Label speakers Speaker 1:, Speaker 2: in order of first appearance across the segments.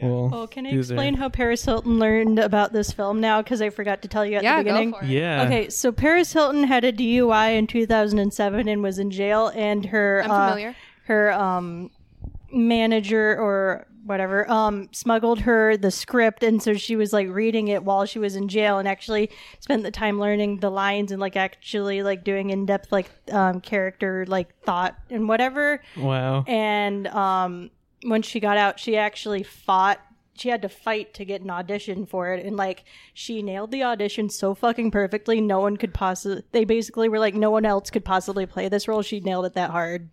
Speaker 1: yeah.
Speaker 2: Well,
Speaker 3: Oh, can I
Speaker 2: these are-
Speaker 3: explain how Paris Hilton learned about this film now? Because I forgot to tell you at
Speaker 4: yeah,
Speaker 3: the beginning.
Speaker 4: go for it.
Speaker 2: Yeah.
Speaker 3: Okay, so Paris Hilton had a DUI in 2007 and was in jail, and her
Speaker 4: I'm
Speaker 3: uh,
Speaker 4: familiar.
Speaker 3: her um, manager or whatever um, smuggled her the script, and so she was like reading it while she was in jail, and actually spent the time learning the lines and like actually like doing in depth like um, character like thought and whatever
Speaker 2: Wow.
Speaker 3: Eh. and um, when she got out, she actually fought. She had to fight to get an audition for it, and like she nailed the audition so fucking perfectly, no one could possibly. They basically were like, no one else could possibly play this role. She nailed it that hard,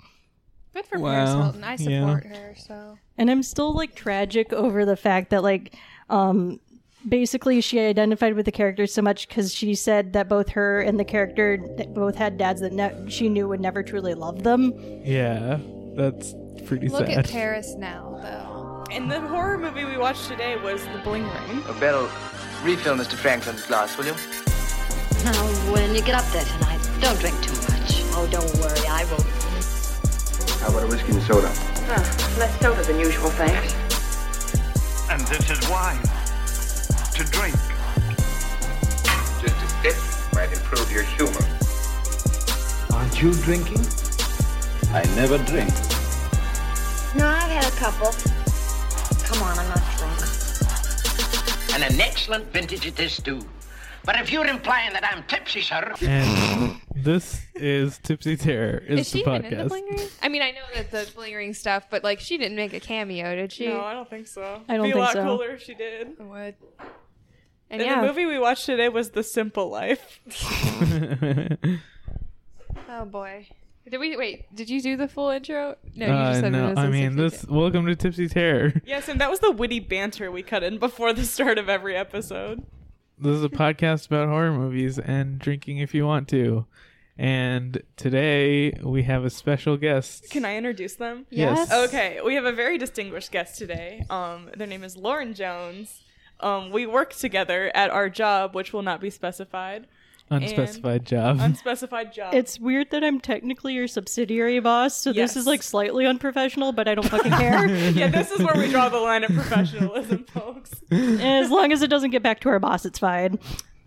Speaker 4: Good for Paris
Speaker 2: Wow.
Speaker 4: Hilton. I
Speaker 2: Yeah.
Speaker 4: support her. So
Speaker 3: and I'm still like tragic over the fact that like, um, basically she identified with the character so much because she said that both her and the character th- both had dads that ne- she knew would never truly love them.
Speaker 2: Yeah. That's pretty
Speaker 4: look
Speaker 2: sad.
Speaker 4: at Paris now, though.
Speaker 5: And the horror movie we watched today was The Bling Ring.
Speaker 6: A Beryl, refill Mr. Franklin's glass, will you?
Speaker 7: Now, when you get up there tonight, don't drink too much. Oh, don't worry, I won't.
Speaker 6: How about a whiskey and soda?
Speaker 8: Ah, Less soda than usual, thanks.
Speaker 9: And this is wine to drink.
Speaker 10: Just a sip might improve your humor.
Speaker 6: Aren't you drinking?
Speaker 10: I never drink.
Speaker 7: No, I've had a couple. Come on, I'm not drunk.
Speaker 8: And an excellent vintage it is, too. But if you're implying that I'm tipsy, sir,
Speaker 2: and this is Tipsy Terror. Is,
Speaker 4: Is she
Speaker 2: the
Speaker 4: even
Speaker 2: podcast.
Speaker 4: in the bling ring? I mean, I know that the bling ring stuff, but like, she didn't make a cameo, did she?
Speaker 5: No, I don't think so.
Speaker 3: I don't
Speaker 5: Be
Speaker 3: think
Speaker 5: a lot
Speaker 3: so.
Speaker 5: cooler if she did.
Speaker 4: What? And
Speaker 5: And
Speaker 4: yeah.
Speaker 5: the movie we watched today was The Simple Life.
Speaker 4: Oh boy. Did we wait? Did you do the full intro? No, Oh, you
Speaker 2: Uh,
Speaker 4: just said
Speaker 2: no,
Speaker 4: it was
Speaker 2: I
Speaker 4: a
Speaker 2: mean
Speaker 4: six-
Speaker 2: this. Welcome to Tipsy Terror.
Speaker 5: Yes, and that was the witty banter we cut in before the start of every episode.
Speaker 2: This is a podcast about horror movies and drinking if you want to. And today we have a special guest.
Speaker 5: Can I introduce them?
Speaker 2: Yes.
Speaker 5: Okay, we have a very distinguished guest today. Um, their name is Lauren Jones. Um, we work together at our job, which will not be specified.
Speaker 2: Unspecified job.
Speaker 5: Unspecified job.
Speaker 3: It's weird that I'm technically your subsidiary boss, so
Speaker 5: Yes.
Speaker 3: this is like slightly unprofessional, but I don't fucking care.
Speaker 5: yeah, this is where we draw the line of professionalism, folks.
Speaker 3: as long as it doesn't get back to our boss, it's fine.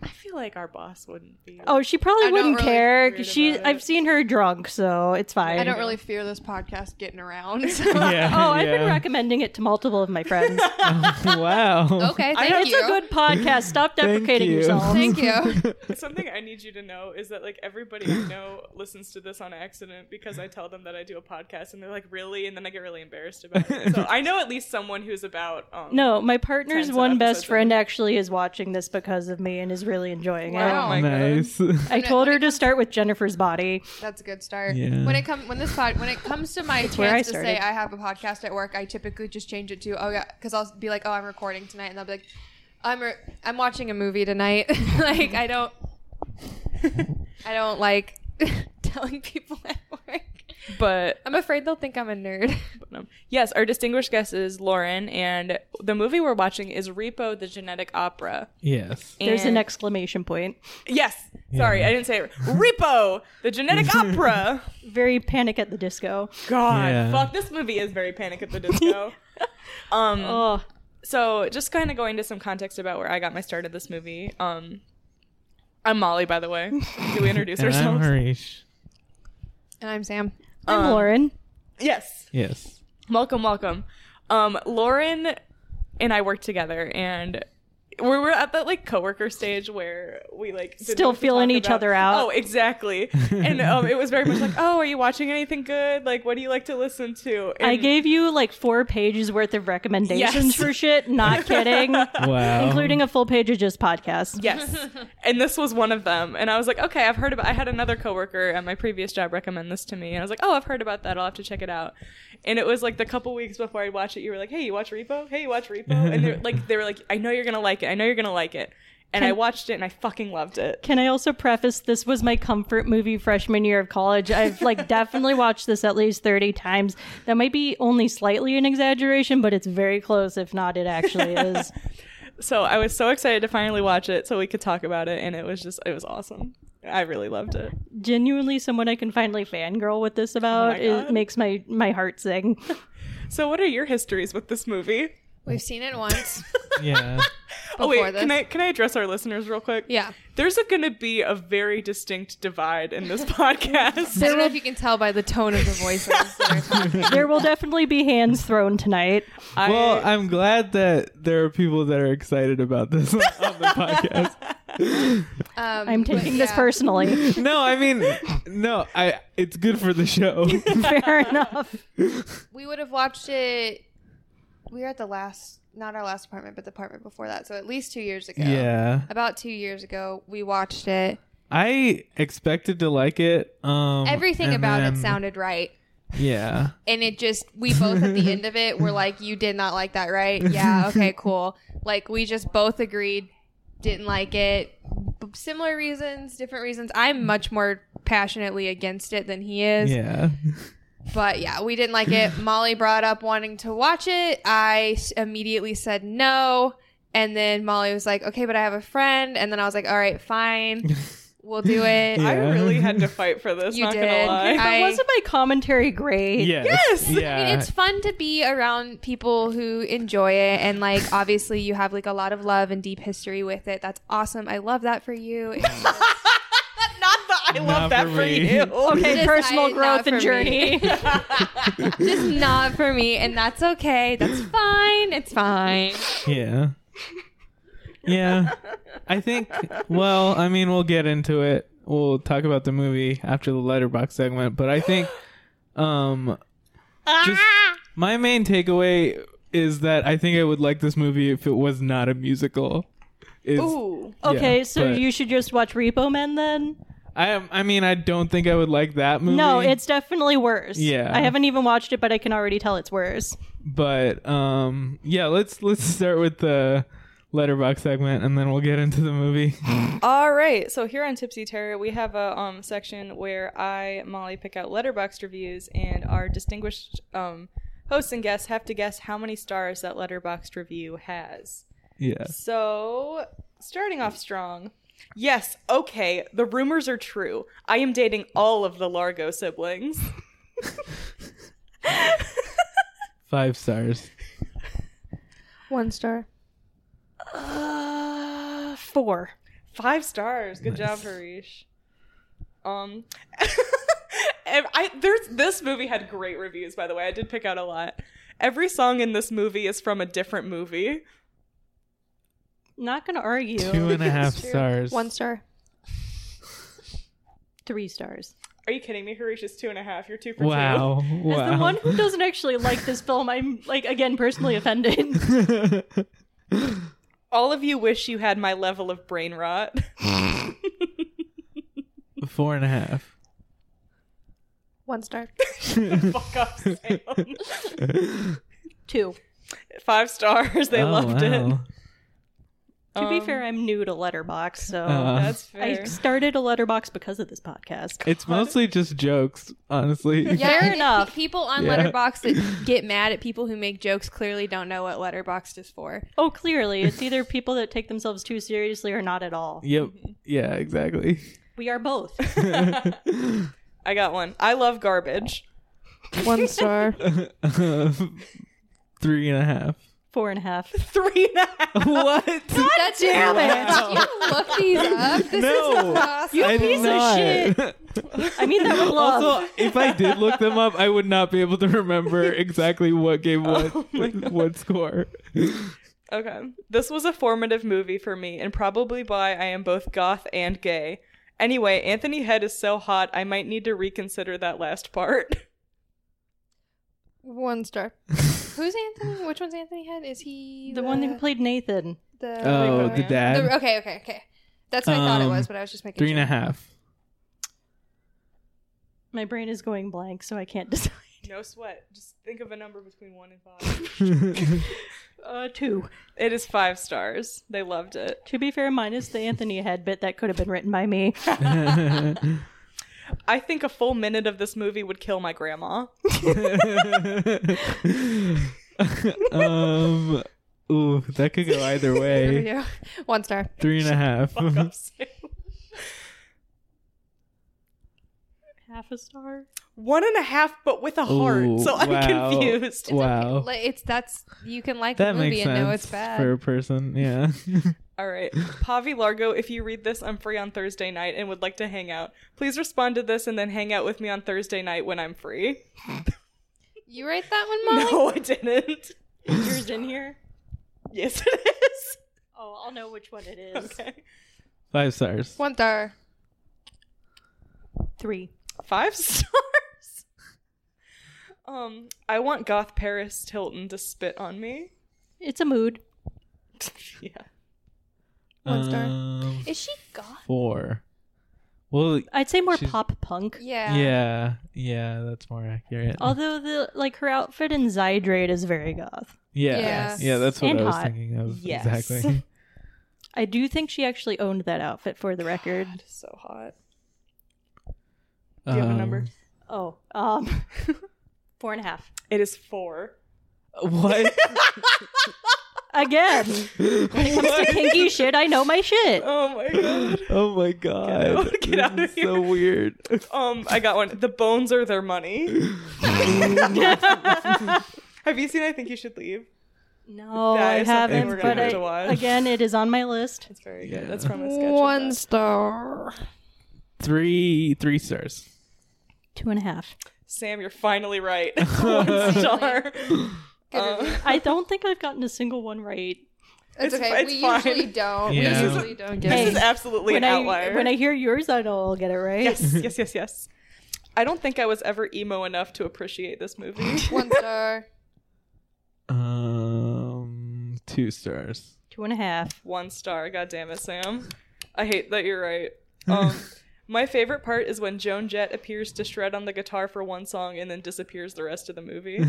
Speaker 5: I feel like our boss wouldn't be.
Speaker 3: Oh, she probably
Speaker 4: I'm not
Speaker 3: wouldn't
Speaker 4: really
Speaker 3: care.
Speaker 5: worried
Speaker 3: She,
Speaker 5: about it.
Speaker 3: I've seen her drunk, so it's fine.
Speaker 4: I don't really fear this podcast getting around.
Speaker 2: yeah.
Speaker 3: Oh, I've been
Speaker 2: yeah.
Speaker 3: recommending it to multiple of my friends.
Speaker 2: Wow.
Speaker 4: okay,
Speaker 5: I
Speaker 4: thank
Speaker 5: know
Speaker 3: it's
Speaker 4: you.
Speaker 3: a good podcast. Stop deprecating
Speaker 2: you.
Speaker 3: yourself.
Speaker 4: Thank you.
Speaker 5: Something I need you to know is that like everybody I know listens to this on accident because I tell them that I do a podcast and they're like, "Really?" and then I get really embarrassed about it. So I know at least someone who's about um
Speaker 3: No, my partner's
Speaker 5: Tens of
Speaker 3: one best
Speaker 5: episodes
Speaker 3: friend
Speaker 5: in.
Speaker 3: actually is watching this because of me and is really enjoying
Speaker 5: Wow.
Speaker 3: it.
Speaker 5: Oh my God.
Speaker 2: nice.
Speaker 3: I told her to start with Jennifer's body.
Speaker 4: That's a good start.
Speaker 2: Yeah.
Speaker 4: When it comes when this pod when it comes to my
Speaker 3: where
Speaker 4: chance
Speaker 3: I
Speaker 4: to say
Speaker 3: started.
Speaker 4: I have a podcast at work, I typically just change it to oh yeah, because I'll be like oh I'm recording tonight, and they'll be like I'm re- I'm watching a movie tonight. like I don't I don't like telling people at work.
Speaker 5: but
Speaker 4: I'm afraid they'll think I'm a nerd.
Speaker 5: Um, Yes, our distinguished guest is Lauren, and the movie we're watching is Repo: The Genetic Opera.
Speaker 2: yes.
Speaker 3: There's an
Speaker 5: And-
Speaker 3: exclamation point.
Speaker 5: Yes, sorry, I didn't say it. Repo: The Genetic Opera.
Speaker 3: Very panic at the disco.
Speaker 5: God,
Speaker 2: Yeah.
Speaker 5: fuck, this movie is very Panic at the Disco. um,
Speaker 3: Oh,
Speaker 5: so just kind of going into some context about where I got my start in this movie. Um, I'm Molly, by the way. Do we introduce
Speaker 2: And I'm
Speaker 5: ourselves?
Speaker 2: Harish.
Speaker 4: and I'm Sam.
Speaker 3: I'm
Speaker 5: Um,
Speaker 3: Lauren.
Speaker 5: Yes.
Speaker 2: Yes.
Speaker 5: Welcome, welcome. Um, Lauren and I work together, and we were at that like coworker stage where we like didn't
Speaker 3: Still
Speaker 5: know what to
Speaker 3: feeling
Speaker 5: talk
Speaker 3: each
Speaker 5: about.
Speaker 3: other out.
Speaker 5: Oh, exactly. and um, it was very much like, oh, are you watching anything good? Like, what do you like to listen to? And
Speaker 3: I gave you like four pages worth of recommendations
Speaker 5: Yes.
Speaker 3: for shit. Not kidding.
Speaker 2: Wow.
Speaker 3: Including a full page of just podcasts.
Speaker 5: yes, and this was one of them. And I was like, okay, I've heard about. I had another coworker at my previous job recommend this to me, and I was like, oh, I've heard about that. I'll have to check it out. And it was like the couple weeks before I'd watch it, you were like, hey, you watch Repo? Hey, you watch Repo? And they're like, they were like, I know you're gonna like it. I know you're gonna like it. And I watched it, and I fucking loved it.
Speaker 3: Can I also preface this was my comfort movie freshman year of college? I've like definitely watched this at least 30 times. That might be only slightly an exaggeration, but it's very close. If not, it actually is.
Speaker 5: So I was so excited to finally watch it so we could talk about it and it was just it was awesome. I really loved it.
Speaker 3: Genuinely, someone I can finally fangirl with this about
Speaker 5: Oh my
Speaker 3: it
Speaker 5: God.
Speaker 3: makes my, my heart sing.
Speaker 5: So what are your histories with this movie?
Speaker 4: We've seen it once
Speaker 2: Yeah.
Speaker 4: before
Speaker 5: Oh wait,
Speaker 4: this.
Speaker 5: can I can I address our listeners real quick?
Speaker 4: yeah.
Speaker 5: There's going to be a very distinct divide in this podcast.
Speaker 4: I don't know if you can tell by the tone of the voices. that are talking.
Speaker 3: there will definitely be hands thrown tonight.
Speaker 5: I-
Speaker 2: Well, I'm glad that there are people that are excited about this on the podcast.
Speaker 4: Um,
Speaker 3: I'm
Speaker 4: but
Speaker 3: taking this
Speaker 4: yeah.
Speaker 3: personally.
Speaker 2: No, I mean, no, I. It's good for the show.
Speaker 3: Fair enough.
Speaker 4: We would have watched it. We were at the last, not our last apartment, but the apartment before that. So at least two years ago.
Speaker 2: yeah,
Speaker 4: About two years ago, we watched it.
Speaker 2: I expected to like it. Um,
Speaker 4: Everything
Speaker 2: and
Speaker 4: about it
Speaker 2: then-
Speaker 4: sounded right.
Speaker 2: Yeah,
Speaker 4: And it just, we both at the end of it were like, you did not like that, right? Yeah, okay, cool. Like, we just both agreed, didn't like it. B- similar reasons, different reasons. I'm much more passionately against it than he is.
Speaker 2: yeah.
Speaker 4: But yeah, we didn't like it. Molly brought up wanting to watch it. I s- immediately said no. And then Molly was like, okay, but I have a friend. And then I was like, all right, fine. We'll do it.
Speaker 5: I
Speaker 2: Yeah.
Speaker 5: really had to fight for this.
Speaker 4: You
Speaker 5: not
Speaker 4: did.
Speaker 5: gonna lie.
Speaker 4: I-
Speaker 3: But wasn't my commentary great?
Speaker 2: Yes. Yeah.
Speaker 4: I mean, it's fun to be around people who enjoy it. And like, obviously, you have like a lot of love and deep history with it. That's awesome. I love that for you. And
Speaker 5: Not the I love
Speaker 2: Not
Speaker 5: that
Speaker 2: for
Speaker 5: for
Speaker 2: me.
Speaker 5: you.
Speaker 3: Okay,
Speaker 4: Just I-
Speaker 3: personal
Speaker 4: not
Speaker 3: growth
Speaker 4: for me.
Speaker 3: and journey.
Speaker 4: just not for me. And that's okay. That's fine. It's fine.
Speaker 2: Yeah. Yeah. I think well, I mean we'll get into it. We'll talk about the movie after the letterbox segment, but I think um just my main takeaway is that I think I would like this movie if it was not a musical. Is
Speaker 5: Ooh.
Speaker 3: Okay,
Speaker 2: yeah,
Speaker 3: so
Speaker 2: but
Speaker 3: you should just watch Repo Men then?
Speaker 2: I I mean I don't think I would like that movie.
Speaker 3: No, it's definitely worse.
Speaker 2: Yeah.
Speaker 3: I haven't even watched it, but I can already tell it's worse.
Speaker 2: but um yeah, let's let's start with the letterbox segment and then we'll get into the movie.
Speaker 5: All right. So here on Tipsy Terror, we have a um, section where I, Molly, pick out letterbox reviews, and our distinguished um, hosts and guests have to guess how many stars that letterboxed review has.
Speaker 2: Yeah.
Speaker 5: So starting off strong. Yes, okay, the rumors are true. I am dating all of the Largo siblings.
Speaker 2: 5 stars.
Speaker 4: One star.
Speaker 5: Uh,
Speaker 3: Four.
Speaker 5: Five stars. Good job, Harish. Um, and I there's this movie had great reviews. By the way, I did pick out a lot. Every song in this movie is from a different movie.
Speaker 3: Not gonna argue.
Speaker 2: Two and a half stars.
Speaker 4: One star.
Speaker 3: Three stars.
Speaker 5: Are you kidding me? Harish is two and a half. You're two for two.
Speaker 2: Wow. Wow.
Speaker 3: As the one who doesn't actually like this film, I'm like again personally offended.
Speaker 5: All of you wish you had my level of brain rot.
Speaker 2: Four and a half.
Speaker 4: One star.
Speaker 5: Fuck off, Sam.
Speaker 3: Two.
Speaker 5: Five stars. They
Speaker 2: Oh,
Speaker 5: loved it.
Speaker 2: wow.
Speaker 3: To be
Speaker 5: Um,
Speaker 3: fair, I'm new to Letterbox, so
Speaker 2: Uh,
Speaker 5: That's fair.
Speaker 3: I started a Letterbox because of this podcast.
Speaker 2: It's mostly just jokes, honestly.
Speaker 4: Yeah,
Speaker 3: Fair
Speaker 4: and if
Speaker 3: enough.
Speaker 4: pe- People on
Speaker 2: Yeah.
Speaker 4: Letterboxd that get mad at people who make jokes clearly don't know what Letterboxd is for.
Speaker 3: Oh, clearly, it's either people that take themselves too seriously or not at all.
Speaker 2: Yep. Yeah, exactly. Uh,
Speaker 3: We are both.
Speaker 5: I got one. I love garbage.
Speaker 4: One star.
Speaker 2: Three and a half.
Speaker 3: Four and a half.
Speaker 5: Three and a half.
Speaker 2: What?
Speaker 4: That's damn it! You look these up. This
Speaker 2: No.
Speaker 4: is awesome.
Speaker 2: You
Speaker 3: piece of shit. I mean that with love.
Speaker 2: Also, if I did look them up, I would not be able to remember exactly what gave what what score.
Speaker 5: Okay. This was a formative movie for me and probably why I am both goth and gay. Anyway, Anthony Head is so hot, I might need to reconsider that last part.
Speaker 4: One star. Who's Anthony? Which one's Anthony Head? Is he
Speaker 3: the one who played Nathan.
Speaker 4: the
Speaker 2: Oh, the
Speaker 4: the-
Speaker 2: dad.
Speaker 4: okay, okay, okay. That's what I thought it
Speaker 2: Um,
Speaker 4: was, but I was just making
Speaker 2: Three and a
Speaker 4: sure.
Speaker 2: half.
Speaker 3: My brain is going blank, so I can't decide.
Speaker 5: No sweat. Just think of a number between one and five.
Speaker 3: Uh, two.
Speaker 5: it is five stars. They loved it.
Speaker 3: To be fair, minus the Anthony head bit that could have been written by me.
Speaker 5: I think a full minute of this movie would kill my grandma.
Speaker 2: um, ooh, that could go either way.
Speaker 4: Yeah. One star.
Speaker 2: Three and a half.
Speaker 5: Fuck off, Sam.
Speaker 3: half a star.
Speaker 5: One and a half, but with a heart.
Speaker 2: Ooh,
Speaker 5: so I'm
Speaker 2: wow.
Speaker 5: confused.
Speaker 2: Wow.
Speaker 4: Like, it's that's you can like
Speaker 2: That
Speaker 4: the movie
Speaker 2: makes
Speaker 4: and
Speaker 2: sense
Speaker 4: know it's bad.
Speaker 2: for a person. Yeah.
Speaker 5: All right. Pavi Largo, if you read this, I'm free on Thursday night and would like to hang out. Please respond to this and then hang out with me on Thursday night when I'm free.
Speaker 4: You write that one, Molly?
Speaker 5: No, I didn't.
Speaker 3: Is yours in here?
Speaker 5: Yes, it is.
Speaker 3: Oh, I'll know which one it is.
Speaker 5: Okay.
Speaker 2: Five stars.
Speaker 4: One star.
Speaker 3: Three.
Speaker 5: Five stars. Um, I want Goth Paris Hilton to spit on me.
Speaker 3: It's a mood.
Speaker 5: Yeah.
Speaker 4: One star.
Speaker 2: Um,
Speaker 4: Is she goth?
Speaker 2: four. Well,
Speaker 3: I'd say more
Speaker 2: She's-
Speaker 3: pop punk.
Speaker 4: Yeah.
Speaker 2: yeah, yeah, that's more accurate.
Speaker 3: Although the like her outfit in Zydrate is very goth.
Speaker 2: yeah,
Speaker 4: Yes.
Speaker 2: yeah, that's what
Speaker 3: And
Speaker 2: I was
Speaker 3: hot.
Speaker 2: thinking of.
Speaker 5: Yes.
Speaker 2: Exactly.
Speaker 3: I do think she actually owned that outfit for the record.
Speaker 5: So hot. Do you have a
Speaker 2: Um,
Speaker 5: number?
Speaker 3: Oh, um, four and a half
Speaker 5: It is four.
Speaker 2: Um, What?
Speaker 3: again. When it comes to kinky shit, I know my shit.
Speaker 5: Oh my god.
Speaker 2: oh my god!
Speaker 5: out- get out of
Speaker 2: This is
Speaker 5: here.
Speaker 2: So weird.
Speaker 5: Um, I got one. The bones are their money. Have you seen I Think You Should Leave?
Speaker 3: No,
Speaker 5: That
Speaker 3: Oh, I
Speaker 5: is something
Speaker 2: we're gonna
Speaker 3: haven't. But
Speaker 2: have
Speaker 3: I,
Speaker 2: to
Speaker 5: watch.
Speaker 3: again, it is on my list.
Speaker 5: It's very good. That's from a sketch.
Speaker 4: One
Speaker 5: One.
Speaker 4: star.
Speaker 2: Three, three stars.
Speaker 3: Two and a half.
Speaker 5: Sam, you're finally right. one star. Uh,
Speaker 3: I don't think I've gotten a single one right.
Speaker 4: It's,
Speaker 5: It's-
Speaker 4: okay.
Speaker 5: it's
Speaker 4: we
Speaker 5: fine.
Speaker 4: usually don't.
Speaker 2: Yeah.
Speaker 4: We usually don't get
Speaker 5: this
Speaker 3: Hey,
Speaker 5: is absolutely
Speaker 3: When
Speaker 5: an
Speaker 3: I
Speaker 5: outlier.
Speaker 3: when I hear yours, I know I'll get it right.
Speaker 5: yes, yes, yes, yes. I don't think I was ever emo enough to appreciate this movie.
Speaker 4: one star.
Speaker 2: Um, two stars.
Speaker 3: Two and a half.
Speaker 5: One star. God damn it, Sam. I hate that you're right. Um, my favorite part is when Joan Jett appears to shred on the guitar for one song and then disappears the rest of the movie.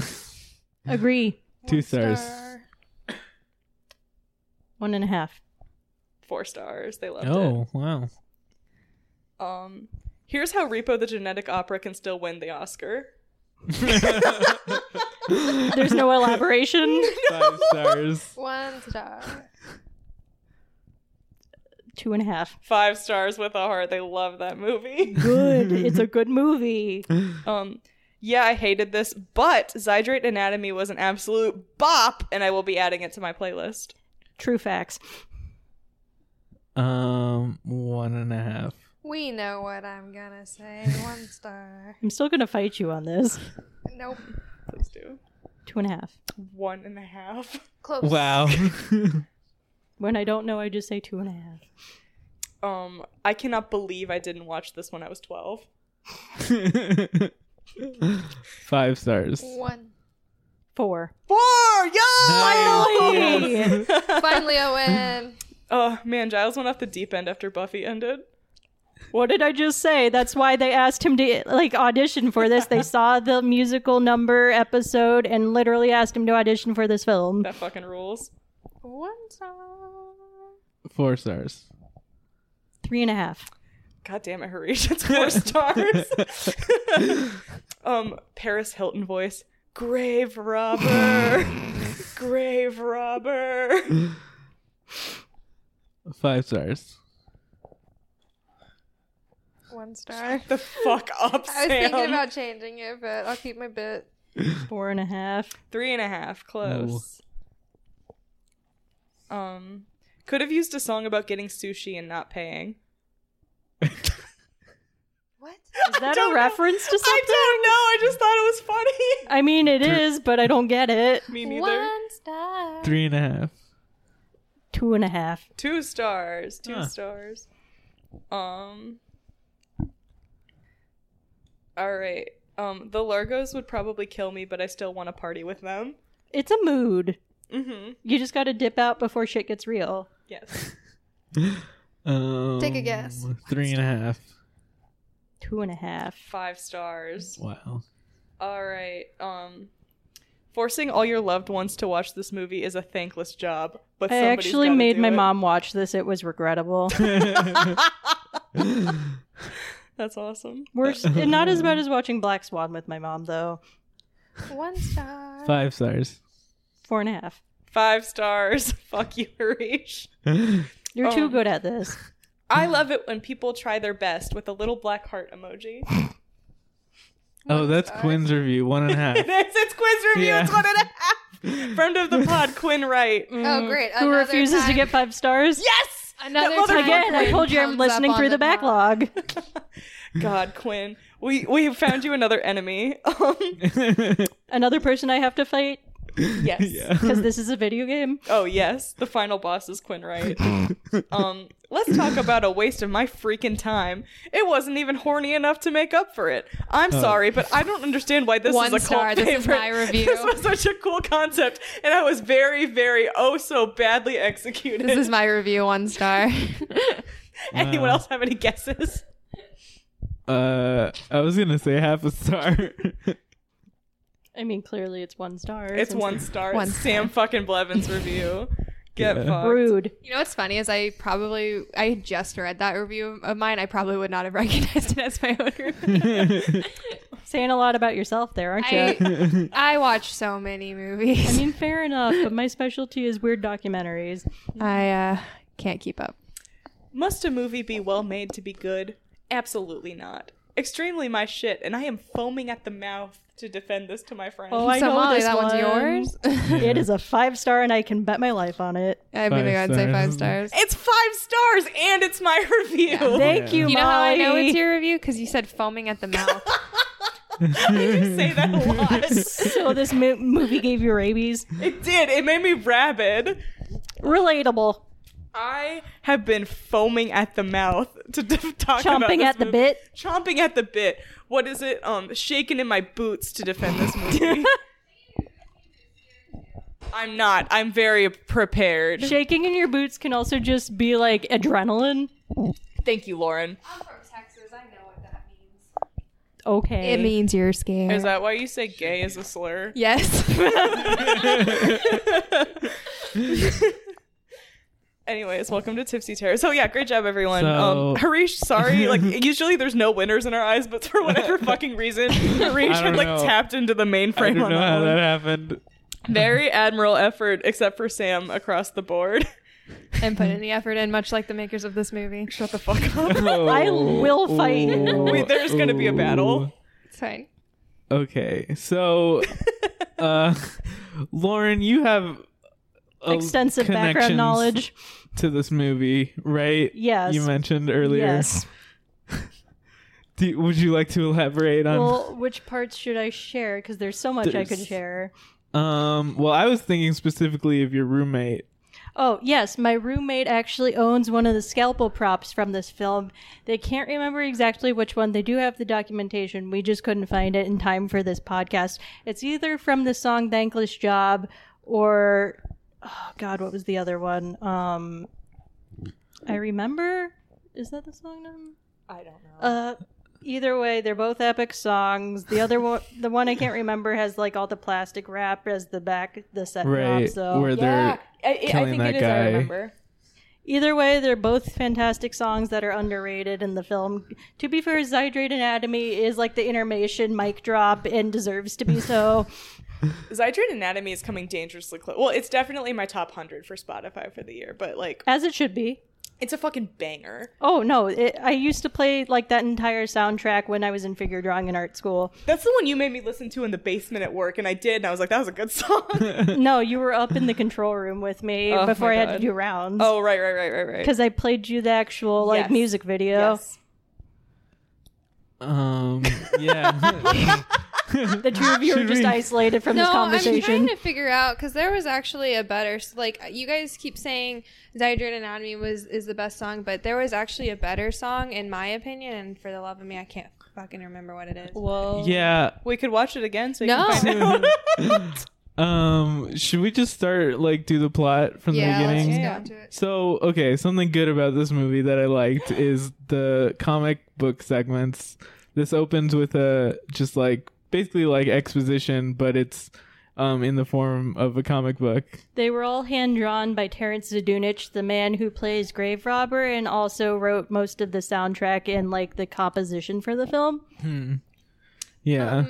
Speaker 3: Agree.
Speaker 2: Two stars.
Speaker 3: One and a half.
Speaker 5: Four stars. They loved it.
Speaker 2: Oh wow!
Speaker 5: Um, here's how Repo the Genetic Opera can still win the Oscar.
Speaker 3: There's no elaboration.
Speaker 2: Five stars.
Speaker 4: One star.
Speaker 3: Two and a half.
Speaker 5: Five stars with a heart. They love that movie.
Speaker 3: Good. it's a good movie.
Speaker 5: Um, yeah, I hated this, but Zydrate Anatomy was an absolute bop, and I will be adding it to my playlist.
Speaker 3: True facts.
Speaker 2: Um, one and a half.
Speaker 4: We know what I'm gonna say. One star.
Speaker 3: I'm still gonna fight you on this.
Speaker 4: Nope.
Speaker 5: Please do.
Speaker 3: Two and a half.
Speaker 5: One and a half.
Speaker 4: Close.
Speaker 2: Wow.
Speaker 3: When I don't know, I just say two and a half.
Speaker 5: Um, I cannot believe I didn't watch this when I was 12.
Speaker 2: Five stars.
Speaker 4: One.
Speaker 3: Four.
Speaker 5: Four! Yeah!
Speaker 3: Finally!
Speaker 4: Finally, I win.
Speaker 5: Oh, man, Giles went off the deep end after Buffy ended.
Speaker 3: what did I just say? That's why they asked him to like audition for this. They saw the musical number episode and literally asked him to audition for this film.
Speaker 5: That fucking rules.
Speaker 4: One star.
Speaker 2: Four stars.
Speaker 3: Three and a half.
Speaker 5: God damn it, Harish. It's four stars. um, Paris Hilton voice. Grave robber. Grave robber.
Speaker 2: Five stars.
Speaker 4: One star.
Speaker 5: The fuck up,
Speaker 4: I was
Speaker 5: Sam.
Speaker 4: thinking about changing it, but I'll keep my bit.
Speaker 3: Four and a half.
Speaker 5: Three and a half. Close. Um, could have used a song about getting sushi and not paying.
Speaker 4: What?
Speaker 3: Is that
Speaker 5: don't
Speaker 3: a
Speaker 5: know.
Speaker 3: reference to something?
Speaker 5: I don't know. I just thought it was funny.
Speaker 3: I mean, it is, but I don't get it.
Speaker 5: Me neither.
Speaker 4: One star.
Speaker 2: Three and a half.
Speaker 3: Two and a half.
Speaker 5: Two stars. Two
Speaker 2: Huh.
Speaker 5: stars. Um. All right. Um, the Largos would probably kill me, but I still want to party with them.
Speaker 3: It's a mood.
Speaker 5: Mm-hmm.
Speaker 3: You just got to dip out before shit gets real.
Speaker 5: Yes.
Speaker 2: Um,
Speaker 4: Take a guess.
Speaker 2: Three and a half.
Speaker 3: Two and a half.
Speaker 5: Five stars.
Speaker 2: Wow.
Speaker 5: All right. Um, forcing all your loved ones to watch this movie is a thankless job. But
Speaker 3: I
Speaker 5: somebody's
Speaker 3: actually
Speaker 5: gotta
Speaker 3: made
Speaker 5: do
Speaker 3: my
Speaker 5: it.
Speaker 3: mom watch this. It was regrettable.
Speaker 5: That's awesome.
Speaker 3: Worse, not as bad as watching Black Swan with my mom, though.
Speaker 4: One star.
Speaker 2: Five stars.
Speaker 3: Four and a half.
Speaker 5: Five stars. Fuck you, Harish.
Speaker 3: You're too
Speaker 5: Um.
Speaker 3: good at this.
Speaker 5: I love it when people try their best with a little black heart emoji.
Speaker 2: Oh, that's Quinn's review. One and a half.
Speaker 5: It is. It's quiz review.
Speaker 2: Yeah.
Speaker 5: It's one and a half. Friend of the pod, Quinn Wright.
Speaker 4: Oh, great.
Speaker 3: Who
Speaker 4: Another
Speaker 3: refuses to
Speaker 4: time-
Speaker 3: get five stars?
Speaker 5: Yes.
Speaker 4: Another
Speaker 5: That
Speaker 4: time
Speaker 3: Again, I
Speaker 4: Quinn
Speaker 3: told you I'm
Speaker 4: comes
Speaker 3: listening
Speaker 4: up
Speaker 3: through
Speaker 4: on
Speaker 3: the
Speaker 4: pod.
Speaker 3: backlog.
Speaker 5: God, Quinn. We we found you another enemy. Um,
Speaker 3: Another person I have to fight
Speaker 5: yes.
Speaker 2: yeah.
Speaker 3: because this is a video game.
Speaker 5: Oh yes, the final boss is Quinn Wright. um, let's talk about a waste of my freaking time. It wasn't even horny enough to make up for it. I'm sorry, but I don't understand why this
Speaker 4: One
Speaker 5: is a cult
Speaker 4: star, this is
Speaker 5: favorite.
Speaker 4: my review.
Speaker 5: This was such a cool concept, and I was very, very oh so badly executed.
Speaker 4: This is my review, one star.
Speaker 5: Anyone
Speaker 2: Wow.
Speaker 5: else have any guesses?
Speaker 2: Uh, I was gonna say half a star.
Speaker 3: I mean, clearly it's one star.
Speaker 5: It's
Speaker 3: since
Speaker 5: one star.
Speaker 4: One
Speaker 5: It's Sam fucking Blevins review. Get
Speaker 2: Yeah.
Speaker 5: fucked.
Speaker 3: Rude.
Speaker 4: you know what's funny is I probably I just read that review of mine. I probably would not have recognized it as my own review.
Speaker 3: Saying a lot about yourself there, aren't you? I,
Speaker 4: I, I watch so many movies. I,
Speaker 3: mean, fair enough, but my specialty is weird documentaries.
Speaker 4: uh, can't keep up.
Speaker 5: Must a movie be well made to be good? Absolutely not. Extremely my shit, and I am foaming at the mouth to defend this to my friends.
Speaker 3: Oh, I know
Speaker 4: Somali,
Speaker 3: this
Speaker 4: that
Speaker 3: one.
Speaker 4: one's yours.
Speaker 3: It is a five star, and I can bet my life on it.
Speaker 4: I mean,
Speaker 2: Five
Speaker 4: I'd say five
Speaker 2: stars.
Speaker 4: stars.
Speaker 5: it's five stars, and it's my review.
Speaker 3: Thank you,
Speaker 4: You know how I know
Speaker 3: Molly.
Speaker 4: it's your review? Because you said foaming at the mouth.
Speaker 5: You say that a lot.
Speaker 3: So this mo- movie gave you rabies.
Speaker 5: it did. It made me rabid.
Speaker 3: Relatable.
Speaker 5: I have been foaming at the mouth to d- talk about
Speaker 3: Chomping
Speaker 5: this
Speaker 3: at the
Speaker 5: movie.
Speaker 3: bit.
Speaker 5: Chomping at the bit. What is it? Um, shaking in my boots to defend this movie. I'm not. I'm very prepared.
Speaker 3: Shaking in your boots can also just be like adrenaline.
Speaker 5: Thank you, Lauren.
Speaker 4: I'm from Texas. I know what that means.
Speaker 3: Okay.
Speaker 4: It means you're scared.
Speaker 5: Is that why you say gay is a slur?
Speaker 4: yes.
Speaker 5: Anyways, welcome to Tipsy Terror. So yeah, great job everyone. um
Speaker 2: So-
Speaker 5: Harish, sorry. Like usually there's no winners in our eyes, but for whatever fucking reason, Harish
Speaker 2: I
Speaker 5: had
Speaker 2: don't
Speaker 5: like
Speaker 2: know.
Speaker 5: tapped into the
Speaker 2: I
Speaker 5: mainframe
Speaker 2: don't
Speaker 5: on
Speaker 2: know
Speaker 5: that
Speaker 2: how
Speaker 5: one.
Speaker 2: that happened.
Speaker 5: Very admiral effort, except for Sam across the board.
Speaker 4: and put any effort in, much like the makers of this movie.
Speaker 5: Shut the fuck up.
Speaker 3: I
Speaker 2: Oh,
Speaker 3: will fight.
Speaker 5: Wait, there's gonna be a battle.
Speaker 4: It's fine.
Speaker 2: Okay, so, uh, Lauren, you have a-
Speaker 3: Extensive background
Speaker 2: connections
Speaker 3: knowledge.
Speaker 2: to this movie, right?
Speaker 3: Yes.
Speaker 2: You mentioned earlier.
Speaker 3: Yes.
Speaker 2: Do, would you like to elaborate on?
Speaker 3: Well, which parts should I share? Because there's so much I could
Speaker 2: Um, There's-
Speaker 3: share.
Speaker 2: um, well, I was thinking specifically of your roommate.
Speaker 3: Oh, yes. My roommate actually owns one of the scalpel props from this film. They can't remember exactly which one. They do have the documentation. We just couldn't find it in time for this podcast. It's either from the song Thankless Job or, oh, God, what was the other one? Um, I remember. Is that the song name?
Speaker 5: I don't know.
Speaker 3: Uh, either way, they're both epic songs. The other one, the one I can't remember, has like all the plastic wrap as the back, the set drop,
Speaker 2: Right,
Speaker 3: So
Speaker 2: where
Speaker 5: yeah, I, I- I
Speaker 2: killing
Speaker 5: think it
Speaker 2: that
Speaker 5: is. I
Speaker 2: guy.
Speaker 5: remember.
Speaker 3: Either way, they're both fantastic songs that are underrated in the film. To be fair, Zydrate Anatomy is like the intermission mic drop and deserves to be so.
Speaker 5: Zydrate Anatomy is coming dangerously close. Well, it's definitely my top hundred for Spotify for the year, but like,
Speaker 3: As it should be.
Speaker 5: it's a fucking banger.
Speaker 3: Oh, no. It, I used to play like that entire soundtrack when I was in figure drawing in art school.
Speaker 5: That's the one you made me listen to in the basement at work, and I did, and I was like, that was a good song.
Speaker 3: No, you were up in the control room with me
Speaker 5: Oh,
Speaker 3: before
Speaker 5: my
Speaker 3: I had to
Speaker 5: God.
Speaker 3: do rounds.
Speaker 5: oh, right, right, right, right, right.
Speaker 3: Because I played you the actual like
Speaker 5: Yes.
Speaker 3: music video.
Speaker 5: yes.
Speaker 2: guy. Um, yeah.
Speaker 3: The two of you were
Speaker 2: Should
Speaker 3: just
Speaker 2: we-
Speaker 3: isolated from
Speaker 4: No,
Speaker 3: this
Speaker 4: I'm trying
Speaker 3: conversation.
Speaker 4: to figure out because there was actually a better. Like you guys keep saying, "Zydrate Anatomy" was is the best song, but there was actually a better song in my opinion. And for the love of me, I can't fucking remember what it is.
Speaker 5: Well,
Speaker 2: yeah.
Speaker 5: we could watch it again. So you
Speaker 4: No.
Speaker 5: can find out.
Speaker 2: Um, should we just start like do the plot from
Speaker 4: yeah,
Speaker 2: the beginning?
Speaker 4: let's just go into it.
Speaker 2: So, okay, something good about this movie that I liked is the comic book segments. This opens with a just like basically like exposition, but it's um in the form of a comic book.
Speaker 3: They were all hand drawn by Terrence Zadunich, the man who plays Grave Robber and also wrote most of the soundtrack and like the composition for the film.
Speaker 2: Yeah.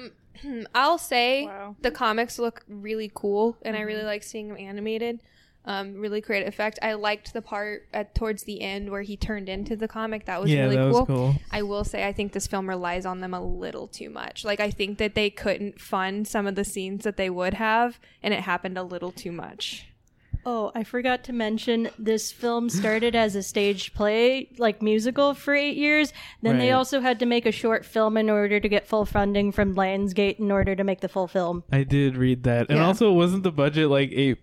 Speaker 4: I'll say
Speaker 5: Wow.
Speaker 4: Mm-hmm. the comics look really cool, and I really like seeing them animated. Um, really creative effect. I liked the part at towards the end where he turned into the comic. That was
Speaker 2: Yeah,
Speaker 4: really
Speaker 2: that was
Speaker 4: cool.
Speaker 2: cool.
Speaker 4: I will say I think this film relies on them a little too much. Like I think that they couldn't fund some of the scenes that they would have, and it happened a little too much.
Speaker 3: Oh, I forgot to mention this film started as a stage play, like musical, for eight years. Then they
Speaker 2: Right.
Speaker 3: also had to make a short film in order to get full funding from Lionsgate in order to make the full film.
Speaker 2: I did read that, and
Speaker 4: Yeah.
Speaker 2: also wasn't the budget like eight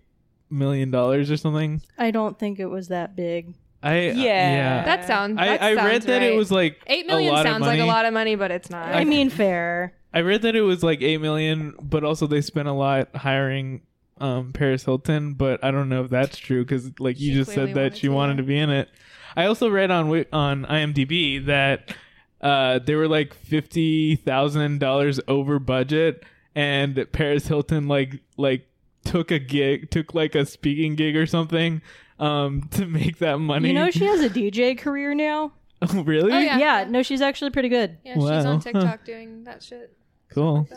Speaker 2: million dollars or something?
Speaker 3: I don't think it was that big.
Speaker 2: I yeah,
Speaker 5: Yeah.
Speaker 4: That sounds.
Speaker 2: I,
Speaker 4: that
Speaker 2: I read
Speaker 4: sounds
Speaker 2: that it
Speaker 4: right.
Speaker 2: was like
Speaker 4: eight million
Speaker 2: a lot
Speaker 4: sounds
Speaker 2: of
Speaker 4: like a
Speaker 2: money.
Speaker 4: lot of money, but it's not.
Speaker 3: I mean, fair.
Speaker 2: I read that it was like eight million, but also they spent a lot hiring um, Paris Hilton. But I don't know if that's true because, like you
Speaker 4: She
Speaker 2: just
Speaker 4: clearly
Speaker 2: said, that
Speaker 4: wanted
Speaker 2: she
Speaker 4: to,
Speaker 2: wanted
Speaker 4: yeah.
Speaker 2: to be in it. I also read on Wi- on IMDb that uh, they were like fifty thousand dollars over budget, and Paris Hilton like like took a gig, took like a speaking gig or something um, to make that money.
Speaker 3: You know, she has a DJ career now.
Speaker 2: oh, really?
Speaker 4: Oh, yeah.
Speaker 3: Yeah, no, she's actually pretty good.
Speaker 4: yeah, she's
Speaker 2: Wow.
Speaker 4: on TikTok doing that shit.
Speaker 2: Cool.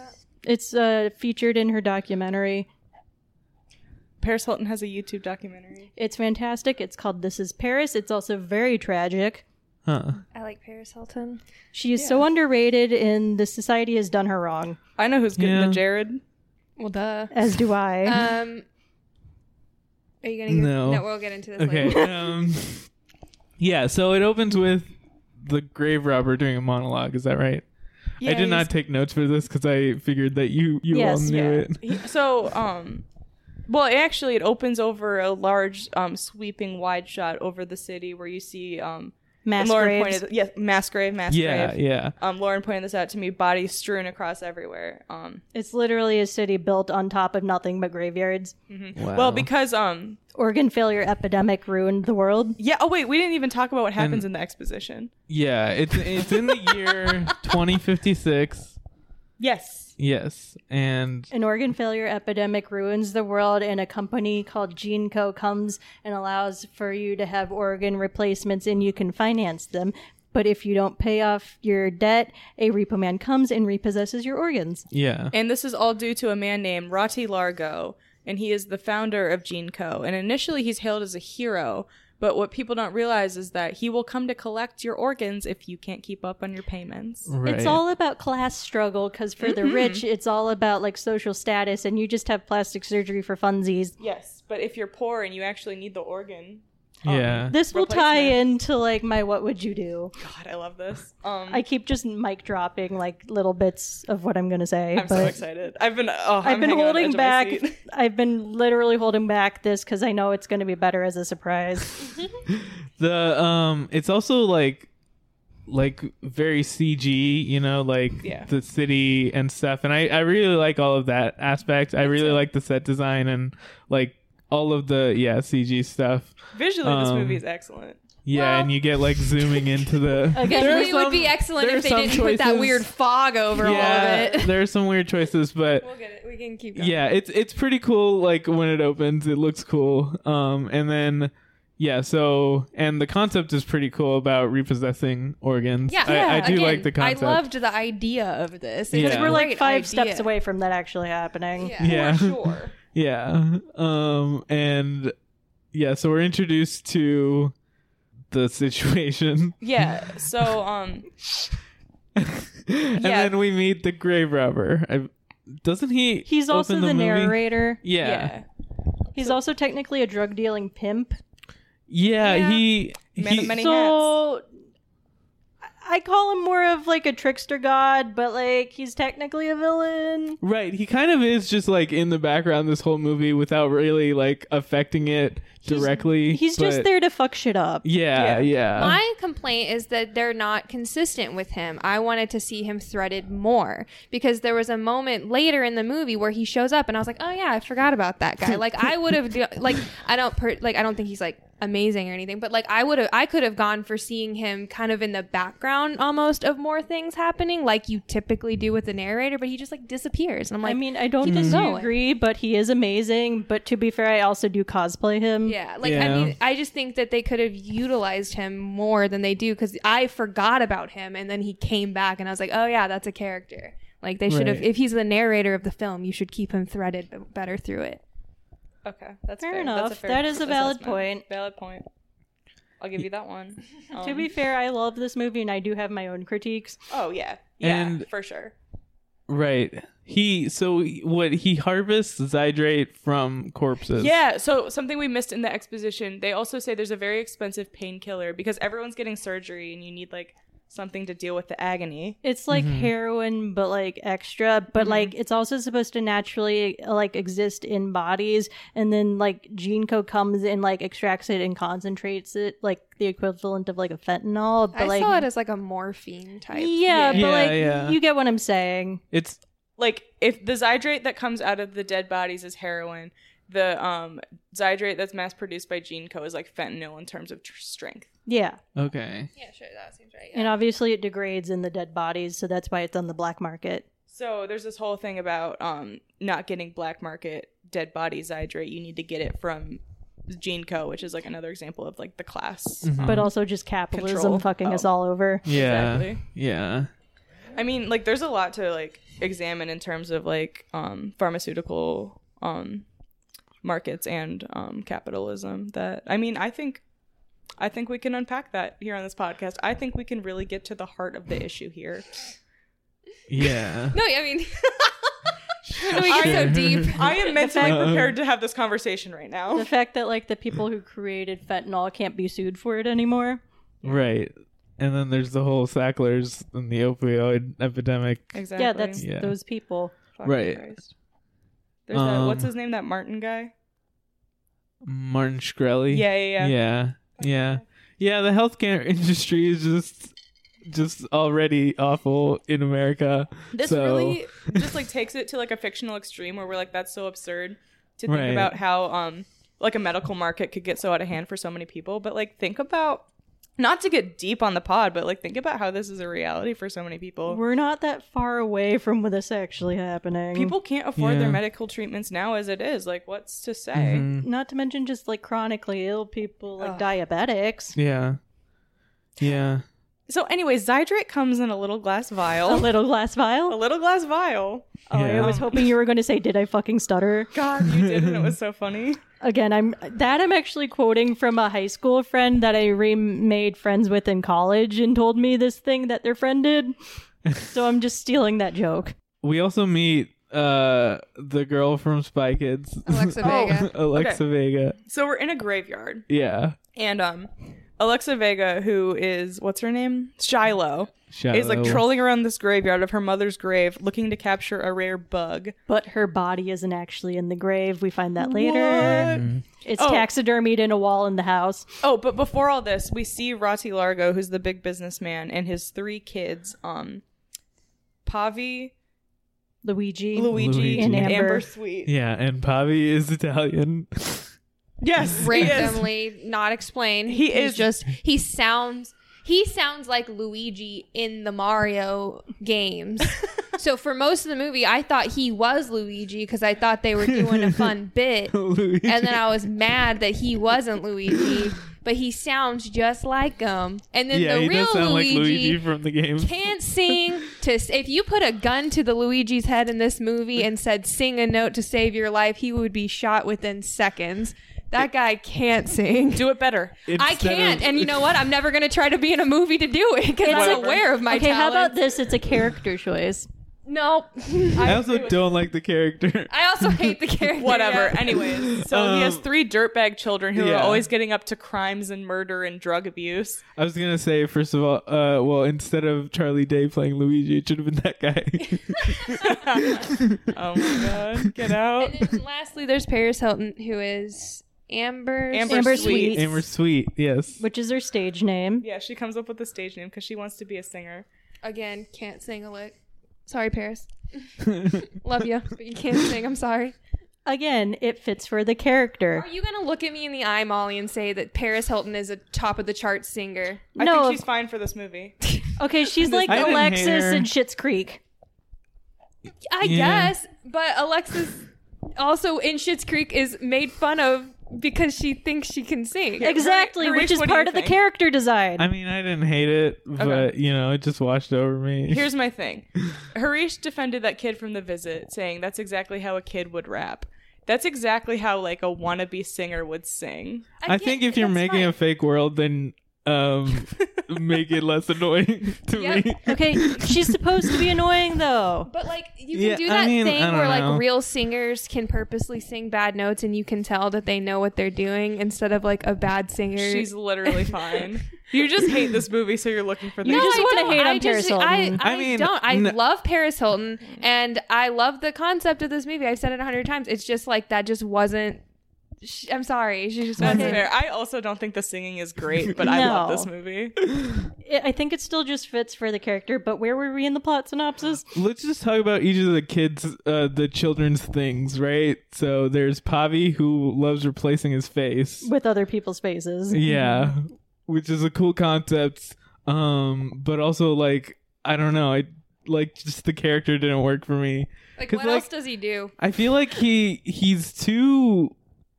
Speaker 3: It's uh, featured in her documentary.
Speaker 5: Paris Hilton has a YouTube documentary.
Speaker 3: It's fantastic. It's called This Is Paris. It's also very tragic.
Speaker 2: Huh.
Speaker 4: I like Paris Hilton.
Speaker 3: She is so underrated, and the society has done her wrong,
Speaker 5: I know who's getting
Speaker 2: Yeah.
Speaker 5: the Jared.
Speaker 4: Well, duh.
Speaker 3: as do I.
Speaker 5: Uh,
Speaker 4: Um, are you gonna? Get,
Speaker 2: No.
Speaker 4: no, we'll get into this
Speaker 2: Okay.
Speaker 4: later.
Speaker 2: um, yeah, so it opens with the grave robber doing a monologue. Is that right? I did not take notes for this because I figured that you you
Speaker 3: Yes,
Speaker 2: all knew
Speaker 5: yeah.
Speaker 2: it.
Speaker 5: He- so um well it actually it opens over a large um sweeping wide shot over the city where you see um and
Speaker 3: Mass
Speaker 5: Lauren
Speaker 3: graves.
Speaker 5: pointed yes mass grave mass
Speaker 2: Yeah,
Speaker 5: grave
Speaker 2: yeah.
Speaker 5: um Lauren pointed this out to me bodies strewn across everywhere um
Speaker 3: It's literally a city built on top of nothing but graveyards.
Speaker 2: Oh.
Speaker 5: well because um
Speaker 3: Organ failure epidemic ruined the world.
Speaker 5: yeah oh wait we didn't even talk about what happens in the exposition
Speaker 2: yeah, it's it's in the year 2056.
Speaker 5: yes
Speaker 2: Yes, and
Speaker 3: An organ failure epidemic ruins the world, and a company called GeneCo comes and allows for you to have organ replacements and you can finance them. But if you don't pay off your debt, a repo man comes and repossesses your organs.
Speaker 2: yeah,
Speaker 5: And this is all due to a man named Rati Largo, and he is the founder of Gene Co. And initially, he's hailed as a hero, but what people don't realize is that he will come to collect your organs if you can't keep up on your payments.
Speaker 2: right.
Speaker 3: It's all about class struggle because for
Speaker 5: Mm-hmm.
Speaker 3: the rich, it's all about like social status, and you just have plastic surgery for funsies.
Speaker 5: Yes, but if you're poor and you actually need the organ,
Speaker 2: yeah.
Speaker 3: This will tie
Speaker 5: Replacement. Mm-hmm.
Speaker 3: into like my what would you do?
Speaker 5: God, I love this. Um,
Speaker 3: I keep just mic dropping like little bits of what I'm gonna say.
Speaker 5: I'm so
Speaker 3: but
Speaker 5: excited. I've been, oh,
Speaker 3: I've
Speaker 5: I'm
Speaker 3: been
Speaker 5: hanging on the
Speaker 3: holding
Speaker 5: edge of my
Speaker 3: back.
Speaker 5: seat.
Speaker 3: I've been literally holding back this because I know it's gonna be better as a surprise.
Speaker 2: the um it's also like like very cg you know like
Speaker 5: Yeah.
Speaker 2: the city and stuff and i i really like all of that aspect i really like the set design and like all of the yeah cg stuff
Speaker 5: Visually, this
Speaker 2: Um,
Speaker 5: movie is excellent.
Speaker 2: yeah
Speaker 4: Well-
Speaker 2: and you get like zooming into the
Speaker 3: Again,
Speaker 2: There are
Speaker 4: It would be
Speaker 2: some-
Speaker 4: excellent
Speaker 2: there
Speaker 4: if
Speaker 2: are
Speaker 4: they
Speaker 2: some
Speaker 4: didn't put that
Speaker 2: choices-
Speaker 4: weird fog over all of
Speaker 2: yeah
Speaker 4: it.
Speaker 2: there are some weird choices but
Speaker 4: We'll get it. We can keep going.
Speaker 2: yeah it's it's pretty cool like when it opens it looks cool um and then yeah so and the concept is pretty cool about repossessing organs
Speaker 4: Yeah,
Speaker 2: i, I do
Speaker 4: Again,
Speaker 2: like the concept
Speaker 4: I loved the idea of this.
Speaker 2: Yeah.
Speaker 4: It's
Speaker 2: We're,
Speaker 3: We're like
Speaker 4: great
Speaker 3: five
Speaker 4: idea.
Speaker 3: steps away from that actually happening.
Speaker 4: Yeah.
Speaker 2: Yeah.
Speaker 5: For sure.
Speaker 2: Yeah. Um and yeah, so we're introduced to the situation.
Speaker 5: Yeah. So, um,
Speaker 2: and
Speaker 5: Yeah.
Speaker 2: then we meet the grave robber. I, doesn't he
Speaker 3: He's
Speaker 2: open
Speaker 3: also the,
Speaker 2: movie?
Speaker 3: narrator.
Speaker 2: Yeah. yeah.
Speaker 5: yeah.
Speaker 3: He's also technically a drug dealing pimp.
Speaker 5: Yeah.
Speaker 2: he,
Speaker 5: Man of
Speaker 2: he-
Speaker 5: many hats.
Speaker 3: So I- I call him more of like a trickster god, but like he's technically a villain.
Speaker 2: Right, he kind of is just like in the background this whole movie without really like affecting it directly.
Speaker 3: He's just
Speaker 2: but-
Speaker 3: there to fuck shit up.
Speaker 2: Yeah, yeah.
Speaker 5: Yeah.
Speaker 4: My complaint is that they're not consistent with him. I wanted to see him threaded more because there was a moment later in the movie where he shows up and I was like, "Oh yeah, I forgot about that guy." Like I would have do- like I don't per- like I don't think he's like amazing or anything, but like I would have I could have gone for seeing him kind of in the background almost of more things happening like you typically do with the narrator, but he just like disappears. And I'm like,
Speaker 3: I mean, I don't
Speaker 4: doesn't know it.
Speaker 3: disagree, but he is amazing. But to be fair, I also do cosplay him.
Speaker 4: Yeah, like
Speaker 2: Yeah.
Speaker 4: I mean, I just think that they could have utilized him more than they do because I forgot about him, and then he came back, and I was like, oh yeah, that's a character. Like they should have.
Speaker 2: Right.
Speaker 4: If he's the narrator of the film, you should keep him threaded b- better through it.
Speaker 5: Okay, that's
Speaker 3: Fair
Speaker 5: fair,
Speaker 3: enough.
Speaker 5: That's a fair
Speaker 3: That is a valid
Speaker 5: assessment.
Speaker 3: point.
Speaker 5: Valid point. I'll give you that one.
Speaker 3: to
Speaker 5: Um,
Speaker 3: be fair, I love this movie and I do have my own critiques.
Speaker 5: oh yeah, yeah,
Speaker 2: And-
Speaker 5: for sure.
Speaker 2: Right. He so what he harvests zydrate from corpses.
Speaker 5: Yeah, so something we missed in the exposition, they also say there's a very expensive painkiller because everyone's getting surgery and you need like something to deal with the agony.
Speaker 3: It's like
Speaker 2: Mm-hmm.
Speaker 3: heroin, but like extra,
Speaker 4: Mm-hmm.
Speaker 3: but like it's also supposed to naturally like exist in bodies, and then like Gene Co comes and like extracts it and concentrates it, like the equivalent of like a fentanyl. But
Speaker 4: I
Speaker 3: like,
Speaker 4: saw it as like a morphine type.
Speaker 2: Yeah,
Speaker 3: yeah, but like
Speaker 2: yeah.
Speaker 3: you get what I'm saying.
Speaker 2: It's
Speaker 5: Like if the zydrate that comes out of the dead bodies is heroin, the um zydrate that's mass produced by Gene Co is like fentanyl in terms of tr- strength.
Speaker 3: Yeah,
Speaker 2: okay.
Speaker 4: Yeah, sure, that seems right.
Speaker 3: and obviously it degrades in the dead bodies, so that's why it's on the black market.
Speaker 2: Mm-hmm.
Speaker 5: So there's this whole thing about um not getting black market dead body zydrate. You need to get it from Gene Co, which is like another example of like the class.
Speaker 3: But also just capitalism
Speaker 5: Control.
Speaker 3: fucking
Speaker 5: Oh.
Speaker 3: us all over.
Speaker 2: Yeah.
Speaker 5: Exactly.
Speaker 2: Yeah.
Speaker 5: I mean, like, there's a lot to like examine in terms of like um, pharmaceutical um, markets and um, capitalism. That I mean, I think, I think we can unpack that here on this podcast. I think we can really get to the heart of the issue here.
Speaker 2: Yeah.
Speaker 4: No, I mean, when do we get so
Speaker 2: Sure.
Speaker 4: deep?
Speaker 5: I am mentally
Speaker 2: fact-
Speaker 5: prepared to have this conversation right
Speaker 3: The
Speaker 5: now.
Speaker 3: fact that like the people who created fentanyl can't be sued for it anymore.
Speaker 2: Right. And then there's the whole Sacklers and the opioid epidemic.
Speaker 5: Exactly.
Speaker 3: Yeah, that's
Speaker 2: Yeah.
Speaker 3: those people.
Speaker 5: Fucking
Speaker 2: right.
Speaker 5: Christ. There's that. What's
Speaker 2: Um,
Speaker 5: his name? That Martin guy.
Speaker 2: Martin Shkreli.
Speaker 5: Yeah, yeah, yeah.
Speaker 2: Yeah. Yeah. Yeah, the healthcare industry is just just already awful in America.
Speaker 5: This
Speaker 2: so,
Speaker 5: really just like takes it to like a fictional extreme where we're like, that's so absurd to think
Speaker 2: Right.
Speaker 5: about how um like a medical market could get so out of hand for so many people. But like think about not to get deep on the pod, but like think about how this is a reality for so many people.
Speaker 3: We're not that far away from this actually happening.
Speaker 5: people can't afford
Speaker 2: Yeah.
Speaker 5: their medical treatments now as it is. Like what's to say?
Speaker 2: Mhm.
Speaker 3: not to mention just like chronically ill people, like diabetics.
Speaker 2: Yeah. Yeah.
Speaker 5: So anyway, Zydrate comes in a little glass
Speaker 3: A
Speaker 5: vial.
Speaker 3: little glass
Speaker 5: a
Speaker 3: vial.
Speaker 5: little glass vial.
Speaker 3: Oh, I
Speaker 2: Yeah.
Speaker 3: was hoping you were going to say, "Did I fucking stutter?"
Speaker 5: God, you did, and it was so funny.
Speaker 3: Again, I'm that I'm actually quoting from a high school friend that I remade friends with in college and told me this thing that their friend did. so I'm just stealing that joke.
Speaker 2: We also meet uh the girl from Spy Kids.
Speaker 5: Oh,
Speaker 4: Alexa
Speaker 2: Oh.
Speaker 4: Vega.
Speaker 2: Alexa Vega.
Speaker 5: So we're in a graveyard.
Speaker 2: Yeah.
Speaker 5: And um Alexa Vega, who is what's her name? Shiloh,
Speaker 2: Shout
Speaker 5: is like trolling around this graveyard of her mother's grave looking to capture a rare bug.
Speaker 3: But her body isn't actually in the grave. We find that later.
Speaker 2: Mm-hmm.
Speaker 3: It's
Speaker 5: Oh.
Speaker 3: taxidermied in a wall in the house.
Speaker 5: Oh, but before all this, we see Rati Largo, who's the big businessman, and his three kids, um Pavi,
Speaker 3: Luigi.
Speaker 5: Luigi,
Speaker 2: Luigi.
Speaker 5: and
Speaker 3: And
Speaker 5: Amber,
Speaker 3: Amber.
Speaker 5: Sweet.
Speaker 2: Yeah, and Pavi is Italian.
Speaker 5: Yes, he is.
Speaker 4: randomly not explain.
Speaker 5: He
Speaker 4: He's
Speaker 5: is-
Speaker 4: just he sounds he sounds like Luigi in the Mario games. so for most of the movie, I thought he was Luigi because I thought they were doing a fun bit, and
Speaker 2: Luigi.
Speaker 4: then I was mad that he wasn't Luigi. But he sounds just like him. And then
Speaker 2: yeah,
Speaker 4: the
Speaker 2: he
Speaker 4: real
Speaker 2: does sound
Speaker 4: Luigi,
Speaker 2: like Luigi from the game.
Speaker 4: can't sing to if you put a gun to the Luigi's head in this movie and said sing a note to save your life, he would be shot within seconds. That guy can't sing.
Speaker 5: Do it better.
Speaker 4: I
Speaker 2: Instead
Speaker 4: can't,
Speaker 2: of-
Speaker 4: and you know what? I'm never going to try to be in a movie to do it because I'm
Speaker 5: Whatever.
Speaker 4: aware of my
Speaker 3: okay,
Speaker 4: talent.
Speaker 3: how about this? It's a character choice.
Speaker 4: No,
Speaker 2: I also don't like the character.
Speaker 4: I also hate the character.
Speaker 5: Whatever.
Speaker 4: Yeah.
Speaker 5: Anyways, so he has
Speaker 2: Um,
Speaker 5: three dirtbag children who are
Speaker 2: yeah.
Speaker 5: always getting up to crimes and murder and drug abuse.
Speaker 2: I was gonna say first of all, uh, well, instead of Charlie Day playing Luigi, it should have been that guy.
Speaker 5: Oh my god, get out.
Speaker 4: And then lastly, there's Paris Hilton, who is Amber.
Speaker 5: Amber,
Speaker 3: Amber
Speaker 5: Sweet.
Speaker 3: Sweet.
Speaker 2: and we're sweet, yes.
Speaker 3: which is her stage name.
Speaker 5: Yeah, she comes up with the stage name because she wants to be a singer.
Speaker 4: Again, can't sing a lick. Sorry, Paris. Love you, but you can't sing. I'm sorry.
Speaker 3: Again, it fits for the character.
Speaker 4: Are you gonna look at me in the eye, Molly, and say that Paris Hilton is a top of the chart singer?
Speaker 5: I
Speaker 3: no,
Speaker 5: think she's fine for this movie.
Speaker 3: okay, she's like
Speaker 2: I didn't hate
Speaker 3: Alexis
Speaker 2: her.
Speaker 3: in Schitt's Creek.
Speaker 4: I
Speaker 2: Yeah.
Speaker 4: guess, but Alexis also in Schitt's Creek is made fun of because she thinks she can sing.
Speaker 3: Exactly,
Speaker 5: Harish,
Speaker 3: which is
Speaker 5: what do you
Speaker 3: part of the
Speaker 5: think?
Speaker 3: character design.
Speaker 2: I mean, I didn't hate it, but
Speaker 5: Okay.
Speaker 2: you know, it just washed over me.
Speaker 5: Here's my thing Harish defended that kid from The Visit, saying that's exactly how a kid would rap. That's exactly how like a wannabe singer would sing.
Speaker 2: I think if you're making a fake world, then um, make it less annoying to
Speaker 4: Yep.
Speaker 2: me.
Speaker 3: Okay, she's supposed to be annoying though.
Speaker 4: But like you can
Speaker 2: Yeah,
Speaker 4: do
Speaker 2: I
Speaker 4: that
Speaker 2: mean, I
Speaker 4: thing
Speaker 2: don't
Speaker 4: where
Speaker 2: know.
Speaker 4: like real singers can purposely sing bad notes and you can tell that they know what they're doing instead of like a bad singer.
Speaker 5: She's literally fine. you just hate this movie, so you're looking for the.
Speaker 3: You
Speaker 4: No,
Speaker 3: just
Speaker 4: I
Speaker 3: wanna
Speaker 4: don't.
Speaker 3: hate on
Speaker 4: I just-
Speaker 3: Paris Hilton.
Speaker 4: I, I,
Speaker 2: I mean,
Speaker 4: don't. I
Speaker 2: n-
Speaker 4: love Paris Hilton, and I love the concept of this movie. I've said it a hundred times. It's just like that just wasn't. Sh- I'm sorry. She just
Speaker 5: That's
Speaker 4: wasn't.
Speaker 5: fair. I also don't think the singing is great, but I love
Speaker 3: No.
Speaker 5: this movie.
Speaker 3: I I think it still just fits for the character. But where were we in the plot synopsis?
Speaker 2: Let's just talk about each of the kids, uh, the children's things, right? So there's Pavi who loves replacing his face.
Speaker 3: With other people's faces.
Speaker 2: Yeah, which is a cool concept. Um, but also like I don't know, I like just the character didn't work for me.
Speaker 4: Like
Speaker 2: 'Cause,
Speaker 4: what
Speaker 2: like-
Speaker 4: else does he do?
Speaker 2: I feel like he he's too.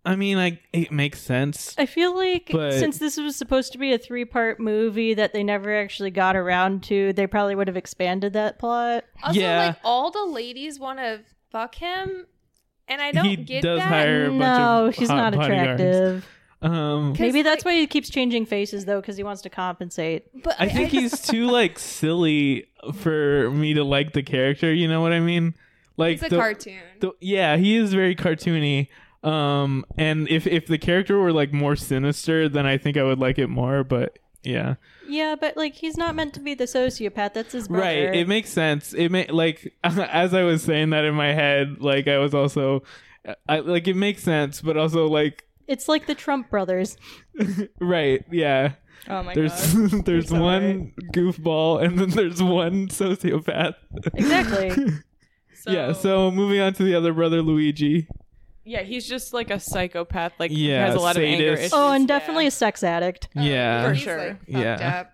Speaker 2: I mean, like it makes sense.
Speaker 3: I feel like
Speaker 2: But-
Speaker 3: since this was supposed to be a three part movie that they never actually got around to, they probably would have expanded that plot.
Speaker 4: Also,
Speaker 2: Yeah.
Speaker 4: like all the ladies want to fuck him, and I don't
Speaker 2: he
Speaker 4: get
Speaker 2: does
Speaker 4: that.
Speaker 2: hire a bunch
Speaker 3: No,
Speaker 2: of
Speaker 3: she's
Speaker 2: hot
Speaker 3: not
Speaker 2: bodyguards.
Speaker 3: attractive.
Speaker 2: Um,
Speaker 4: 'Cause,
Speaker 3: Maybe that's
Speaker 4: like-
Speaker 3: why he keeps changing faces though, because he wants to compensate.
Speaker 4: But
Speaker 2: I think he's too like silly for me to like the character. You know what I mean? Like
Speaker 4: It's a
Speaker 2: the-
Speaker 4: cartoon.
Speaker 2: the- yeah, he is very cartoony. Um, and if if the character were like more sinister, then I think I would like it more. But yeah,
Speaker 3: Yeah, but like he's not meant to be the sociopath. That's his brother.
Speaker 2: right. It makes sense. It may like as I was saying that in my head, like I was also, I like it makes sense, but also like
Speaker 3: it's like the Trump brothers.
Speaker 2: right, yeah.
Speaker 5: Oh my
Speaker 2: There's
Speaker 5: god.
Speaker 2: there's
Speaker 5: so
Speaker 2: one goofball, and then there's one sociopath.
Speaker 3: Exactly.
Speaker 5: So,
Speaker 2: Yeah, so moving on to the other brother, Luigi.
Speaker 5: yeah, he's just like a psychopath. Like
Speaker 2: Yeah,
Speaker 5: has a lot of anger
Speaker 2: sadist.
Speaker 5: issues.
Speaker 3: oh, and
Speaker 5: Yeah.
Speaker 3: definitely a sex addict.
Speaker 2: yeah.
Speaker 5: for
Speaker 4: He's,
Speaker 5: sure.
Speaker 4: like, fucked
Speaker 2: Yeah.
Speaker 4: up.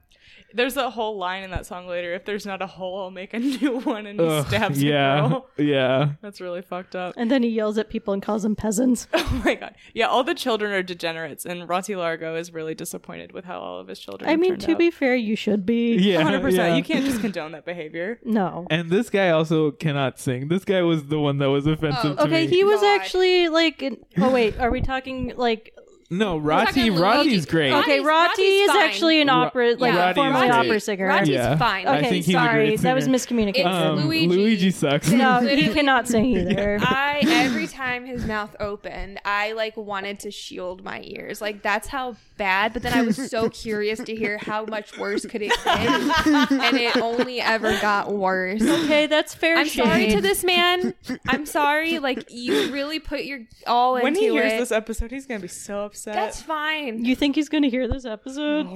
Speaker 5: There's a whole line in that song later. If there's not a hole, I'll make a new one. And he
Speaker 2: Ugh,
Speaker 5: stabs
Speaker 2: yeah,
Speaker 5: a girl.
Speaker 2: yeah.
Speaker 5: That's really fucked up.
Speaker 3: And then he yells at people and calls them peasants.
Speaker 5: Oh my god. Yeah, all the children are degenerates, and Rossi Largo is really disappointed with how all of his children.
Speaker 3: I
Speaker 5: have
Speaker 3: mean,
Speaker 5: turned
Speaker 3: to
Speaker 5: out.
Speaker 3: be fair, you should be.
Speaker 2: Yeah,
Speaker 5: 100%.
Speaker 2: yeah.
Speaker 5: You can't just condone that behavior.
Speaker 3: No.
Speaker 2: And this guy also cannot sing. This guy was the one that was offensive
Speaker 4: Oh,
Speaker 2: to
Speaker 3: Okay,
Speaker 2: me.
Speaker 3: he was
Speaker 4: God.
Speaker 3: actually like. an- oh wait, are we talking like?
Speaker 2: no, Rati.
Speaker 4: talking Luigi.
Speaker 2: Rati's great.
Speaker 4: Rati-
Speaker 3: Okay,
Speaker 4: Rotti's-
Speaker 3: Rotti is
Speaker 4: Rotti's
Speaker 3: actually an
Speaker 2: fine.
Speaker 3: opera, like
Speaker 4: Yeah.
Speaker 3: a formerly
Speaker 2: Rotti's
Speaker 3: opera
Speaker 2: great.
Speaker 3: singer.
Speaker 4: Rotti's
Speaker 2: Yeah.
Speaker 4: fine.
Speaker 2: I
Speaker 3: Okay,
Speaker 2: think he was a
Speaker 3: sorry,
Speaker 2: great
Speaker 3: that was
Speaker 2: singer.
Speaker 3: miscommunication.
Speaker 4: It's
Speaker 2: Um,
Speaker 4: Luigi.
Speaker 2: Luigi sucks.
Speaker 3: no, he
Speaker 4: literally-
Speaker 3: cannot sing either.
Speaker 4: I every time his mouth opened, I like wanted to shield my ears. Like that's how bad. But then I was so curious to hear how much worse could it get, and it only ever got worse.
Speaker 3: okay, that's fair.
Speaker 4: I'm sorry
Speaker 3: shade.
Speaker 4: to this man. I'm sorry. Like you really put your all
Speaker 5: When
Speaker 4: into
Speaker 5: he hears
Speaker 4: it.
Speaker 5: this episode, he's going to be so upset. Oh,
Speaker 4: that's fine.
Speaker 3: You think he's going to hear this episode?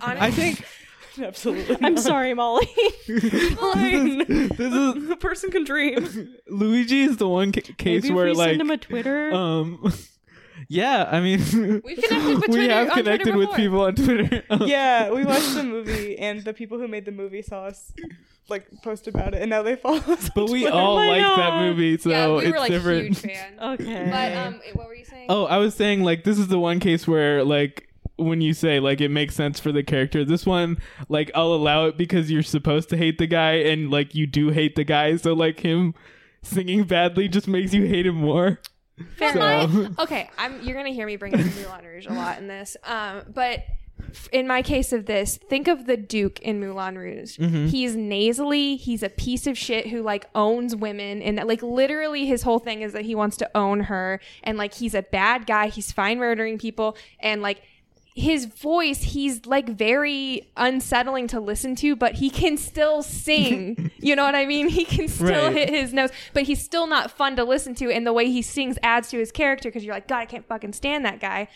Speaker 4: Honestly,
Speaker 2: I think
Speaker 5: Absolutely.
Speaker 3: I'm sorry, Molly.
Speaker 5: fine.
Speaker 2: this is
Speaker 5: a person can dream.
Speaker 2: Luigi is the one ca- case
Speaker 3: Maybe if
Speaker 2: where
Speaker 3: we
Speaker 2: like
Speaker 3: send him a Twitter.
Speaker 2: um yeah, I mean
Speaker 4: We've connected with
Speaker 2: we
Speaker 4: Twitter-
Speaker 2: have
Speaker 4: on Twitter
Speaker 2: connected with
Speaker 4: before.
Speaker 2: people on Twitter. Um,
Speaker 5: yeah, we watched the movie, and the people who made the movie saw us like post about it, and now they follow us. on
Speaker 2: But we
Speaker 5: Twitter.
Speaker 2: all
Speaker 5: My
Speaker 2: like that
Speaker 5: God.
Speaker 2: movie, so
Speaker 4: yeah, we
Speaker 2: it's
Speaker 4: were like
Speaker 2: different.
Speaker 4: huge fans.
Speaker 3: okay.
Speaker 4: But um, what were you saying?
Speaker 2: Oh, I was saying like this is the one case where like when you say like it makes sense for the character. This one like I'll allow it because you're supposed to hate the guy and like you do hate the guy, so like him singing badly just makes you hate him more.
Speaker 4: Fair
Speaker 2: So-
Speaker 4: enough. okay, I'm, you're gonna hear me bring up Moulin Rouge a lot in this, um, but f- in my case of this, think of the Duke in Moulin Rouge. He's nasally. He's a piece of shit who like owns women, and like literally his whole thing is that he wants to own her, and like he's a bad guy. He's fine murdering people, and like. His voice, he's like very unsettling to listen to, but he can still sing. you know what I mean? He can still
Speaker 2: Right.
Speaker 4: hit his nose, but he's still not fun to listen to. And the way he sings adds to his character because you're like, God, I can't fucking stand that guy.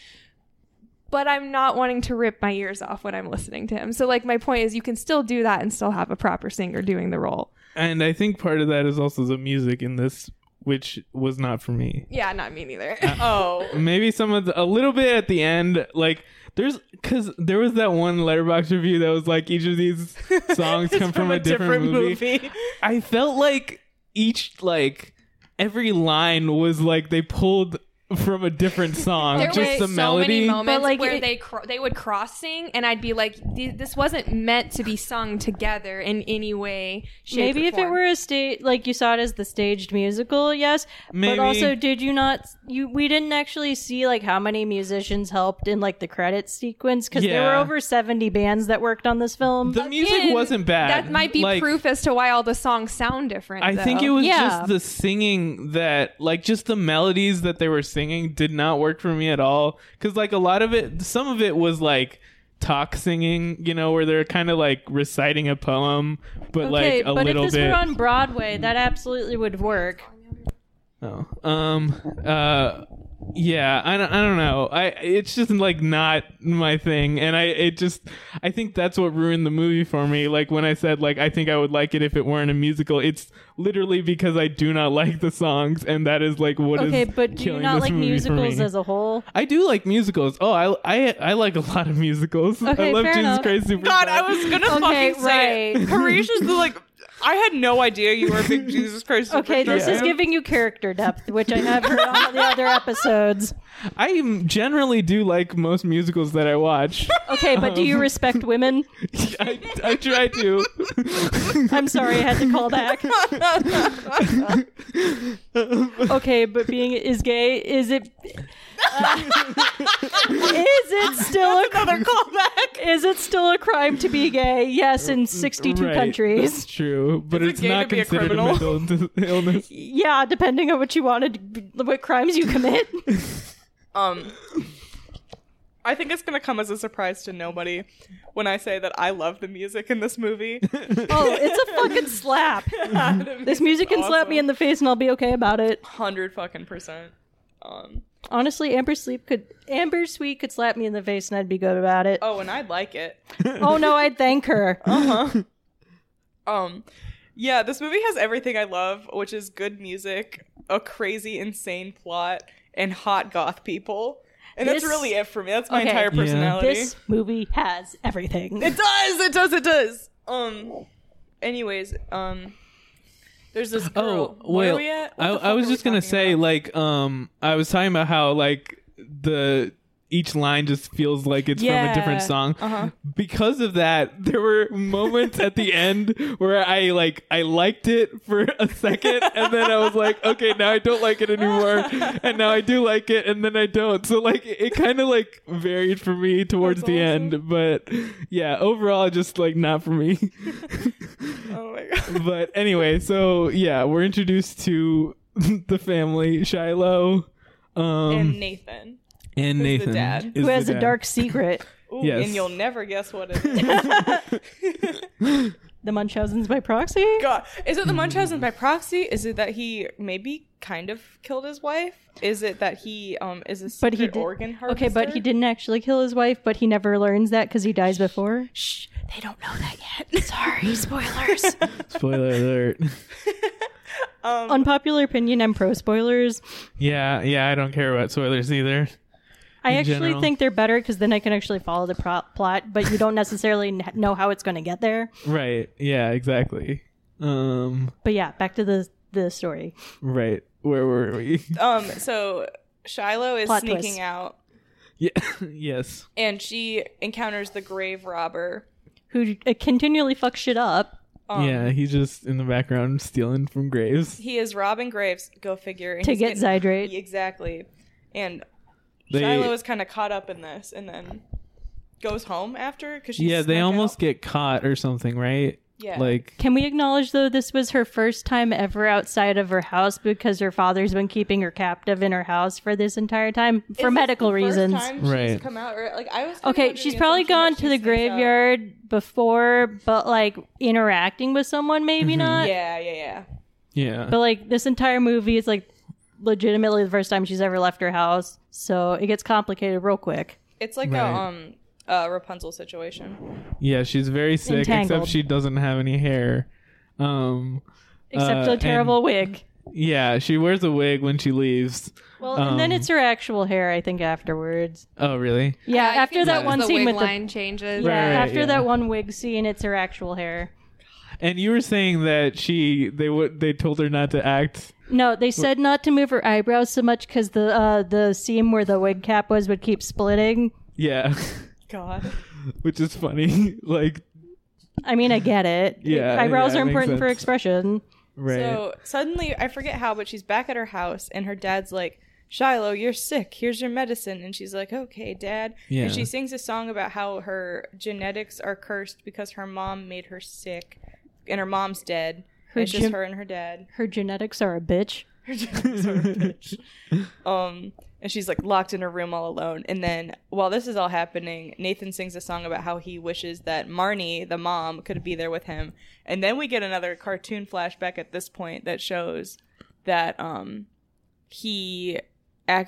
Speaker 4: But I'm not wanting to rip my ears off when I'm listening to him. So, like, my point is, you can still do that and still have a proper singer doing the role.
Speaker 2: And I think part of that is also the music in this, which was not for me.
Speaker 4: Yeah, not me neither.
Speaker 5: Oh,
Speaker 2: Maybe some of the, a little bit at the end, like there's because there was that one letterbox review that was like each of these songs come from, a, different, movie. I felt like each like every line was like they pulled from a different song,
Speaker 4: There
Speaker 2: just the
Speaker 4: were so
Speaker 2: melody.
Speaker 4: many moments
Speaker 3: But, like,
Speaker 4: where
Speaker 3: it-
Speaker 4: they cro- they would cross sing, and I'd be like, "Th- "This wasn't meant to be sung together in any way." Shape,
Speaker 3: Maybe
Speaker 4: or
Speaker 3: if it
Speaker 4: form.
Speaker 3: were a stage, like you saw it as the staged musical, yes.
Speaker 2: Maybe.
Speaker 3: But also, did you not? You we didn't actually see like how many musicians helped in like the credit sequence because there were
Speaker 2: Yeah.
Speaker 3: over seventy bands that worked on this film.
Speaker 2: the music
Speaker 4: Again,
Speaker 2: wasn't bad.
Speaker 4: That might be
Speaker 2: Like,
Speaker 4: proof as to why all the songs sound different.
Speaker 2: I think
Speaker 4: though.
Speaker 2: it was
Speaker 3: Yeah.
Speaker 2: just the singing that, like, just the melodies that they were singing did not work for me at all. Because, like, a lot of it, some of it was like talk singing, you know, where they're kind of like reciting a poem, but
Speaker 3: okay,
Speaker 2: like a
Speaker 3: but if
Speaker 2: little
Speaker 3: this
Speaker 2: bit.
Speaker 3: were on Broadway, that absolutely would work.
Speaker 2: Oh. Um. Uh. Yeah. I don't. I don't know. I. It's just like not my thing, and I. It just. I think that's what ruined the movie for me. Like when I said like I think I would like it if it weren't a musical. It's literally because I do not like the songs, and that is like what is
Speaker 3: Okay, but do you
Speaker 2: killing
Speaker 3: not
Speaker 2: this
Speaker 3: like
Speaker 2: movie for
Speaker 3: musicals
Speaker 2: me.
Speaker 3: as a whole?
Speaker 2: I do like musicals. Oh, I. I. I like a lot of musicals. I
Speaker 3: Okay,
Speaker 2: love
Speaker 3: fair
Speaker 2: Jesus
Speaker 3: enough.
Speaker 2: Christ Superstar.
Speaker 5: God, I was gonna
Speaker 3: Okay,
Speaker 5: fucking say it.
Speaker 3: right.
Speaker 5: Harish is the like. I had no idea you were a big Jesus Christ.
Speaker 3: Okay,
Speaker 5: superstar
Speaker 3: this is
Speaker 5: fan.
Speaker 3: giving you character depth, which I have heard on the other episodes.
Speaker 2: I generally do like most musicals that I watch.
Speaker 3: Okay, but do
Speaker 2: Um.
Speaker 3: you respect women?
Speaker 2: I, I try to.
Speaker 3: I'm sorry, I had to call back. okay, but being is gay is it? is it still a, another callback? Is it still a crime to be gay? Yes, in 62
Speaker 2: Right, That's
Speaker 3: countries.
Speaker 2: true, but
Speaker 5: Is it
Speaker 2: it's
Speaker 5: gay to
Speaker 2: not
Speaker 5: be a
Speaker 2: considered a,
Speaker 5: criminal?
Speaker 2: mental d- illness.
Speaker 3: Yeah, depending on what you wanted, what crimes you commit.
Speaker 5: Um, I think it's gonna come as a surprise to nobody when I say that I love the music in this movie.
Speaker 3: Oh, it's a fucking slap. This music can slap me in the face, and I'll be okay about it.
Speaker 5: hundred fucking percent. Um,
Speaker 3: Honestly, Amber Sleep could Amber Sweet could slap me in the face, and I'd be good about it.
Speaker 5: oh, and I like it.
Speaker 3: Oh no, I'd thank her.
Speaker 5: Um, yeah, this movie has everything I love, which is good music, a crazy, insane plot, and hot goth people. And
Speaker 3: This-
Speaker 5: that's really it for me. That's my
Speaker 3: Okay.
Speaker 5: entire
Speaker 2: Yeah.
Speaker 5: personality.
Speaker 3: This movie has everything.
Speaker 5: It does. It does. It does. Um. Anyways, um. There's this girl.
Speaker 2: Oh,
Speaker 5: Where
Speaker 2: well,
Speaker 5: are we at? What
Speaker 2: I,
Speaker 5: the fuck
Speaker 2: I was
Speaker 5: are we
Speaker 2: just gonna
Speaker 5: talking
Speaker 2: say,
Speaker 5: about?
Speaker 2: like, um, I was talking about how like the each line just feels like it's from a
Speaker 5: Yeah. uh-huh.
Speaker 2: different song. Because of that, there were moments at the end where I like I liked it for a second, and then I was like, okay, now I don't like it anymore, and now I do like it, and then I don't. So like, it, kind of like varied for me towards the end, but yeah, overall, just like not for me.
Speaker 5: Oh my god.
Speaker 2: but anyway, so yeah, we're introduced to the family, Shiloh, um,
Speaker 5: and
Speaker 2: and,
Speaker 5: Nathan. who's the
Speaker 2: Nathan,
Speaker 5: dad.
Speaker 2: is
Speaker 3: who
Speaker 2: the
Speaker 3: has a
Speaker 2: dad.
Speaker 3: dark secret?
Speaker 5: Ooh,
Speaker 2: Yes.
Speaker 5: And you'll never guess what it is. Oh
Speaker 3: The Munchausen's by proxy?
Speaker 5: god. Is it the Munchausen by proxy? Is it that he maybe kind of killed his wife? Is it that he um is a
Speaker 3: But
Speaker 5: secret
Speaker 3: he did,
Speaker 5: organ harvester?
Speaker 3: okay, but he didn't actually kill his wife, but he never learns that because he dies before.
Speaker 5: Shh, they don't know that yet. Sorry, spoilers.
Speaker 2: Spoiler alert.
Speaker 5: Um,
Speaker 3: Unpopular opinion, I'm pro spoilers.
Speaker 2: yeah, yeah, I don't care about spoilers either.
Speaker 3: I
Speaker 2: In
Speaker 3: actually
Speaker 2: general.
Speaker 3: think they're better because then I can actually follow the pro- plot, but you don't necessarily n- know how it's going to get there.
Speaker 2: Right. Yeah, exactly. Um,
Speaker 3: But yeah, back to the the story.
Speaker 2: right. Where were we?
Speaker 5: um, so Shiloh is
Speaker 3: Plot
Speaker 5: sneaking
Speaker 3: twist.
Speaker 5: out
Speaker 2: yeah. yes.
Speaker 5: and she encounters the grave robber.
Speaker 3: Who uh, continually fucks shit up.
Speaker 5: Um,
Speaker 2: yeah, he's just in the background stealing from graves.
Speaker 5: He is robbing graves, go figure. and
Speaker 3: To
Speaker 5: he's
Speaker 3: get
Speaker 5: getting-
Speaker 3: Zydrate.
Speaker 5: Exactly. And
Speaker 2: They,
Speaker 5: Shiloh is kind of caught up in this and then goes home after because
Speaker 2: yeah, they almost get caught or something, right?
Speaker 5: Yeah.
Speaker 2: Like
Speaker 3: Can we acknowledge, though, this was her first time ever outside of her house because her father's been keeping her captive in her house for this entire time for medical reasons.
Speaker 2: Right.
Speaker 5: right. Come out or like I was. kinda
Speaker 3: Okay,
Speaker 5: under
Speaker 3: she's
Speaker 5: the
Speaker 3: probably
Speaker 5: assumption that
Speaker 3: gone
Speaker 5: she
Speaker 3: to the
Speaker 5: sneaks out.
Speaker 3: graveyard before, but like interacting with someone, maybe
Speaker 2: Mm-hmm.
Speaker 3: not.
Speaker 5: Yeah, yeah, yeah.
Speaker 2: yeah.
Speaker 3: But like this entire movie is like legitimately the first time she's ever left her house, so it gets complicated real quick.
Speaker 5: It's like a
Speaker 2: Right.
Speaker 5: um uh, Rapunzel situation.
Speaker 2: Yeah, she's very sick,
Speaker 3: Entangled.
Speaker 2: except she doesn't have any hair. Um,
Speaker 3: Except
Speaker 2: Uh,
Speaker 3: a terrible wig.
Speaker 2: yeah, she wears a wig when she leaves.
Speaker 3: Well, and then
Speaker 2: um,
Speaker 3: it's her actual hair, I think, afterwards.
Speaker 2: Oh, really?
Speaker 3: Yeah,
Speaker 4: I
Speaker 3: after
Speaker 4: think
Speaker 3: that
Speaker 4: it's
Speaker 3: one
Speaker 4: the
Speaker 3: scene
Speaker 4: wig
Speaker 3: with the
Speaker 4: line changes.
Speaker 3: yeah,
Speaker 2: Right, right,
Speaker 3: after
Speaker 2: yeah.
Speaker 3: that one wig scene, it's her actual hair.
Speaker 2: And you were saying that she they would they told her not to act.
Speaker 3: No, they said not to move her eyebrows so much because the uh, the seam where the wig cap was would keep splitting.
Speaker 2: Yeah,
Speaker 5: God.
Speaker 2: which is funny. like
Speaker 3: I mean, I get it.
Speaker 2: Yeah,
Speaker 3: eyebrows
Speaker 2: yeah, it
Speaker 3: are
Speaker 2: makes
Speaker 3: important for
Speaker 2: sense.
Speaker 3: expression.
Speaker 2: right.
Speaker 5: So suddenly, I forget how, but she's back at her house, and her dad's like, Shiloh, you're sick. Here's your medicine. And she's like, okay, dad.
Speaker 2: Yeah.
Speaker 5: And she sings a song about how her genetics are cursed because her mom made her sick, and her mom's dead.
Speaker 3: Her
Speaker 5: it's
Speaker 3: gen-
Speaker 5: just her and her dad.
Speaker 3: Her genetics are a bitch.
Speaker 5: Her genetics are a bitch. Um, and she's like locked in her room all alone. And then while this is all happening, Nathan sings a song about how he wishes that Marnie, the mom, could be there with him. And then we get another cartoon flashback at this point that shows that um he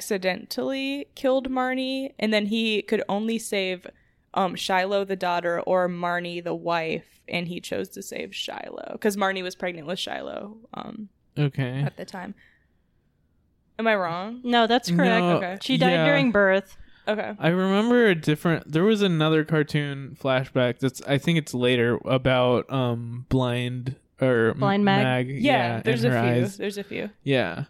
Speaker 5: accidentally killed Marnie and then he could only save um Shiloh the daughter or Marnie the wife and he chose to save Shiloh cuz Marnie was pregnant with Shiloh um
Speaker 2: okay.
Speaker 5: at the time. Am I wrong?
Speaker 3: No, that's correct.
Speaker 2: No,
Speaker 5: okay.
Speaker 3: She died
Speaker 2: yeah.
Speaker 3: during birth.
Speaker 5: Okay.
Speaker 2: I remember a different. There was another cartoon flashback that's. I think it's later about um blind or M-
Speaker 3: Blind Mag?
Speaker 5: Yeah,
Speaker 2: and
Speaker 5: there's a few.
Speaker 2: her eyes.
Speaker 5: There's a few.
Speaker 2: Yeah.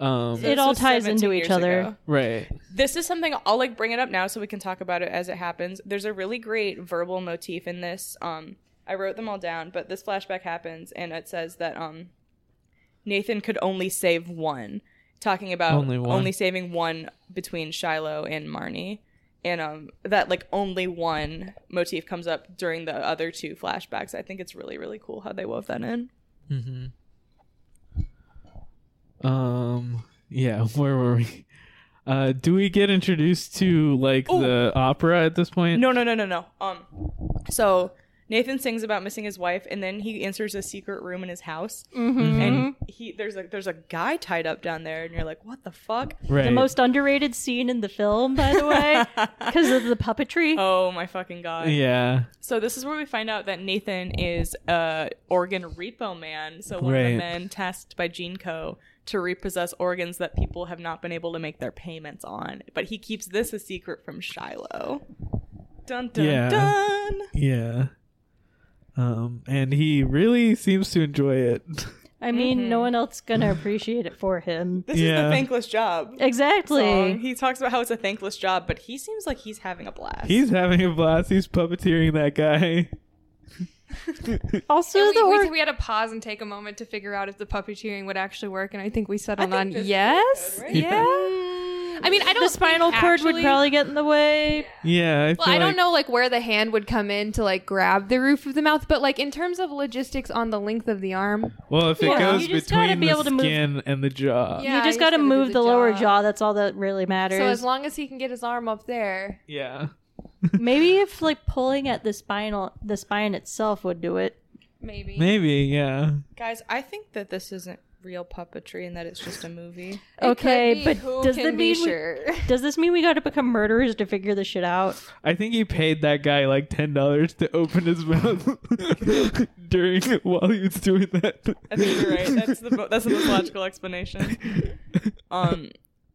Speaker 2: Um.
Speaker 3: It
Speaker 5: This
Speaker 3: all
Speaker 5: was
Speaker 3: ties into
Speaker 5: 17
Speaker 3: each
Speaker 5: years
Speaker 3: other.
Speaker 5: ago.
Speaker 2: Right.
Speaker 5: This is something I'll like bring it up now so we can talk about it as it happens. There's a really great verbal motif in this. Um I wrote them all down, but this flashback happens and it says that um Nathan could only save one, talking about
Speaker 2: Only one.
Speaker 5: saving one between Shiloh and Marnie. And um that like only one motif comes up during the other two flashbacks. I think it's really really cool how they wove that in.
Speaker 2: Mm-hmm. Um. Yeah. Where were we? Uh, do we get introduced to like
Speaker 5: Ooh.
Speaker 2: the opera at this point?
Speaker 5: No, no, no, no, no. Um, so Nathan sings about missing his wife, and then he enters a secret room in his house,
Speaker 2: Mm-hmm.
Speaker 5: and he there's a there's a guy tied up down there, and you're like, what the fuck?
Speaker 2: Right.
Speaker 3: The most underrated scene in the film, by the way, because of the puppetry.
Speaker 5: Oh my fucking god!
Speaker 2: Yeah.
Speaker 5: So this is where we find out that Nathan is a organ repo man. So one of
Speaker 2: Right.
Speaker 5: the men tasked by Gene Co. to repossess organs that people have not been able to make their payments on, but he keeps this a secret from Shiloh. Dun dun
Speaker 2: Yeah.
Speaker 5: dun.
Speaker 2: Yeah. Um. And he really seems to enjoy it.
Speaker 3: I mean,
Speaker 4: Mm-hmm.
Speaker 3: no one else gonna appreciate it for him.
Speaker 5: This is
Speaker 2: Yeah.
Speaker 5: the thankless job. song.
Speaker 3: Exactly.
Speaker 5: He talks about how it's a thankless job, but he seems like he's having a blast.
Speaker 2: He's having a blast. He's puppeteering that guy.
Speaker 3: Also,
Speaker 4: Yeah,
Speaker 3: the
Speaker 4: we,
Speaker 3: or-
Speaker 4: we, we had to pause and take a moment to figure out if the puppeteering would actually work, and I think we settled
Speaker 5: think
Speaker 4: on
Speaker 5: this is
Speaker 4: yes.
Speaker 5: good, right?
Speaker 4: Yeah. I mean, I don't.
Speaker 3: the spinal
Speaker 4: think
Speaker 3: cord would
Speaker 4: actually-
Speaker 3: probably get in the way.
Speaker 2: Yeah. I
Speaker 4: Well,
Speaker 2: feel
Speaker 4: I don't
Speaker 2: like-
Speaker 4: know like where the hand would come in to like grab the roof of the mouth, but like in terms of logistics on the length of the arm,
Speaker 2: Well, if it
Speaker 3: Yeah.
Speaker 2: goes
Speaker 3: You just gotta
Speaker 2: between
Speaker 3: be
Speaker 2: the
Speaker 3: able to move-
Speaker 2: skin and the jaw.
Speaker 4: Yeah,
Speaker 3: you
Speaker 4: you
Speaker 3: just
Speaker 4: just
Speaker 3: got to
Speaker 4: gotta do
Speaker 3: move
Speaker 4: the
Speaker 3: the, lower
Speaker 4: jaw.
Speaker 3: jaw. That's all that really matters.
Speaker 4: so as long as he can get his arm up there,
Speaker 2: Yeah.
Speaker 3: Maybe if like pulling at the spinal, the spine itself would do it.
Speaker 4: maybe.
Speaker 2: Maybe. Yeah.
Speaker 5: Guys, I think that this isn't real puppetry and that it's just a movie.
Speaker 4: It
Speaker 3: okay,
Speaker 4: could be
Speaker 3: but
Speaker 4: who
Speaker 3: does
Speaker 4: can
Speaker 3: that
Speaker 4: be
Speaker 3: mean we-
Speaker 4: sure?
Speaker 3: Does this mean we got to become murderers to figure this shit out?
Speaker 2: I think he paid that guy like ten dollars to open his mouth during while he was doing that.
Speaker 5: I think you're right. That's the mo- that's the most logical explanation. Um,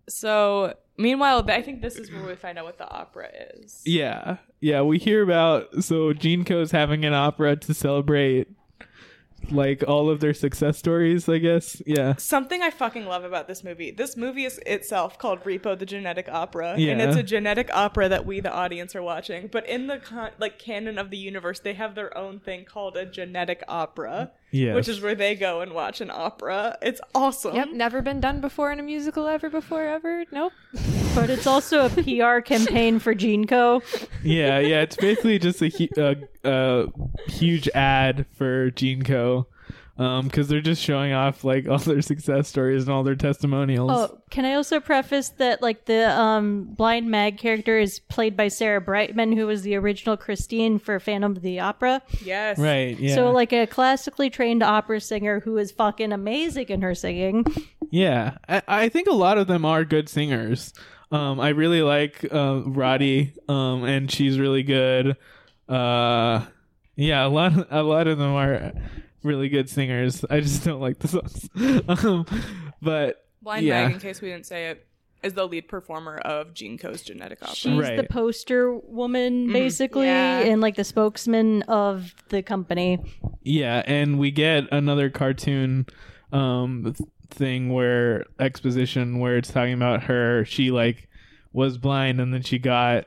Speaker 5: so meanwhile, I think this is where we find out what the opera is.
Speaker 2: Yeah, yeah. We hear about so Co's having an opera to celebrate like all of their success stories. I guess. Yeah.
Speaker 5: Something I fucking love about this movie. This movie is itself called Repo the Genetic Opera, and
Speaker 2: Yeah.
Speaker 5: it's a genetic opera that we, the audience, are watching. But in the con- like canon of the universe, they have their own thing called a genetic opera,
Speaker 2: Yes.
Speaker 5: which is where they go and watch an opera. It's awesome.
Speaker 4: Yep, never been done before in a musical ever before ever. Nope.
Speaker 3: But it's also a PR campaign for Gene Co.
Speaker 2: Yeah, yeah. It's basically just a hu- a, a huge ad for Co. Um, because they're just showing off like all their success stories and all their testimonials.
Speaker 3: Oh, can I also preface that like the um, blind mag character is played by Sarah Brightman, who was the original Christine for Phantom of the Opera.
Speaker 5: Yes.
Speaker 2: Right. Yeah.
Speaker 3: So like a classically trained opera singer who is fucking amazing in her singing.
Speaker 2: Yeah, I, I think a lot of them are good singers. Um, I really like uh, Roddy, um, and she's really good. Uh, yeah, a lot a lot of them are really good singers. I just don't like the songs. um, but
Speaker 5: Blind
Speaker 2: Yeah.
Speaker 5: Mag, in case we didn't say it, is the lead performer of Gene Co's genetic opera.
Speaker 3: She's the
Speaker 2: Right.
Speaker 3: poster woman, basically,
Speaker 5: Yeah.
Speaker 3: and like the spokesman of the company.
Speaker 2: Yeah, and we get another cartoon um th- thing where exposition where it's talking about her she like was blind and then she got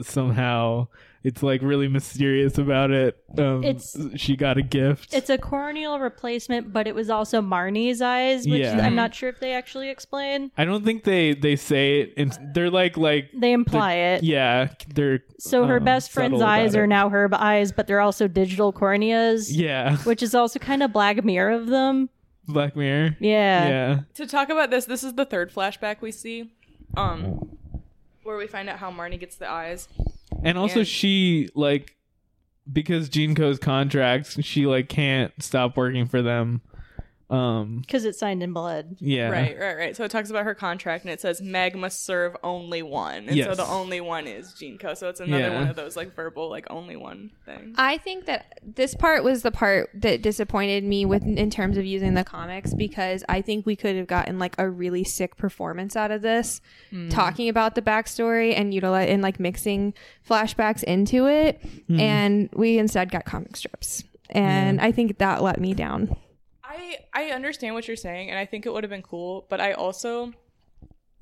Speaker 2: somehow it's like really mysterious about it. Um
Speaker 3: It's-
Speaker 2: she got a gift.
Speaker 3: It's a corneal replacement, but it was also Marnie's eyes, which
Speaker 2: Yeah. Mm-hmm.
Speaker 3: I'm not sure if they actually explain.
Speaker 2: I don't think they they say it and they're like like
Speaker 3: They imply it.
Speaker 2: yeah, they're
Speaker 3: So her
Speaker 2: um,
Speaker 3: best
Speaker 2: subtle
Speaker 3: friend's
Speaker 2: about
Speaker 3: eyes are
Speaker 2: it.
Speaker 3: now her b- eyes, but they're also digital corneas,
Speaker 2: Yeah,
Speaker 3: which is also kind of Black Mirror of them.
Speaker 2: Black Mirror.
Speaker 3: Yeah.
Speaker 2: Yeah.
Speaker 5: to talk about this, this is the third flashback we see, um, where we find out how Marnie gets the eyes.
Speaker 2: And also
Speaker 5: And-
Speaker 2: she like because Jinko's contracts, she like can't stop working for them. Um
Speaker 3: Because it's signed in blood.
Speaker 2: yeah.
Speaker 5: Right, right, right. So it talks about her contract, and it says Meg must serve only one, and so
Speaker 2: Yes.
Speaker 5: the only one is Gene Co. So it's another
Speaker 2: Yeah.
Speaker 5: one of those like verbal, like only one thing.
Speaker 4: I think that this part was the part that disappointed me with in terms of using the comics because I think we could have gotten like a really sick performance out of this, talking about the backstory and utilize and like mixing flashbacks into it, and we instead got comic strips, and I think that let me down.
Speaker 5: I I understand what you're saying, and I think it would have been cool, but I also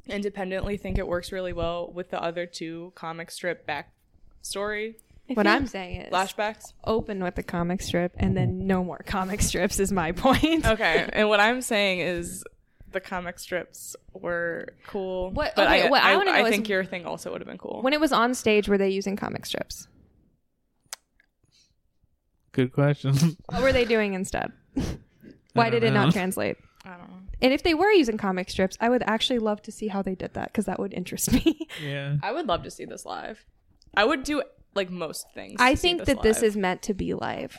Speaker 5: independently think it works really well with the other two comic strip backstory
Speaker 4: What I'm saying is
Speaker 5: flashbacks.
Speaker 4: open with the comic strip and then no more comic strips is my point.
Speaker 5: Okay, and what I'm saying is the comic strips were cool.
Speaker 4: What-
Speaker 5: but
Speaker 4: okay,
Speaker 5: I,
Speaker 4: what I
Speaker 5: I,
Speaker 4: wanna
Speaker 5: I
Speaker 4: know is-
Speaker 5: think your thing also would have been cool.
Speaker 4: When it was on stage, were they using comic strips?
Speaker 2: Good question.
Speaker 4: What were they doing instead? Why
Speaker 2: don't
Speaker 4: did it not
Speaker 2: know.
Speaker 4: translate?
Speaker 5: I don't know.
Speaker 4: And if they were using comic strips, I would actually love to see how they did that because that would interest me.
Speaker 2: yeah.
Speaker 5: I would love to see this live. I would do like most things.
Speaker 4: I
Speaker 5: to see
Speaker 4: think that this
Speaker 5: live.
Speaker 4: is meant to be live.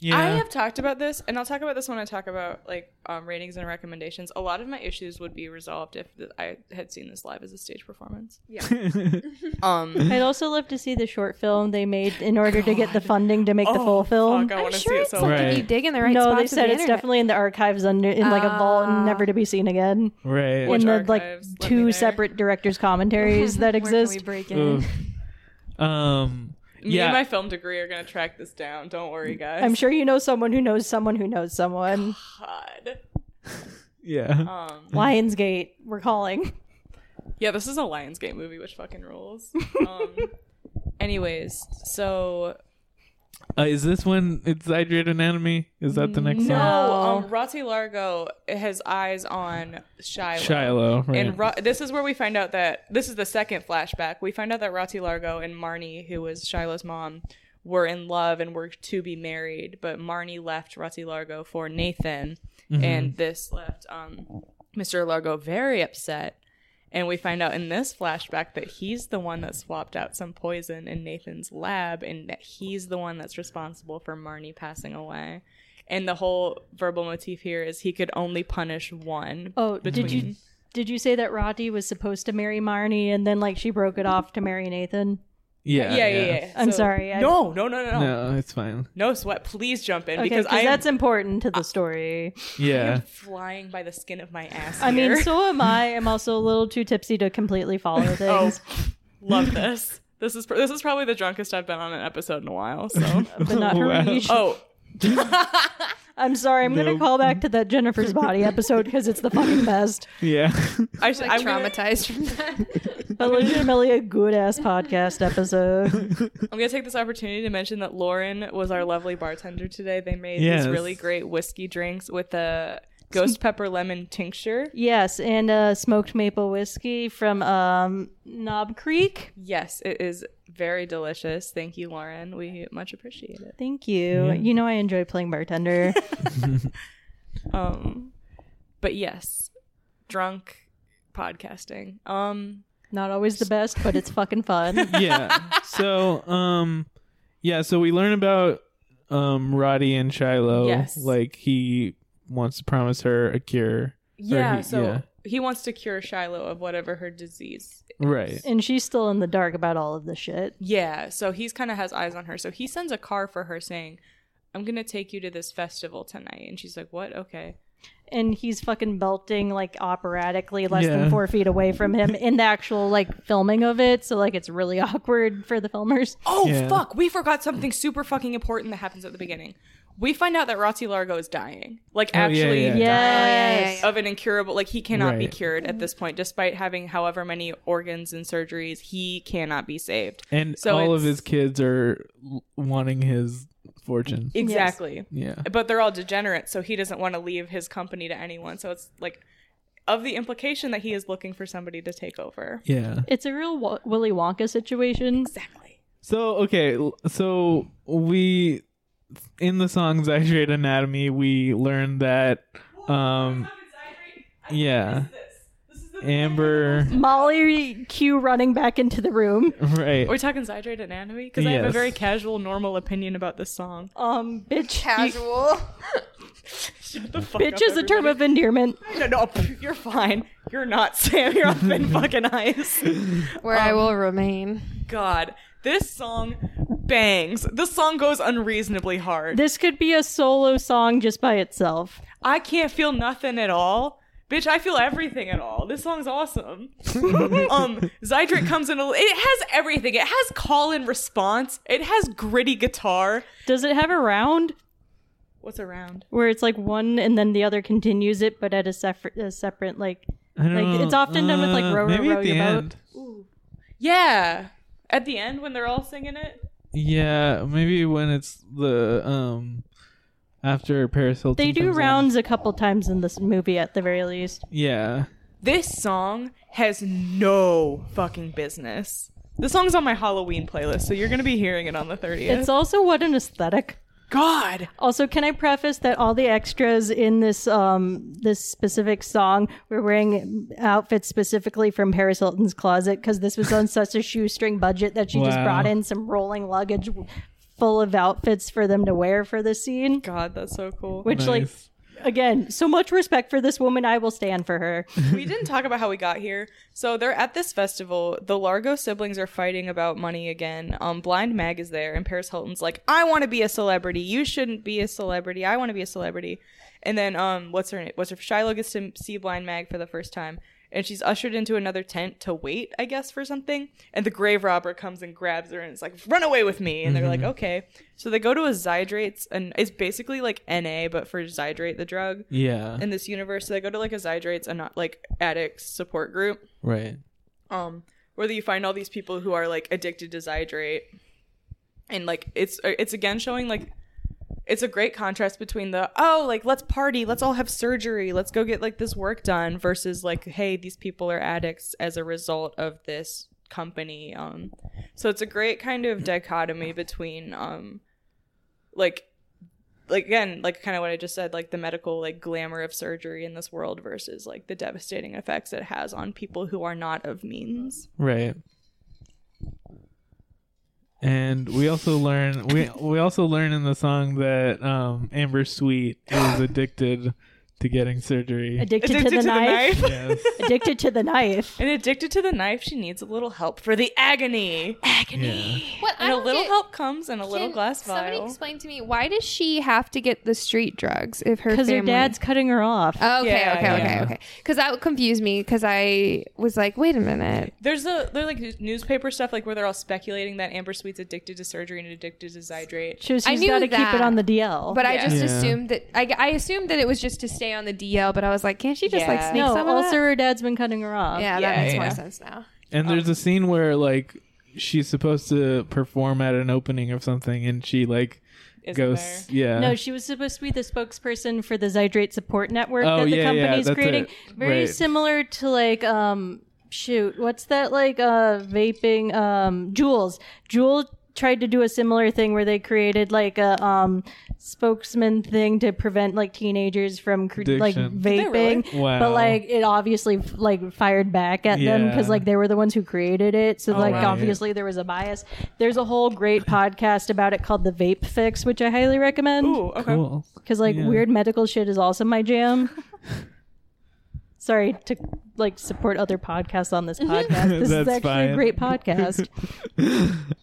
Speaker 2: Yeah.
Speaker 5: I have talked about this, and I'll talk about this when I talk about like um, ratings and recommendations. A lot of my issues would be resolved if th- I had seen this live as a stage performance. Um,
Speaker 3: I'd also love to see the short film they made in order to get the funding to make the full film.
Speaker 5: Oh, Fuck, I
Speaker 4: I'm
Speaker 5: want to
Speaker 4: sure
Speaker 5: see it
Speaker 4: it's
Speaker 5: so
Speaker 4: like
Speaker 5: bad.
Speaker 2: Right.
Speaker 4: if you dig in the right
Speaker 3: no,
Speaker 4: spots
Speaker 3: they
Speaker 4: of
Speaker 3: said
Speaker 4: the
Speaker 3: it's
Speaker 4: internet.
Speaker 3: definitely in the archives under in like a vault
Speaker 4: Ah.
Speaker 3: and never to be seen again.
Speaker 2: right.
Speaker 5: Which
Speaker 3: in the like
Speaker 5: archives? Let me
Speaker 3: two
Speaker 5: there.
Speaker 3: separate directors' commentaries that
Speaker 4: Where can
Speaker 3: exist.
Speaker 4: we break in?
Speaker 2: Oof. Um
Speaker 5: Me
Speaker 2: yeah.
Speaker 5: and my film degree are gonna track this down. Don't worry, guys.
Speaker 3: I'm sure you know someone who knows someone who knows someone.
Speaker 5: God.
Speaker 2: yeah.
Speaker 5: Um,
Speaker 3: Lionsgate, we're calling.
Speaker 5: yeah, this is a Lionsgate movie, which fucking rules. Um, anyways, so
Speaker 2: Uh, is this one it's Hydrid Anatomy? Is that the next
Speaker 5: no,
Speaker 2: one?
Speaker 5: um, Rati Largo has eyes on Shiloh.
Speaker 2: Shiloh, right.
Speaker 5: And Ra- this is where we find out that this is the second flashback. We find out that Rati Largo and Marnie, who was Shiloh's mom, were in love and were to be married, but Marnie left Rati Largo for Nathan, and this left um, Mr. Largo very upset. And we find out in this flashback that he's the one that swapped out some poison in Nathan's lab, and that he's the one that's responsible for Marnie passing away. And the whole verbal motif here is he could only punish one.
Speaker 3: Oh, did you did you say that Roddy was supposed to marry Marnie and then like she broke it off to marry Nathan?
Speaker 2: yeah,
Speaker 5: yeah, yeah, yeah.
Speaker 3: I'm
Speaker 5: So-
Speaker 3: sorry. I,
Speaker 5: No, no, no, no, no.
Speaker 2: No, it's fine.
Speaker 5: No sweat. Please jump in
Speaker 3: okay,
Speaker 5: because I am
Speaker 3: that's important to the story.
Speaker 2: Yeah.
Speaker 5: flying by the skin of my ass.
Speaker 3: I mean,
Speaker 5: here.
Speaker 3: so am I. I'm also a little too tipsy to completely follow things.
Speaker 5: love this. This is pr- this is probably the drunkest I've been on an episode in a while. So,
Speaker 3: But not her.
Speaker 2: Wow.
Speaker 3: You should-
Speaker 5: oh,
Speaker 3: I'm sorry. I'm gonna
Speaker 2: No.
Speaker 3: call back to that Jennifer's body episode because it's the fucking best.
Speaker 2: Yeah.
Speaker 5: I should.
Speaker 4: Like
Speaker 5: I'm gonna-
Speaker 4: traumatized from that.
Speaker 3: But legitimately a good ass podcast episode.
Speaker 5: I'm gonna take this opportunity to mention that Lauren was our lovely bartender today. They made
Speaker 2: Yes.
Speaker 5: these really great whiskey drinks with a ghost pepper lemon tincture.
Speaker 3: Yes, and uh, smoked maple whiskey from um, Knob Creek.
Speaker 5: Yes, it is very delicious. Thank you, Lauren. We much appreciate it.
Speaker 3: Thank you. You know I enjoy playing bartender.
Speaker 5: Um, but yes, drunk podcasting. Um,
Speaker 3: Not always the best, but it's fucking fun.
Speaker 2: yeah. So, um, yeah. So we learn about um Roddy and Shiloh.
Speaker 5: Yes.
Speaker 2: Like he wants to promise her a cure.
Speaker 5: yeah.
Speaker 2: he-
Speaker 5: so
Speaker 2: yeah.
Speaker 5: he wants to cure Shiloh of whatever her disease.
Speaker 2: Right.
Speaker 3: And she's still in the dark about all of this shit.
Speaker 5: Yeah. So he's kind of has eyes on her. So he sends a car for her, saying, "I'm gonna take you to this festival tonight," and she's like, "What? Okay."
Speaker 3: and he's fucking belting like operatically less than
Speaker 2: Yeah.
Speaker 3: four feet away from him in the actual like filming of it. So like it's really awkward for the filmers.
Speaker 5: Oh
Speaker 2: Yeah.
Speaker 5: fuck! We forgot something super fucking important that happens at the beginning. We find out that Rossi Largo is dying. Like
Speaker 2: Oh, yeah,
Speaker 5: actually,
Speaker 2: yeah.
Speaker 3: Yes.
Speaker 5: of an incurable. Like he cannot be
Speaker 2: Right.
Speaker 5: cured at this point, despite having however many organs and surgeries. He cannot be saved.
Speaker 2: And
Speaker 5: So
Speaker 2: all of
Speaker 5: it's-
Speaker 2: his kids are l- wanting his fortune.
Speaker 5: Exactly.
Speaker 2: Yeah.
Speaker 5: But they're all degenerates, so he doesn't want to leave his company to anyone. So it's like of the implication that he is looking for somebody to take over.
Speaker 2: Yeah.
Speaker 3: It's a real Wo- Willy Wonka situation.
Speaker 5: Exactly.
Speaker 2: So okay, l- so we in the song Zydrate Anatomy we learned that um yeah. Amber
Speaker 3: Molly Q running back into the room.
Speaker 2: right.
Speaker 5: Are we talking Zydrate Anatomy? Because I have a
Speaker 2: Yes.
Speaker 5: very casual, normal opinion about this song.
Speaker 3: Um, bitch.
Speaker 4: Casual.
Speaker 5: Shut the fuck
Speaker 3: Bitch
Speaker 5: up,
Speaker 3: is a term of endearment.
Speaker 5: everybody. No, no, you're fine. You're not, Sam. You're on thin fucking ice.
Speaker 4: Where I will remain.
Speaker 5: God, this song bangs. This song goes unreasonably hard.
Speaker 3: This could be a solo song just by itself.
Speaker 5: I can't feel nothing at all. Bitch, I feel everything at all. This song's awesome. um, Zydrate comes in. A, it has everything. It has call and response. It has gritty guitar.
Speaker 3: Does it have a round
Speaker 5: What's around?
Speaker 3: where it's like one and then the other continues it, but at a separate, a separate like
Speaker 2: I don't
Speaker 3: like,
Speaker 2: know. Uh,
Speaker 3: it's often done with, like, row, row,
Speaker 2: maybe
Speaker 3: row
Speaker 2: at the
Speaker 3: your boat.
Speaker 2: end.
Speaker 5: Yeah, at the end when they're all singing it.
Speaker 2: Yeah, maybe when it's the um after Paris Hilton.
Speaker 3: they do
Speaker 2: comes on.
Speaker 3: rounds a couple times in this movie at the very least.
Speaker 2: Yeah.
Speaker 5: This song has no fucking business. This song's on my Halloween playlist, so you're gonna be hearing it on the 30th.
Speaker 3: It's also what an aesthetic.
Speaker 5: God.
Speaker 3: Also, can I preface that all the extras in this um this specific song were wearing outfits specifically from Paris Hilton's closet because this was on such a shoestring budget that she just
Speaker 2: Wow.
Speaker 3: brought in some rolling luggage full of outfits for them to wear for this scene.
Speaker 5: God, that's so cool.
Speaker 3: Which, like,
Speaker 2: Nice.
Speaker 3: again, so much respect for this woman. I will stand for her.
Speaker 5: we didn't talk about how we got here. So they're at this festival. The Largo siblings are fighting about money again. Um, Blind Mag is there, and Paris Hilton's like, "I want to be a celebrity. You shouldn't be a celebrity. I want to be a celebrity." And then, um, what's her name? What's her? Shiloh gets to see Blind Mag for the first time, and she's ushered into another tent to wait, I guess, for something. And the grave robber comes and grabs her, and it's like, "Run away with me!" And they're like, "Okay." So they go to a Zydrates, and it's basically like NA, but for Zydrate, the drug
Speaker 2: Yeah.
Speaker 5: in this universe. So they go to like a Zydrates and not like addicts support group.
Speaker 2: right.
Speaker 5: Um, where you find all these people who are like addicted to Zydrate, and like it's uh, it's again showing like it's a great contrast between the oh like let's party, let's all have surgery, let's go get like this work done versus like hey these people are addicts as a result of this company. Um, so it's a great kind of dichotomy between um, like like again like kind of what i just said like the medical like glamour of surgery in this world versus like the devastating effects it has on people who are not of means
Speaker 2: Right. And we also learn we we also learn in the song that um, Amber Sweet is addicted to getting surgery.
Speaker 3: Addicted, to, the, knife.
Speaker 2: Yes.
Speaker 3: Addicted to the knife.
Speaker 5: and addicted to the knife she needs a little help for the agony
Speaker 2: Yeah.
Speaker 4: What
Speaker 5: and a little
Speaker 4: help.
Speaker 5: help comes in a little
Speaker 4: Can
Speaker 5: glass
Speaker 4: Somebody
Speaker 5: vial
Speaker 4: explain to me why does she have to get the street drugs if her
Speaker 3: Because her
Speaker 4: family-
Speaker 3: dad's cutting her off.
Speaker 4: Okay,
Speaker 5: Yeah,
Speaker 4: okay,
Speaker 2: yeah.
Speaker 4: okay, okay. Because that would confuse me. Because I was like, wait a minute.
Speaker 5: there's a they're like news- newspaper stuff like where they're all speculating that amber sweet's addicted to surgery and addicted to zydrate
Speaker 3: so she's
Speaker 4: I knew
Speaker 3: got to keep
Speaker 4: that,
Speaker 3: it on the DL.
Speaker 4: But I
Speaker 5: Yeah.
Speaker 4: just
Speaker 2: Yeah.
Speaker 4: assumed that I, I assumed that it was just to stay on the DL. But I was like, can't she just like
Speaker 5: Yeah.
Speaker 4: sneak
Speaker 3: no,
Speaker 4: some of
Speaker 3: also
Speaker 4: that?
Speaker 3: her dad's been cutting her off.
Speaker 4: Yeah,
Speaker 5: Yeah,
Speaker 4: that makes
Speaker 5: yeah.
Speaker 4: more sense now.
Speaker 2: And there's a scene where like she's supposed to perform at an opening of something, and she like
Speaker 5: Isn't
Speaker 2: goes yeah
Speaker 3: No, she was supposed to be the spokesperson for the Zydrate Support Network
Speaker 2: Oh,
Speaker 3: that the
Speaker 2: yeah, yeah,
Speaker 3: company's
Speaker 2: that's
Speaker 3: creating.
Speaker 2: it.
Speaker 3: Very
Speaker 2: Right.
Speaker 3: similar to like um shoot, what's that like uh vaping um Jules. Jules tried to do a similar thing where they created like a um spokesman thing to prevent like teenagers from cr- like
Speaker 2: Addiction.
Speaker 5: they really?
Speaker 3: vaping
Speaker 2: Wow.
Speaker 3: but like it obviously like fired back at them because
Speaker 2: Yeah.
Speaker 3: like they were the ones who created it so like
Speaker 2: Oh, right.
Speaker 3: obviously there was a bias there's a whole great podcast about it called the vape fix which i highly recommend
Speaker 5: Ooh, okay.
Speaker 2: cool.
Speaker 3: because like
Speaker 2: Yeah.
Speaker 3: weird medical shit is also my jam. Sorry to like support other podcasts on this podcast. This is
Speaker 2: That's
Speaker 3: actually a
Speaker 2: fine.
Speaker 3: great podcast.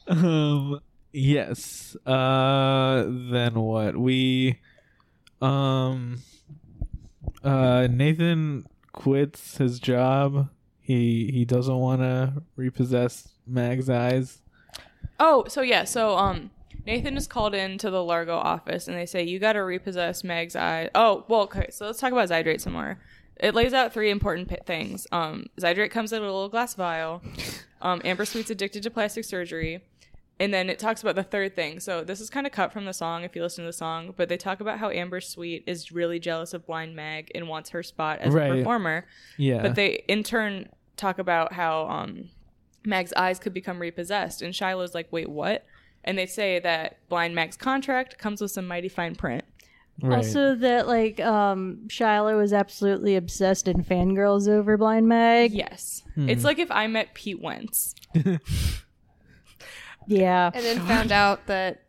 Speaker 2: um yes uh then what we um uh, Nathan quits his job. He he doesn't want to repossess Mag's eyes.
Speaker 5: Oh, so yeah, so um, Nathan is called in to the Largo office, and they say you got to repossess Meg's eye. Oh, well, okay. So let's talk about Zydrate some more. It lays out three important p- things. Um, Zydrate comes in a little glass vial. Um, Amber Sweet's addicted to plastic surgery. And then it talks about the third thing. So this is kind of cut from the song if you listen to the song, but they talk about how Amber Sweet is really jealous of Blind Meg and wants her spot as
Speaker 2: Right.
Speaker 5: a performer.
Speaker 2: Yeah,
Speaker 5: But they in turn talk about how um, Mag's eyes could become repossessed, and Shiloh's like, "Wait, what?" And they say that Blind Mag's contract comes with some mighty fine print.
Speaker 2: right.
Speaker 3: Also, that like um, Shiloh is absolutely obsessed and fangirls over Blind Meg.
Speaker 5: Yes, it's like if I met Pete Wentz.
Speaker 3: Yeah.
Speaker 4: and then found out that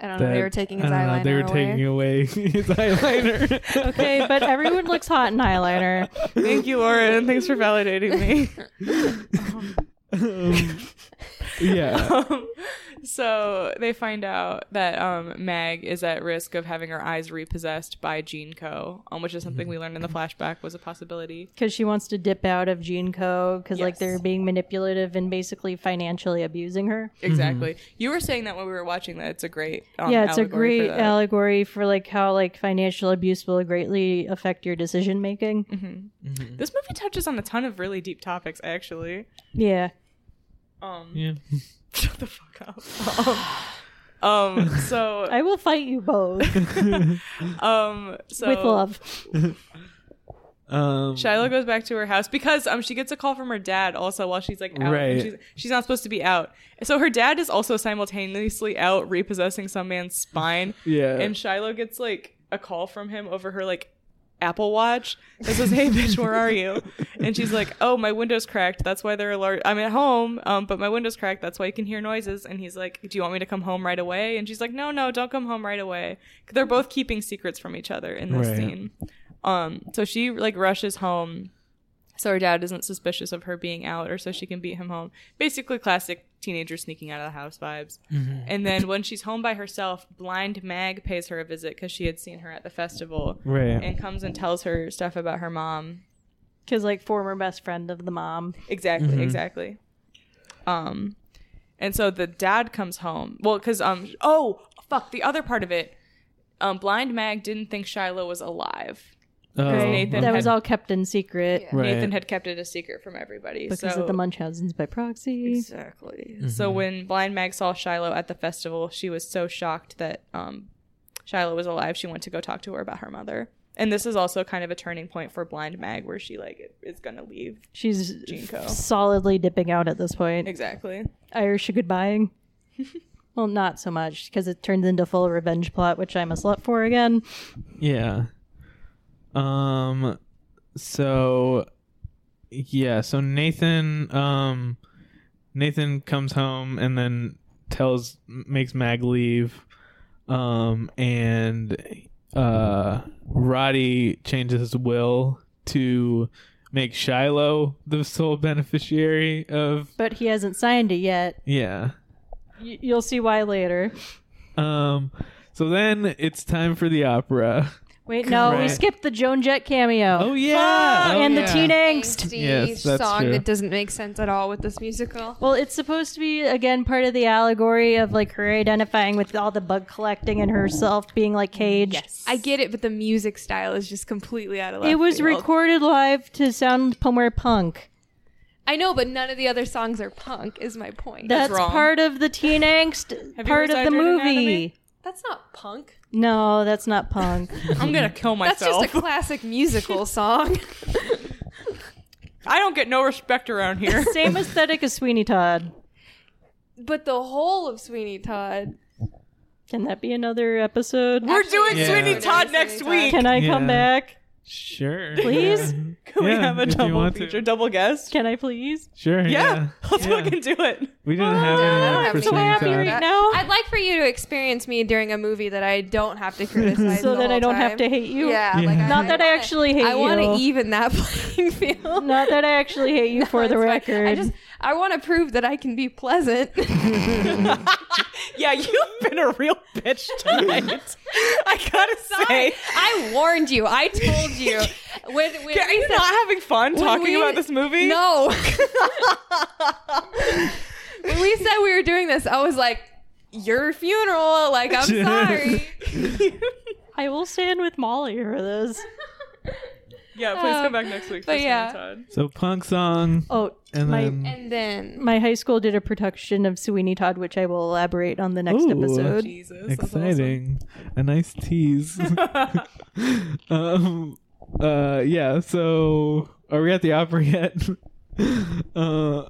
Speaker 4: I don't know
Speaker 2: That-
Speaker 4: they were taking
Speaker 2: I
Speaker 4: his
Speaker 2: don't know,
Speaker 4: eyeliner
Speaker 2: They were
Speaker 4: away.
Speaker 2: taking away his eyeliner.
Speaker 3: okay, but everyone looks hot in eyeliner.
Speaker 5: Thank you, Lauren. Thanks for validating me.
Speaker 2: Um, yeah.
Speaker 5: um, so they find out that um, Mag is at risk of having her eyes repossessed by Gene Co, um, which is something we learned in the flashback was a possibility.
Speaker 3: Because she wants to dip out of Jean Co. Because like
Speaker 5: Yes.
Speaker 3: they're being manipulative and basically financially abusing her.
Speaker 5: Exactly. You were saying that when we were watching that it's a great um,
Speaker 3: yeah, it's a
Speaker 5: allegory for
Speaker 3: great
Speaker 5: that.
Speaker 3: allegory for like how like financial abuse will greatly affect your decision making.
Speaker 5: Mm-hmm. This movie touches on a ton of really deep topics, actually.
Speaker 3: Yeah.
Speaker 5: Um,
Speaker 2: Yeah.
Speaker 5: Shut the fuck up. Um, um, so,
Speaker 3: I will fight you both
Speaker 5: um, so
Speaker 3: with love.
Speaker 2: Um,
Speaker 5: Shiloh goes back to her house because um she gets a call from her dad also while she's like out.
Speaker 2: Right.
Speaker 5: And She's, she's not supposed to be out. So her dad is also simultaneously out repossessing some man's spine.
Speaker 2: Yeah.
Speaker 5: And Shiloh gets like a call from him over her like Apple Watch that says, "Hey bitch, where are you?" And she's like, "Oh, my window's cracked. That's why they're alert. I'm at home, um, but my window's cracked. That's why you can hear noises." And he's like, "Do you want me to come home right away?" And she's like, "No, no, don't come home right away." They're both keeping secrets from each other in this
Speaker 2: Right.
Speaker 5: scene. Um, so she like rushes home, so her dad isn't suspicious of her being out, or so she can beat him home. Basically, classic teenager sneaking out of the house vibes.
Speaker 2: Mm-hmm.
Speaker 5: And then when she's home by herself, blind Mag pays her a visit because she had seen her at the festival,
Speaker 2: Right.
Speaker 5: and comes and tells her stuff about her mom.
Speaker 3: Because like former best friend of the mom.
Speaker 5: Exactly,
Speaker 2: Mm-hmm.
Speaker 5: exactly. Um, and so the dad comes home. Well, because um, oh fuck, the other part of it, um, blind Mag didn't think Shiloh was alive.
Speaker 2: Oh,
Speaker 5: Nathan
Speaker 3: that
Speaker 5: had-
Speaker 3: was all kept in secret
Speaker 2: right.
Speaker 5: Nathan had kept it a secret from everybody.
Speaker 3: because
Speaker 5: so
Speaker 3: of the Munchausens by proxy.
Speaker 5: Exactly.
Speaker 2: Mm-hmm.
Speaker 5: So when Blind Mag saw Shiloh at the festival, she was so shocked that um, Shiloh was alive. She went to go talk to her about her mother. And this is also kind of a turning point for Blind Mag, where she like is gonna leave.
Speaker 3: She's
Speaker 5: Jinko.
Speaker 3: solidly dipping out at this point.
Speaker 5: Exactly.
Speaker 3: Irish goodbying. well, not so much because it turns into full revenge plot, which I'm a slut for again.
Speaker 2: Yeah. Um so yeah, so Nathan um Nathan comes home and then tells makes Mag leave um and uh Roddy changes his will to make Shiloh the sole beneficiary of
Speaker 3: But he hasn't signed it yet.
Speaker 2: yeah.
Speaker 3: Y- you'll see why later.
Speaker 2: Um so then it's time for the opera.
Speaker 3: Wait, no, we
Speaker 2: Right.
Speaker 3: skipped the Joan Jett cameo.
Speaker 2: Oh yeah. Oh,
Speaker 3: and
Speaker 2: yeah.
Speaker 3: the teen angst.
Speaker 4: angsty
Speaker 2: Yes, that's
Speaker 4: song
Speaker 2: true.
Speaker 4: that doesn't make sense at all with this musical.
Speaker 3: Well, it's supposed to be again part of the allegory of like her identifying with all the bug collecting and herself being like caged.
Speaker 4: I get it, but the music style is just completely out of left
Speaker 3: It was
Speaker 4: field.
Speaker 3: recorded live to sound more punk.
Speaker 4: I know, but none of the other songs are punk. Is my point.
Speaker 3: That's
Speaker 5: wrong.
Speaker 3: part of the teen angst
Speaker 5: Have you
Speaker 3: part
Speaker 5: heard
Speaker 3: of the
Speaker 5: Zydrate
Speaker 3: movie.
Speaker 5: Anatomy?
Speaker 4: that's not punk.
Speaker 3: No, that's not punk.
Speaker 5: I'm gonna kill
Speaker 4: That's
Speaker 5: myself.
Speaker 4: just a classic musical song.
Speaker 5: I don't get no respect around here.
Speaker 3: Same aesthetic as Sweeney Todd.
Speaker 4: But the whole of Sweeney Todd.
Speaker 3: Can that be another episode?
Speaker 5: We're doing
Speaker 2: Yeah.
Speaker 5: Sweeney Todd
Speaker 4: Sweeney
Speaker 5: next
Speaker 4: Todd.
Speaker 5: week.
Speaker 3: Can I come
Speaker 2: Yeah.
Speaker 3: back?
Speaker 2: Sure.
Speaker 3: Please?
Speaker 2: Yeah.
Speaker 5: Can we
Speaker 2: Yeah,
Speaker 5: have a
Speaker 2: if you
Speaker 5: double
Speaker 2: want to.
Speaker 5: feature, double guest?
Speaker 3: Can I please?
Speaker 2: Sure.
Speaker 5: Yeah,
Speaker 2: Yeah.
Speaker 5: let's
Speaker 2: Yeah.
Speaker 5: fucking do it.
Speaker 2: We didn't have anyone
Speaker 4: have
Speaker 2: for
Speaker 4: to.
Speaker 2: Sweeney
Speaker 3: happy
Speaker 2: Todd.
Speaker 3: right now.
Speaker 4: I'd like for you to experience me during a movie that I don't have to criticize.
Speaker 3: So
Speaker 4: the
Speaker 3: that I
Speaker 4: whole
Speaker 3: don't
Speaker 4: time.
Speaker 3: have to hate you.
Speaker 4: Yeah,
Speaker 2: Yeah.
Speaker 4: Like
Speaker 3: Not that I actually hate
Speaker 4: I
Speaker 3: you.
Speaker 4: want to even that playing field.
Speaker 3: Not that I actually hate you for the
Speaker 4: That's fine.
Speaker 3: record.
Speaker 4: I just I want to prove that I can be pleasant.
Speaker 5: yeah, you've been a real bitch tonight. I gotta say,
Speaker 4: I warned you. I told you. When, when
Speaker 5: are
Speaker 4: we
Speaker 5: you
Speaker 4: said-
Speaker 5: not having fun
Speaker 4: when
Speaker 5: talking
Speaker 4: we-
Speaker 5: about this movie?
Speaker 4: No. when we said we were doing this, I was like, "Your funeral." Like, I'm sorry.
Speaker 3: I will stand with Molly for this.
Speaker 5: Yeah, please come back next week. For
Speaker 4: but
Speaker 5: Sweeney
Speaker 4: yeah.
Speaker 5: Todd.
Speaker 2: So punk song,
Speaker 3: Oh,
Speaker 2: and
Speaker 3: my
Speaker 2: then
Speaker 4: And then
Speaker 3: my high school did a production of Sweeney Todd, which I will elaborate on the next
Speaker 2: Ooh.
Speaker 3: episode.
Speaker 5: Jesus, that's awesome.
Speaker 2: exciting, a nice tease. um, uh, yeah. So are we at the opera yet? uh,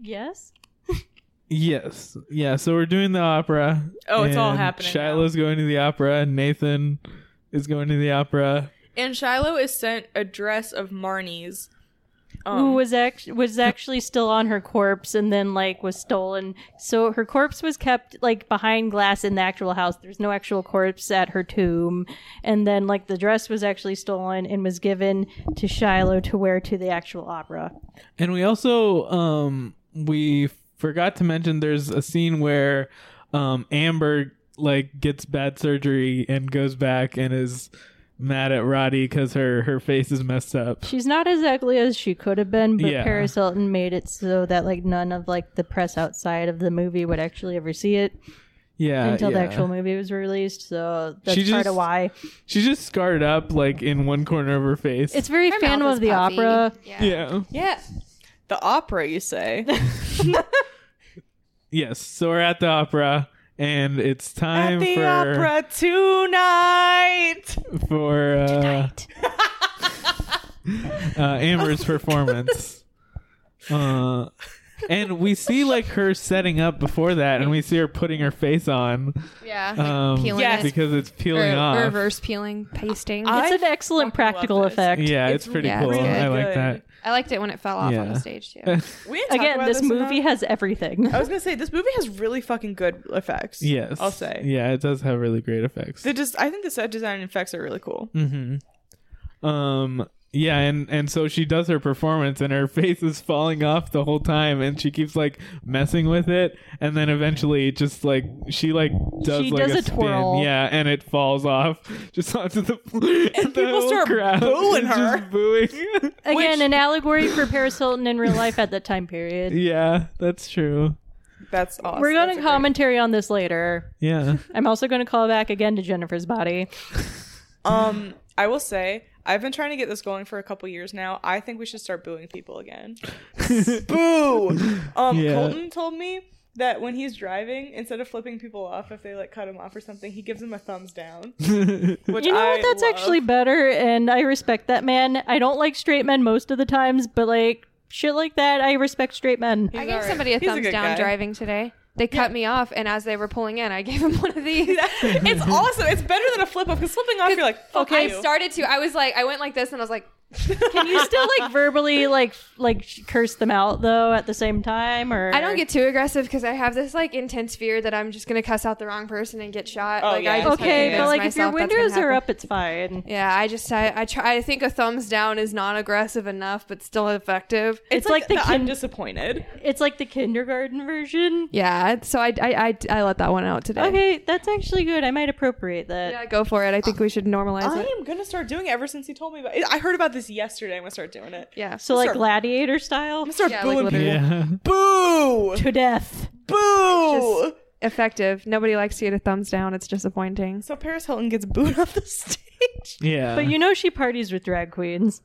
Speaker 3: Yes.
Speaker 2: yes. Yeah. So we're doing the opera.
Speaker 5: Oh, it's all
Speaker 2: and
Speaker 5: happening now.
Speaker 2: Shiloh's going to the opera. and Nathan is going to the opera.
Speaker 5: And Shiloh is sent a dress of Marnie's.
Speaker 3: Who was act- was actually still on her corpse and then like was stolen. So her corpse was kept like behind glass in the actual house. There's no actual corpse at her tomb. And then like the dress was actually stolen and was given to Shiloh to wear to the actual opera.
Speaker 2: And we also um we forgot to mention there's a scene where um Amber like gets bad surgery and goes back and is mad at Roddy cuz her her face is messed up.
Speaker 3: She's not as ugly as she could have been, but
Speaker 2: Yeah.
Speaker 3: Paris Hilton made it so that like none of like the press outside of the movie would actually ever see it
Speaker 2: Yeah.
Speaker 3: until
Speaker 2: Uh, yeah.
Speaker 3: the actual movie was released. So that's
Speaker 2: She
Speaker 3: part of
Speaker 2: just-
Speaker 3: why
Speaker 2: She's just scarred up like in one corner of her face.
Speaker 3: it's very
Speaker 4: her
Speaker 3: Phantom
Speaker 4: mouth
Speaker 3: of
Speaker 4: is
Speaker 3: the
Speaker 4: puffy.
Speaker 3: Opera.
Speaker 4: Yeah.
Speaker 2: yeah.
Speaker 5: yeah the opera? You say?
Speaker 2: Yes. So we're at the opera and it's
Speaker 5: At
Speaker 2: time
Speaker 5: the
Speaker 2: for
Speaker 5: opera tonight.
Speaker 2: for uh, uh, Amber's performance. Uh, and we see like her setting up before that, and we see her putting her face on
Speaker 4: yeah, like
Speaker 2: um,
Speaker 4: peeling
Speaker 5: Yes.
Speaker 4: it.
Speaker 2: because it's peeling
Speaker 4: Or-
Speaker 2: off.
Speaker 4: or reverse peeling, pasting.
Speaker 5: I-
Speaker 3: It's an excellent
Speaker 5: fucking love
Speaker 3: practical
Speaker 5: this.
Speaker 3: effect.
Speaker 2: Yeah, it's,
Speaker 5: It's
Speaker 2: pretty
Speaker 4: yeah,
Speaker 2: cool.
Speaker 4: it's
Speaker 2: I
Speaker 5: really
Speaker 2: like
Speaker 5: good.
Speaker 2: that.
Speaker 4: I liked it when it fell off on
Speaker 2: Yeah.
Speaker 4: the stage too.
Speaker 5: We didn't talk
Speaker 3: Again,
Speaker 5: about
Speaker 3: this movie
Speaker 5: enough.
Speaker 3: has everything.
Speaker 2: Uh,
Speaker 5: I was gonna say this movie has really fucking good effects.
Speaker 2: yes,
Speaker 5: I'll say.
Speaker 2: Yeah, it does have really great effects.
Speaker 5: The just I think the set design and effects are really cool.
Speaker 2: mm-hmm. Um. Yeah, and and so she does her performance, and her face is falling off the whole time, and she keeps like messing with it, and then eventually, just like she like does
Speaker 3: She
Speaker 2: like
Speaker 3: does
Speaker 2: a,
Speaker 3: a twirl.
Speaker 2: spin, yeah, and it falls off just onto the floor, and the
Speaker 5: people
Speaker 2: whole
Speaker 5: start
Speaker 2: crowd
Speaker 5: booing
Speaker 2: is just
Speaker 5: her.
Speaker 2: booing.
Speaker 3: Again,
Speaker 5: Which-
Speaker 3: an allegory for Paris Hilton in real life at that time period.
Speaker 2: yeah, that's true.
Speaker 5: That's awesome.
Speaker 3: We're going
Speaker 5: That's a
Speaker 3: to
Speaker 5: great-
Speaker 3: commentary on this later.
Speaker 2: Yeah,
Speaker 3: I'm also going to call back again to Jennifer's body.
Speaker 5: Um, I will say I've been trying to get this going for a couple years now. I think we should start booing people again. Boo! Um,
Speaker 2: Yeah.
Speaker 5: Colton told me that when he's driving, instead of flipping people off if they like cut him off or something, he gives them a thumbs down. Which
Speaker 3: You know
Speaker 5: I
Speaker 3: what? That's
Speaker 5: love.
Speaker 3: actually better, and I respect that man. I don't like straight men most of the times, but like shit like that, I respect straight men.
Speaker 4: I
Speaker 5: He's
Speaker 4: gave
Speaker 5: alright.
Speaker 4: somebody a
Speaker 5: He's a
Speaker 4: thumbs
Speaker 5: good
Speaker 4: down
Speaker 5: guy.
Speaker 4: driving today. They cut me off, and as they were pulling in, I gave them one of these.
Speaker 5: it's awesome. It's better than a flip off because flipping off, you're like, okay,
Speaker 4: I started to. I was like, I went like this, and I was like,
Speaker 3: Can you still like verbally like f- like sh- curse them out though at the same time, or
Speaker 4: I don't get too aggressive because I have this like intense fear that I'm just gonna cuss out the wrong person and get shot.
Speaker 5: Oh,
Speaker 4: like,
Speaker 5: yeah,
Speaker 4: I
Speaker 5: I
Speaker 4: just
Speaker 3: okay?
Speaker 5: Okay,
Speaker 4: have
Speaker 3: But
Speaker 4: to
Speaker 3: like
Speaker 4: convince
Speaker 3: if your
Speaker 4: myself that's
Speaker 3: windows
Speaker 4: gonna
Speaker 3: are
Speaker 4: happen.
Speaker 3: up, it's fine.
Speaker 4: Yeah, I just I, I try. I think a thumbs down is not aggressive enough, but still effective.
Speaker 5: It's,
Speaker 3: It's
Speaker 5: like,
Speaker 3: like the
Speaker 5: the I'm
Speaker 3: kin-
Speaker 5: disappointed.
Speaker 3: It's like the kindergarten version.
Speaker 4: Yeah, so I I, I, I let that one out today.
Speaker 3: Okay, that's actually good. I might appropriate that.
Speaker 4: Yeah, go for it. I think we should normalize
Speaker 5: I
Speaker 4: it.
Speaker 5: am gonna start doing it ever since he told me about it. I heard about this yesterday. I'm gonna start doing it.
Speaker 4: Yeah.
Speaker 3: so like
Speaker 5: Sure.
Speaker 3: gladiator style
Speaker 5: I'm gonna start
Speaker 4: Yeah, like
Speaker 5: booing people.
Speaker 4: literally.
Speaker 2: yeah.
Speaker 5: Boo!
Speaker 3: to death.
Speaker 5: Boo!
Speaker 4: Just effective. Nobody likes to get a thumbs down. It's disappointing.
Speaker 5: So Paris Hilton gets booed off the stage.
Speaker 2: Yeah.
Speaker 3: But you know she parties with drag queens.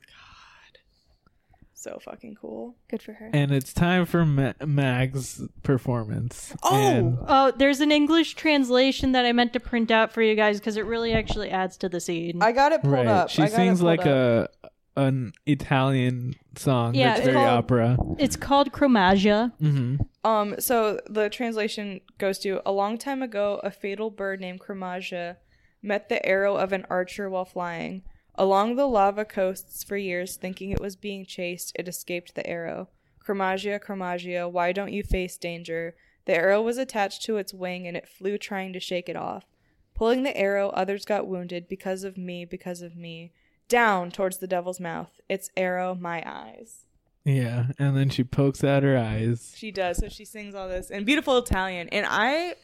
Speaker 5: So fucking cool.
Speaker 4: Good for her.
Speaker 2: and it's time for Ma- Mag's performance.
Speaker 5: Oh!
Speaker 2: And-
Speaker 3: Oh, there's an English translation that I meant to print out for you guys because it really actually adds to the scene.
Speaker 5: I got it pulled
Speaker 2: right.
Speaker 5: up.
Speaker 2: She
Speaker 5: I got it
Speaker 2: sings
Speaker 5: pulled
Speaker 2: like
Speaker 5: up.
Speaker 2: a an Italian song
Speaker 3: Yeah,
Speaker 2: that's
Speaker 3: it's
Speaker 2: very
Speaker 3: called-
Speaker 2: opera.
Speaker 3: It's called chromasia.
Speaker 2: hmm
Speaker 5: Um. So the translation goes to a long time ago, a fatal bird named Cremaja met the arrow of an archer while flying along the lava coasts for years, thinking it was being chased. It escaped the arrow. Cremagia, Cremagia, why don't you face danger? The arrow was attached to its wing, and it flew, trying to shake it off. Pulling the arrow, others got wounded because of me, because of me. Down towards the devil's mouth. Its arrow, my eyes.
Speaker 2: Yeah, and then she pokes out her eyes.
Speaker 5: She does. So she sings all this in beautiful Italian. And I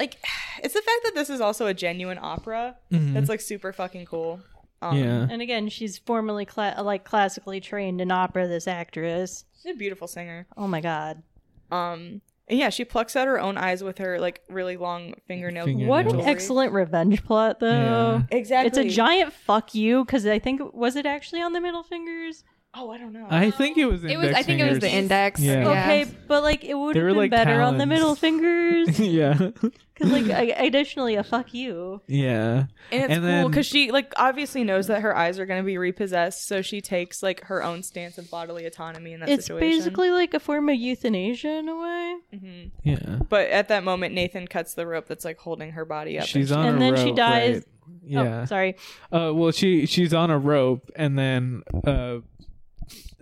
Speaker 5: like it's the fact that this is also a genuine opera
Speaker 2: Mm-hmm.
Speaker 5: that's like super fucking cool. Um,
Speaker 2: yeah.
Speaker 3: And again, she's formally cla- like classically trained in opera. This actress.
Speaker 5: She's a beautiful singer.
Speaker 3: Oh my god.
Speaker 5: Um, and yeah, she plucks out her own eyes with her like really long fingernail.
Speaker 2: Fingernail.
Speaker 5: What
Speaker 2: What
Speaker 5: an
Speaker 2: an
Speaker 3: Excellent revenge plot though.
Speaker 5: Exactly.
Speaker 3: It's a giant fuck you because I think was it actually on the middle fingers?
Speaker 5: Oh, I don't know.
Speaker 2: I think it was.
Speaker 4: It was. I think it was the
Speaker 2: index
Speaker 4: index.
Speaker 2: Yeah.
Speaker 3: Okay, but like it would
Speaker 2: They
Speaker 3: have
Speaker 2: were,
Speaker 3: been
Speaker 2: like,
Speaker 3: better on the
Speaker 2: talons.
Speaker 3: middle fingers
Speaker 2: fingers. yeah,
Speaker 3: because like I, additionally a fuck you.
Speaker 2: yeah.
Speaker 5: and it's
Speaker 2: and
Speaker 5: cool
Speaker 2: then-
Speaker 5: because she like obviously knows that her eyes are going to be repossessed, so she takes like her own stance of bodily autonomy in that
Speaker 3: It's
Speaker 5: situation. Mm-hmm.
Speaker 3: basically like a form of euthanasia in a way.
Speaker 2: Yeah,
Speaker 5: But at that moment, Nathan cuts the rope that's like holding her body up.
Speaker 2: she's
Speaker 5: and
Speaker 2: on.
Speaker 3: And
Speaker 2: a
Speaker 3: then she
Speaker 2: rope,
Speaker 3: dies.
Speaker 2: right. Yeah.
Speaker 3: Oh, sorry.
Speaker 2: Uh, well, she she's on a rope, and then uh,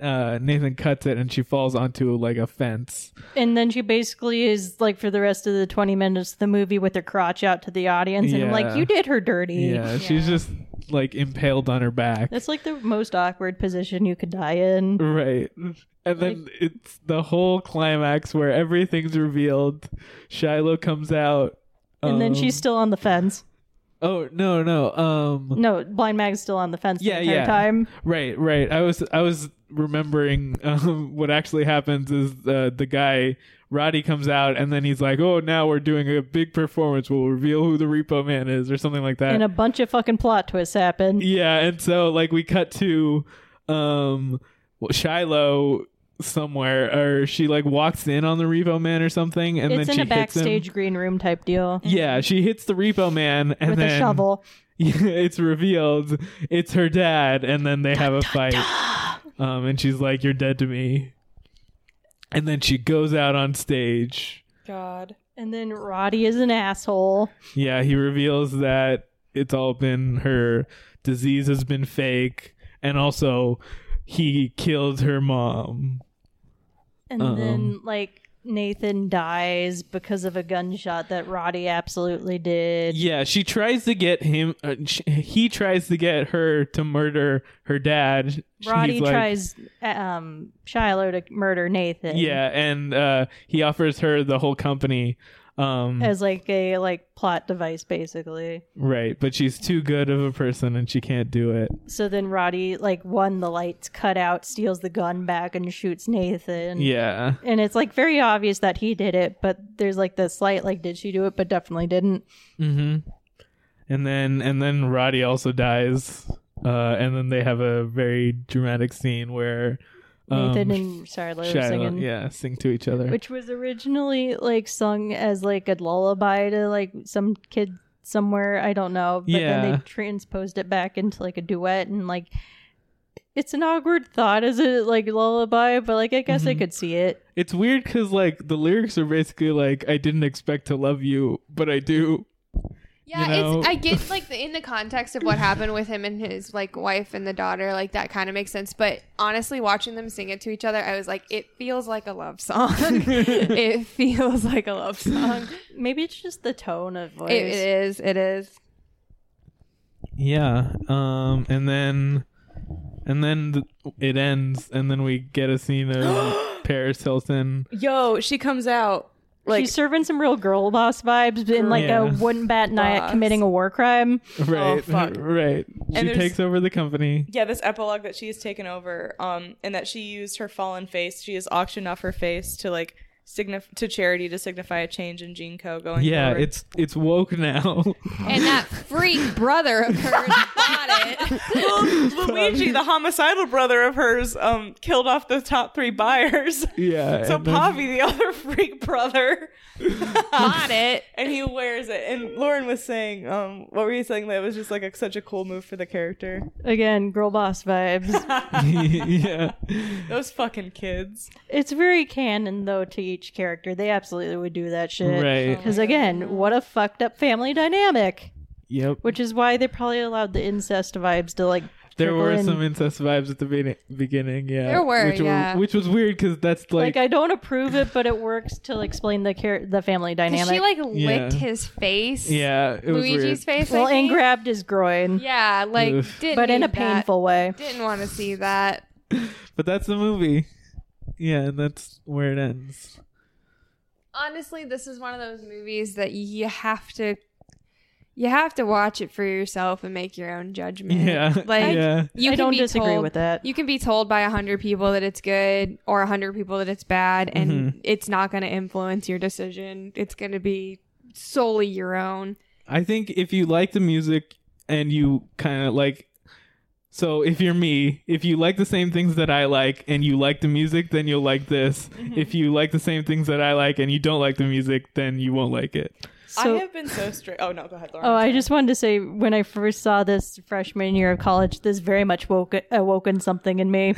Speaker 2: uh, Nathan cuts it, and she falls onto like a fence.
Speaker 3: And then she basically is like for the rest of the 20 minutes of the movie with her crotch out to the audience and I'm
Speaker 2: Yeah.
Speaker 3: like you did her dirty.
Speaker 2: Yeah, she's just like impaled on her back.
Speaker 3: That's like the most awkward position you could die in.
Speaker 2: right. And then it's the whole climax where everything's revealed. Shiloh comes out.
Speaker 3: And then
Speaker 2: um,
Speaker 3: she's still on the fence.
Speaker 2: Oh no no um
Speaker 3: No, Blind Mag's still on the fence
Speaker 2: Yeah,
Speaker 3: the entire
Speaker 2: yeah.
Speaker 3: time.
Speaker 2: right right I was I was remembering um, what actually happens is uh, the guy Roddy comes out and then he's like oh now we're doing a big performance we'll reveal who the repo man is or something like that
Speaker 3: And a bunch of fucking plot twists happen.
Speaker 2: Uh, yeah and so like we cut to um well, Shiloh somewhere or she like walks in on the repo man or something and
Speaker 3: it's
Speaker 2: then
Speaker 3: in
Speaker 2: she
Speaker 3: a
Speaker 2: hits him.
Speaker 3: backstage green room type deal
Speaker 2: yeah she hits the repo man and
Speaker 3: with
Speaker 2: then
Speaker 3: a shovel.
Speaker 2: it's revealed it's her dad and then they have a fight um and she's like you're dead to me and then she goes out on stage
Speaker 5: God.
Speaker 3: And then Roddy is an asshole.
Speaker 2: yeah he reveals that it's all been her disease has been fake and also he killed her mom
Speaker 3: And then like Nathan dies because of a gunshot that Roddy absolutely did.
Speaker 2: yeah she tries to get him uh, sh- he tries to get her to murder her dad She's
Speaker 3: Roddy
Speaker 2: like-
Speaker 3: tries um, Shiloh to murder Nathan.
Speaker 2: yeah and uh he offers her the whole company um
Speaker 3: As like a like plot device basically.
Speaker 2: Right, but she's too good of a person and she can't do it.
Speaker 3: So then Roddy like one the lights cut out, steals the gun back and shoots Nathan.
Speaker 2: Yeah.
Speaker 3: And it's like very obvious that he did it, but there's like the slight like did she do it but definitely didn't.
Speaker 2: Mm-hmm. And then and then Roddy also dies. Uh, and then they have a very dramatic scene where um,
Speaker 3: Nathan and Shiloh,
Speaker 2: Shiloh-
Speaker 3: singing.
Speaker 2: yeah, sing to each other.
Speaker 3: Which was originally like sung as like a lullaby to like some kid somewhere, I don't know. But then
Speaker 2: Yeah.
Speaker 3: they transposed it back into like a duet and like it's an awkward thought as a like lullaby, but like I guess I
Speaker 2: Mhm.
Speaker 3: could see it.
Speaker 2: it's weird because like the lyrics are basically like, "I didn't expect to love you, but I do."
Speaker 4: Yeah,
Speaker 2: you know?
Speaker 4: it's I get like the, in the context of what happened with him and his like wife and the daughter, like that kind of makes sense. But honestly, watching them sing it to each other, I was like, it feels like a love song. it feels like a love song.
Speaker 3: Maybe it's just the tone of voice.
Speaker 4: It, it is. It is.
Speaker 2: Yeah. Um. And then, and then th- it ends, and then we get a scene of Paris Hilton.
Speaker 5: Yo, she comes out like
Speaker 3: She's serving some real girl boss vibes in like
Speaker 2: Yeah.
Speaker 3: a wooden bat night
Speaker 5: Boss.
Speaker 3: committing a war crime.
Speaker 2: Right.
Speaker 5: Oh, fuck.
Speaker 2: Right.
Speaker 5: And
Speaker 2: she
Speaker 5: there's-
Speaker 2: takes over the company.
Speaker 5: yeah, this epilogue that she's taken over, um, and that she used her fallen face. She has auctioned off her face to like signif- to charity to signify a change in gene code going.
Speaker 2: Yeah,
Speaker 5: forward.
Speaker 2: it's it's woke now.
Speaker 4: And that freak brother of hers bought it.
Speaker 5: Luigi, the homicidal brother of hers, um, killed off the top three buyers.
Speaker 2: yeah.
Speaker 5: So
Speaker 2: and then-
Speaker 5: Pavi, the other freak brother, bought it and he wears it. And Lauren was saying, um, what were you saying? That it was just like a, such a cool move for the character.
Speaker 3: Again, girl boss vibes.
Speaker 2: yeah.
Speaker 5: Those fucking kids.
Speaker 3: it's very canon though to each character. They absolutely would do that shit.
Speaker 2: Right.
Speaker 3: Because again, what a fucked up family dynamic.
Speaker 2: Yep.
Speaker 3: Which is why they probably allowed the incest vibes to like.
Speaker 2: There
Speaker 3: trickle
Speaker 2: were
Speaker 3: in.
Speaker 2: some incest vibes at the be- beginning. Yeah.
Speaker 4: There were,
Speaker 2: Which
Speaker 4: yeah.
Speaker 2: which was weird because that's
Speaker 3: Like,
Speaker 2: like,
Speaker 3: I don't approve it, but it works to explain the char- the family
Speaker 4: 'Cause
Speaker 3: dynamic.
Speaker 4: She like licked
Speaker 2: Yeah.
Speaker 4: his face.
Speaker 2: yeah, it was
Speaker 4: Luigi's
Speaker 2: weird.
Speaker 4: face. I
Speaker 3: well, and
Speaker 4: think.
Speaker 3: grabbed his groin,
Speaker 4: Yeah, like
Speaker 2: Oof.
Speaker 4: didn't
Speaker 3: but in a
Speaker 4: need that.
Speaker 3: painful way.
Speaker 4: Didn't want to see that.
Speaker 2: But that's the movie. Yeah, and that's where it ends.
Speaker 4: honestly, this is one of those movies that you have to you have to watch it for yourself and make your own judgment.
Speaker 2: Yeah.
Speaker 4: Like
Speaker 2: yeah.
Speaker 4: you
Speaker 3: I
Speaker 4: can
Speaker 3: don't
Speaker 4: be
Speaker 3: disagree
Speaker 4: told-
Speaker 3: with that.
Speaker 4: You can be told by a hundred people that it's good or a hundred people that it's bad, and
Speaker 2: Mm-hmm.
Speaker 4: it's not going to influence your decision. It's going to be solely your own.
Speaker 2: I think if you like the music and you kind of like, so if you're me, if you like the same things that I like and you like the music, then you'll like this. If you like the same things that I like and you don't like the music, then you won't like it.
Speaker 3: So,
Speaker 5: I have been so strict. Oh no, go ahead, Lauren.
Speaker 3: oh, I just wanted to say when I first saw this freshman year of college, this very much woke awoken something in me.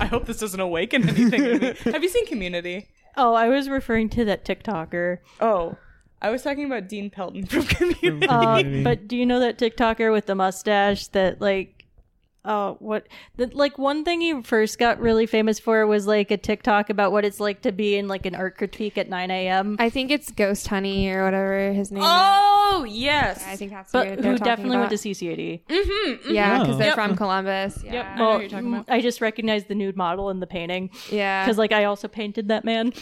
Speaker 5: I hope this doesn't awaken anything. in me. Have you seen Community?
Speaker 3: oh, I was referring to that TikToker.
Speaker 5: Oh, I was talking about Dean Pelton from Community.
Speaker 3: Uh,
Speaker 2: Community.
Speaker 3: but do you know that TikToker with the mustache that like oh what that like one thing he first got really famous for was like a TikTok about what it's like to be in like an art critique at 9 a.m.
Speaker 4: I think it's Ghost Honey or whatever his name. is.
Speaker 5: oh yes.
Speaker 4: I think that's
Speaker 3: But
Speaker 4: who they're
Speaker 3: who
Speaker 4: talking
Speaker 3: definitely
Speaker 4: about.
Speaker 3: went to CCAD.
Speaker 4: yeah because
Speaker 2: Oh.
Speaker 4: they're
Speaker 2: Yep.
Speaker 4: from Columbus. Yeah,
Speaker 5: Yep.
Speaker 3: Well,
Speaker 5: who you're talking about.
Speaker 3: I just recognized the nude model in the painting
Speaker 4: yeah.
Speaker 3: because like I also painted that man.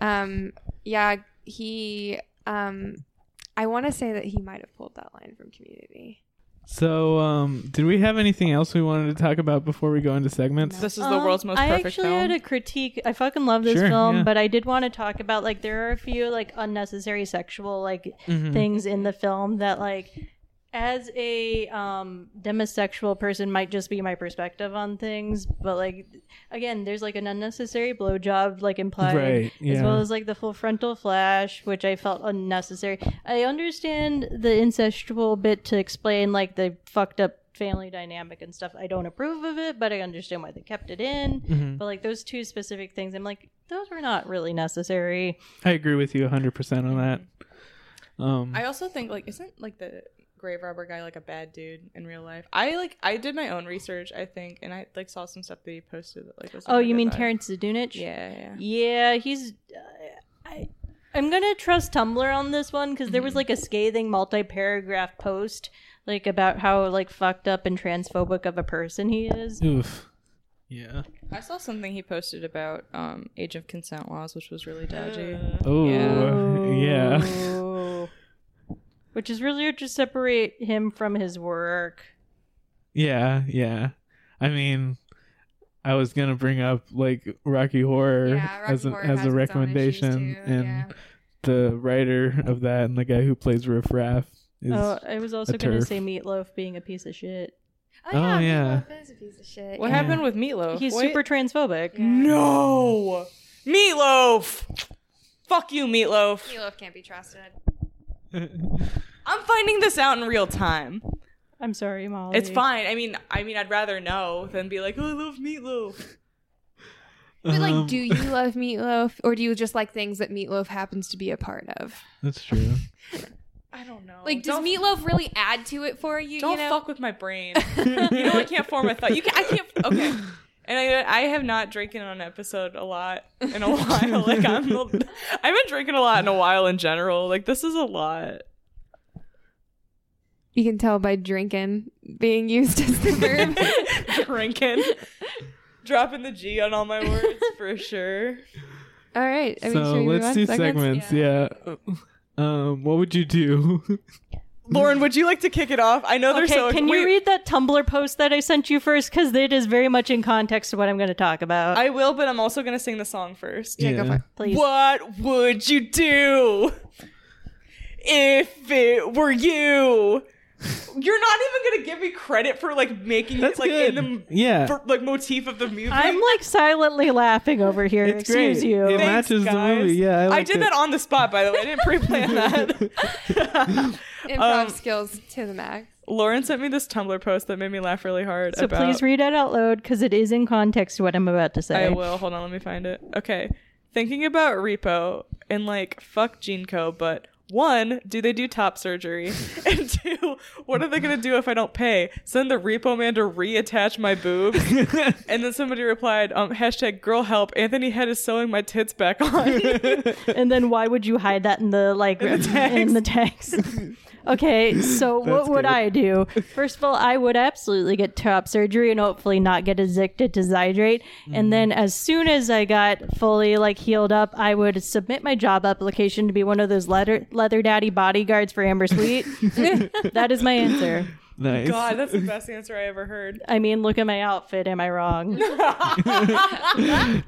Speaker 4: um, yeah, he. Um, I want to say that he might have pulled that line from Community.
Speaker 2: So, um, did we have anything else we wanted to talk about before we go into segments?
Speaker 5: This is the
Speaker 3: Um,
Speaker 5: world's most
Speaker 3: I
Speaker 5: perfect
Speaker 3: actually
Speaker 5: film.
Speaker 3: had a critique. I fucking love this
Speaker 2: Sure,
Speaker 3: film,
Speaker 2: yeah.
Speaker 3: but I did want to talk about like there are a few like unnecessary sexual like
Speaker 2: Mm-hmm.
Speaker 3: things in the film that like as a um demisexual person might just be my perspective on things, but like again, there's like an unnecessary blowjob like implied
Speaker 2: Right,
Speaker 3: as
Speaker 2: yeah.
Speaker 3: well as like the full frontal flash, which I felt unnecessary. I understand the incestual bit to explain like the fucked up family dynamic and stuff. I don't approve of it, but I understand why they kept it in.
Speaker 2: Mm-hmm.
Speaker 3: But like those two specific things, I'm like, those were not really necessary.
Speaker 2: I agree with you 100% on that. Um,
Speaker 5: I also think like isn't like the grave robber guy like a bad dude in real life? I like I did my own research, I think, and I like saw some stuff that he posted that like was.
Speaker 3: Oh, you mean
Speaker 5: Terry?
Speaker 3: Terrence Dunich?
Speaker 5: Yeah, yeah.
Speaker 3: Yeah, he's. uh, I, I'm gonna trust Tumblr on this one because there was
Speaker 5: Mm-hmm.
Speaker 3: like a scathing multi-paragraph post, like about how like fucked up and transphobic of a person he is.
Speaker 2: oof. Yeah.
Speaker 5: I saw something he posted about um, age of consent laws, which was really dodgy.
Speaker 3: Uh,
Speaker 2: Oh,
Speaker 3: Yeah.
Speaker 2: yeah.
Speaker 3: Which is really hard to separate him from his work.
Speaker 2: Yeah, yeah. I mean, I was gonna bring up like Rocky Horror
Speaker 4: Yeah, Rocky
Speaker 2: as a,
Speaker 4: Horror
Speaker 2: as
Speaker 4: has
Speaker 2: a
Speaker 4: its own
Speaker 2: recommendation,
Speaker 4: issues too,
Speaker 2: and
Speaker 4: yeah.
Speaker 2: the writer of that and the guy who plays Riff Raff is
Speaker 3: Oh, I was also
Speaker 2: a
Speaker 3: going to
Speaker 2: turf.
Speaker 3: say Meatloaf being a piece of shit.
Speaker 2: Oh, yeah, yeah.
Speaker 4: Meatloaf is a piece of shit.
Speaker 5: What
Speaker 2: Yeah.
Speaker 5: happened with Meatloaf?
Speaker 3: He's
Speaker 5: What?
Speaker 3: super transphobic.
Speaker 5: No, Meatloaf. Fuck you, Meatloaf.
Speaker 4: Meatloaf can't be trusted.
Speaker 5: I'm finding this out in real time.
Speaker 3: I'm sorry, Molly.
Speaker 5: It's fine. I mean, I mean, I'd rather know than be like, oh, I love Meatloaf.
Speaker 4: But
Speaker 2: Um,
Speaker 4: like, do you love Meatloaf, or do you just like things that Meatloaf happens to be a part of?
Speaker 2: that's true.
Speaker 5: I don't
Speaker 2: Oh,
Speaker 5: know.
Speaker 4: Like, does
Speaker 5: don't,
Speaker 4: Meatloaf really add to it for you?
Speaker 5: Don't
Speaker 4: you know?
Speaker 5: fuck with my brain. you know, I can't form a thought. You can, I can't. Okay. And I, I have not drinking on episode a lot in a while. Like I'm, I've been drinking a lot in a while in general. Like this is a lot.
Speaker 4: You can tell by drinking being used as the verb.
Speaker 5: drinking, dropping the G on all my words for sure.
Speaker 4: All right. I mean,
Speaker 2: so
Speaker 4: should we
Speaker 2: let's
Speaker 4: move
Speaker 2: do
Speaker 4: on?
Speaker 2: segments. Yeah. Um, what would you do?
Speaker 5: Lauren, would you like to kick it off? I know
Speaker 3: Okay,
Speaker 5: there's so.
Speaker 3: can you
Speaker 5: wait,
Speaker 3: read that Tumblr post that I sent you first? Because it is very much in context to what I'm going to talk about.
Speaker 5: I will, but I'm also gonna sing the song first.
Speaker 2: yeah,
Speaker 3: Please.
Speaker 5: What would you do if it were you? You're not even gonna give me credit for like making
Speaker 2: That's
Speaker 5: it like
Speaker 2: good.
Speaker 5: in the
Speaker 2: yeah.
Speaker 5: for, like motif of the movie.
Speaker 3: I'm like silently laughing over here.
Speaker 2: It's
Speaker 3: Excuse
Speaker 2: great.
Speaker 3: you.
Speaker 2: It
Speaker 5: Thanks,
Speaker 2: matches
Speaker 5: guys.
Speaker 2: the movie. Yeah, I,
Speaker 5: I,
Speaker 2: liked
Speaker 5: did
Speaker 2: it.
Speaker 5: that on the spot, by the way. I didn't pre-plan that.
Speaker 4: Improv
Speaker 5: Um,
Speaker 4: skills to the max.
Speaker 5: Lauren sent me this Tumblr post that made me laugh really hard.
Speaker 3: So
Speaker 5: about-
Speaker 3: please read it out loud because it is in context to what I'm about to say.
Speaker 5: I will. Hold on, let me find it. Okay. Thinking about repo and like fuck Genco, but one, do they do top surgery? and two, what are they gonna do if I don't pay? Send the repo man to reattach my boobs. and then somebody replied, um, hashtag girl help, Anthony Head is sewing my tits back on.
Speaker 3: And then why would you hide that in the like in the text? Okay, so what
Speaker 2: That's
Speaker 3: would
Speaker 2: good.
Speaker 3: I do? First of all, I would absolutely get top surgery and hopefully not get addicted to Zydrate. And then as soon as I got fully like healed up, I would submit my job application to be one of those leather leather daddy bodyguards for Amber Sweet. that is my answer.
Speaker 2: Nice.
Speaker 5: God, that's the best answer I ever heard.
Speaker 3: I mean, look at my outfit. Am I wrong?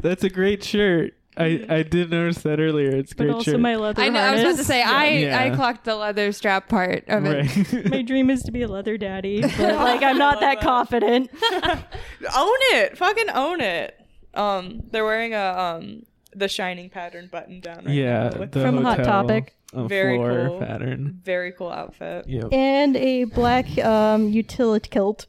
Speaker 2: That's a great shirt. I, I did notice that earlier. It's a
Speaker 3: But
Speaker 2: great
Speaker 3: also
Speaker 2: shirt.
Speaker 3: my leather
Speaker 4: I know. I was
Speaker 3: harness.
Speaker 4: about to say I
Speaker 2: Yeah.
Speaker 4: I clocked the leather strap part of it.
Speaker 2: right.
Speaker 3: my dream is to be a leather daddy, but like I'm not that confident.
Speaker 5: Own it. Fucking own it. Um, they're wearing a um the shining pattern button down right
Speaker 2: yeah,
Speaker 5: now with
Speaker 2: the
Speaker 3: From Hot
Speaker 2: hotel,
Speaker 3: Topic.
Speaker 2: a
Speaker 5: Very
Speaker 2: floor
Speaker 5: cool.
Speaker 2: pattern.
Speaker 5: very cool outfit.
Speaker 2: Yep.
Speaker 3: And a black um, utility kilt.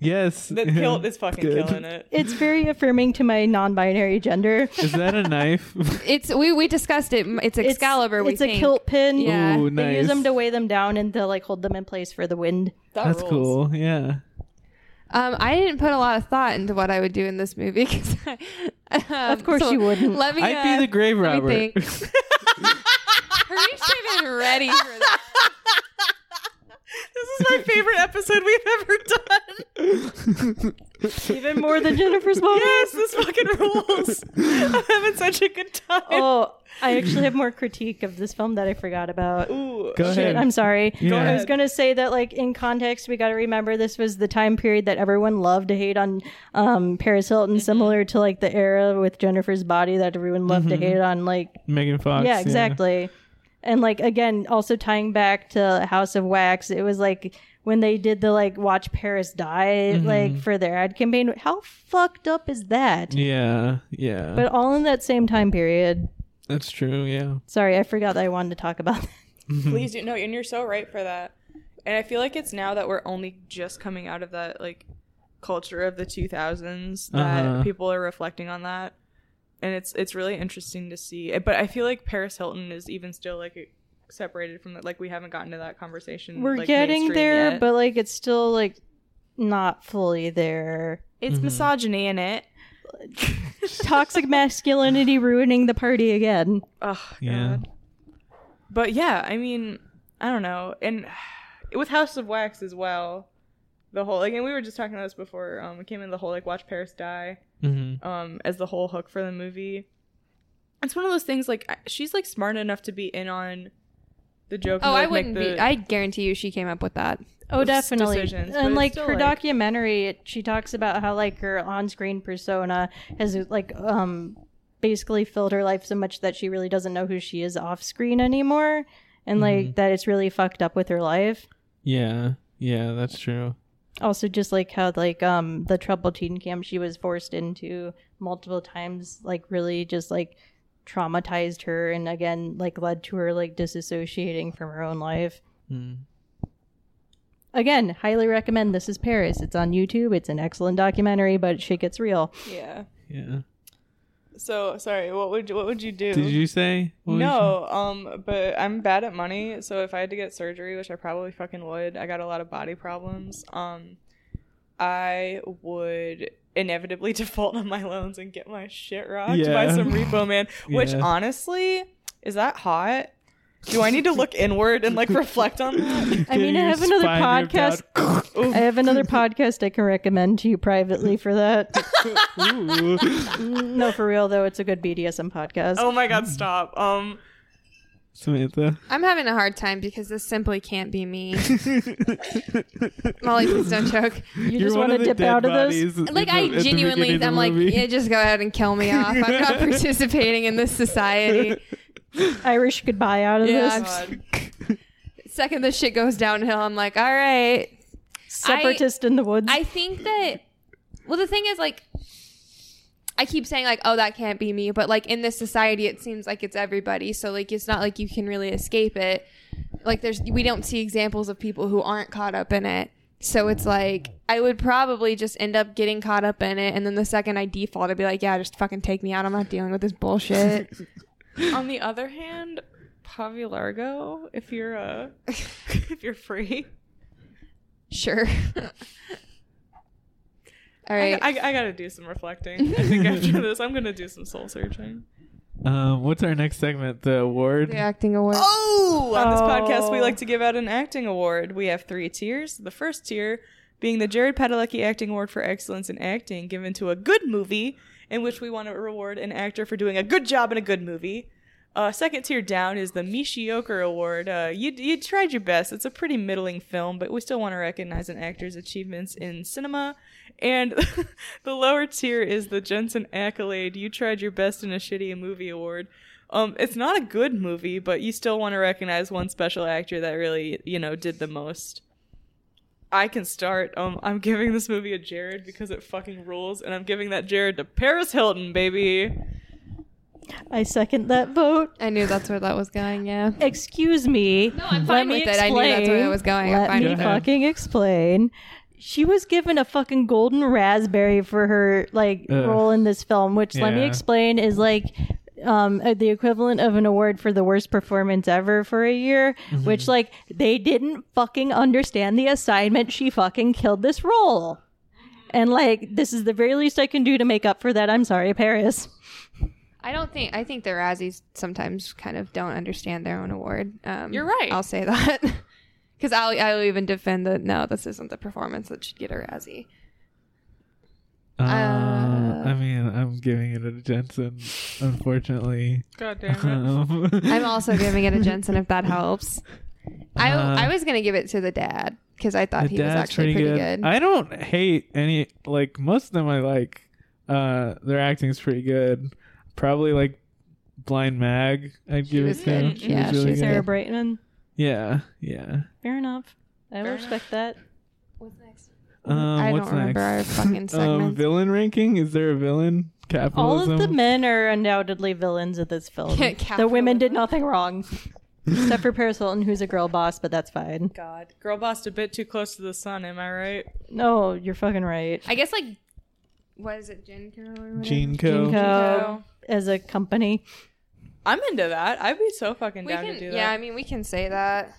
Speaker 2: yes.
Speaker 5: The kilt is fucking
Speaker 2: Good.
Speaker 5: killing it.
Speaker 3: It's very affirming to my non-binary gender.
Speaker 2: Is that a knife?
Speaker 4: It's we we discussed it. It's
Speaker 3: It's-
Speaker 4: Excalibur. we
Speaker 3: It's a
Speaker 4: think.
Speaker 3: kilt pin.
Speaker 4: Yeah.
Speaker 2: Ooh,
Speaker 3: They
Speaker 2: nice.
Speaker 3: use them to weigh them down and to like hold them in place for the wind.
Speaker 5: That
Speaker 2: That's
Speaker 5: rules.
Speaker 2: cool. Yeah.
Speaker 4: Um, I didn't put a lot of thought into what I would do in this movie because,
Speaker 3: Of course you wouldn't.
Speaker 4: Let me. uh,
Speaker 2: I'd be the grave
Speaker 4: let
Speaker 2: robber.
Speaker 4: me Harish should have been ready for that.
Speaker 5: This is my favorite episode we've ever done.
Speaker 3: Even more than Jennifer's mom.
Speaker 5: Yes, this fucking rules. I'm having such a good time.
Speaker 3: Oh, I actually have more critique of this film that I forgot about.
Speaker 5: Ooh.
Speaker 2: Go
Speaker 3: Shit,
Speaker 2: ahead.
Speaker 3: I'm sorry.
Speaker 2: Yeah. Go
Speaker 3: I was
Speaker 5: ahead.
Speaker 3: gonna say that, like in context, we got to remember this was the time period that everyone loved to hate on um, Paris Hilton,
Speaker 4: Mm-hmm.
Speaker 3: similar to like the era with Jennifer's body that everyone loved
Speaker 2: Mm-hmm.
Speaker 3: to hate on, like
Speaker 2: Megan Fox.
Speaker 3: yeah, exactly. And like again, also tying back to House of Wax, it was like when they did the like watch Paris die
Speaker 2: Mm-hmm.
Speaker 3: like for their ad campaign. How fucked up is that?
Speaker 2: Yeah. Yeah.
Speaker 3: But all in that same time period.
Speaker 2: That's true. Yeah.
Speaker 3: Sorry, I forgot that I wanted to talk about. That.
Speaker 5: Please do. No, and you're so right for that. And I feel like it's now that we're only just coming out of that like culture of the 2000s that
Speaker 2: Uh-huh.
Speaker 5: people are reflecting on that. And it's it's really interesting to see. Eh, But I feel like Paris Hilton is even still like separated from that. Like we haven't gotten to that conversation.
Speaker 3: We're
Speaker 5: Mm, like,
Speaker 3: getting
Speaker 5: mainstream
Speaker 3: there,
Speaker 5: yet.
Speaker 3: but like it's still like not fully there.
Speaker 5: it's
Speaker 2: Mm-hmm.
Speaker 5: misogyny in it.
Speaker 3: Toxic masculinity ruining the party again.
Speaker 5: Oh
Speaker 2: Yeah.
Speaker 5: god. But yeah, I mean, I don't know. And with House of Wax as well, the whole like and we were just talking about this before um we came in the whole like watch Paris die
Speaker 2: Mm-hmm.
Speaker 5: um as the whole hook for the movie. It's one of those things like I- she's like smart enough to be in on the joke.
Speaker 4: Oh,
Speaker 5: and, like,
Speaker 4: I
Speaker 5: make
Speaker 4: wouldn't
Speaker 5: the-
Speaker 4: be. I guarantee you, she came up with that.
Speaker 3: Oh,
Speaker 5: those
Speaker 3: definitely.
Speaker 5: decisions, but
Speaker 3: and
Speaker 5: it's
Speaker 3: like
Speaker 5: still,
Speaker 3: her
Speaker 5: like-
Speaker 3: documentary, it, she talks about how like her on-screen persona has like um basically filled her life so much that she really doesn't know who she is off-screen anymore, and
Speaker 5: Mm-hmm.
Speaker 3: like that it's really fucked up with her life.
Speaker 2: Yeah. Yeah. That's true.
Speaker 3: Also, just like how like um the troubled teen camp she was forced into multiple times, like really just like traumatized her, and again like led to her like disassociating from her own life.
Speaker 2: Mm.
Speaker 3: Again, highly recommend. This is Paris. It's on YouTube. It's an excellent documentary, but shit gets real.
Speaker 5: Yeah.
Speaker 2: Yeah.
Speaker 5: So sorry. What would you, what would you do?
Speaker 2: Did you say? what was
Speaker 5: no, um, but I'm bad at money, so if I had to get surgery, which I probably fucking would, I got a lot of body problems. Um, I would inevitably default on my loans and get my shit rocked by
Speaker 2: Yeah.
Speaker 5: some repo man. Which
Speaker 2: Yeah.
Speaker 5: honestly, is that hot? Do I need to look inward and like reflect on that?
Speaker 3: I
Speaker 2: Get
Speaker 3: mean, I
Speaker 2: your
Speaker 3: have another
Speaker 2: spine ripped
Speaker 3: podcast. I have another podcast I can recommend to you privately for that.
Speaker 2: Ooh.
Speaker 3: No, for real though, it's a good BDSM podcast.
Speaker 5: Oh my god, stop. Um,
Speaker 2: Samantha.
Speaker 4: I'm having a hard time because this simply can't be me. Molly, please don't choke.
Speaker 3: you
Speaker 2: You're
Speaker 3: just
Speaker 2: one
Speaker 3: want to
Speaker 2: the
Speaker 3: dip
Speaker 2: dead
Speaker 3: out of this?
Speaker 2: bodies in
Speaker 4: Like
Speaker 2: the-
Speaker 4: I
Speaker 2: at the
Speaker 4: genuinely,
Speaker 2: beginning of
Speaker 4: I'm
Speaker 2: the
Speaker 4: like,
Speaker 2: movie.
Speaker 4: yeah, just go ahead and kill me off. I'm not participating in this society.
Speaker 3: Irish goodbye out of
Speaker 4: Yeah,
Speaker 3: this.
Speaker 4: I'm s- second this shit goes downhill, I'm like, all right.
Speaker 3: Separatist in the woods.
Speaker 4: I think that well the thing is like I keep saying like oh that can't be me but like in this society it seems like it's everybody so like it's not like you can really escape it like there's we don't see examples of people who aren't caught up in it so it's like I would probably just end up getting caught up in it and then the second I default I'd be like yeah just fucking take me out I'm not dealing with this bullshit
Speaker 5: on the other hand, Pavi Largo, if you're uh, if you're free.
Speaker 4: sure all
Speaker 5: I,
Speaker 4: right
Speaker 5: I, I gotta do some reflecting. I think after this, I'm gonna do some soul searching.
Speaker 2: Um, what's our next segment? The award.
Speaker 4: the acting award
Speaker 2: Oh,
Speaker 5: Ooh, on this podcast, we like to give out an acting award. We have three tiers. The first tier being the Jared Padalecki Acting Award for Excellence in Acting, given to a good movie, in which we want to reward an actor for doing a good job in a good movie. Uh, second tier down is the Mishioker Award. Uh, you you tried your best. It's a pretty middling film, but we still want to recognize an actor's achievements in cinema. And the lower tier is the Jensen Accolade. You tried your best in a shitty movie award. Um, it's not a good movie, but you still want to recognize one special actor that really you know did the most. I can start. Um, I'm giving this movie a Jared because it fucking rules, and I'm giving that Jared to Paris Hilton, baby.
Speaker 3: I second that vote.
Speaker 4: I knew that's where that was going. Yeah.
Speaker 3: Excuse me.
Speaker 4: No, I'm fine
Speaker 3: Let me
Speaker 4: with it. I knew that's where
Speaker 3: explain.
Speaker 4: it was going. I'm
Speaker 3: Let
Speaker 4: fine
Speaker 3: me
Speaker 4: with it.
Speaker 3: fucking explain. She was given a fucking golden raspberry for her like
Speaker 2: Ugh.
Speaker 3: role in this film, which let me
Speaker 2: Yeah.
Speaker 3: explain is like um uh, the equivalent of an award for the worst performance ever for a year,
Speaker 2: Mm-hmm.
Speaker 3: which like they didn't fucking understand the assignment. She fucking killed this role. And like this is the very least I can do to make up for that. I'm sorry, Paris.
Speaker 4: I don't think I think the Razzies sometimes kind of don't understand their own award. Um,
Speaker 5: You're right.
Speaker 4: I'll say that because I'll I'll even defend that. No, this isn't the performance that should get a Razzie.
Speaker 2: Uh, I mean, I'm giving it a Jensen, unfortunately.
Speaker 5: God damn it.
Speaker 2: Um,
Speaker 4: I'm also giving it a Jensen if that helps. I
Speaker 2: Uh,
Speaker 4: I was gonna give it to the dad because I thought
Speaker 2: the
Speaker 4: he was
Speaker 2: dad's
Speaker 4: actually pretty, good.
Speaker 2: I don't hate any. Like most of them, I like. Uh, their acting's pretty good. Probably like Blind Mag. I'd give
Speaker 4: was
Speaker 2: it to.
Speaker 4: good.
Speaker 2: She
Speaker 4: Yeah,
Speaker 2: was
Speaker 4: she
Speaker 2: really
Speaker 4: was
Speaker 2: good.
Speaker 4: good.
Speaker 3: Sarah Brightman.
Speaker 2: Yeah, yeah.
Speaker 3: Fair enough. I will respect that.
Speaker 2: Um,
Speaker 4: I don't
Speaker 2: what's
Speaker 4: remember our
Speaker 2: next?
Speaker 4: fucking
Speaker 2: um,
Speaker 4: segments.
Speaker 2: villain ranking. Is there a villain?
Speaker 3: All
Speaker 2: Capitalism.
Speaker 3: of the men are undoubtedly villains of this film. the women did nothing wrong. Except for Paris Hilton, who's a girl boss, but that's fine.
Speaker 5: God, girl bossed a bit too close to the sun. Am I right?
Speaker 3: No, you're fucking right.
Speaker 4: I guess like what is it, Jenko or whatever?
Speaker 2: Gene
Speaker 3: Jinko,
Speaker 2: Co.
Speaker 3: as a company.
Speaker 5: I'm into that. I'd be so fucking
Speaker 4: We
Speaker 5: down
Speaker 4: can,
Speaker 5: to do that.
Speaker 4: yeah, I mean we can say that.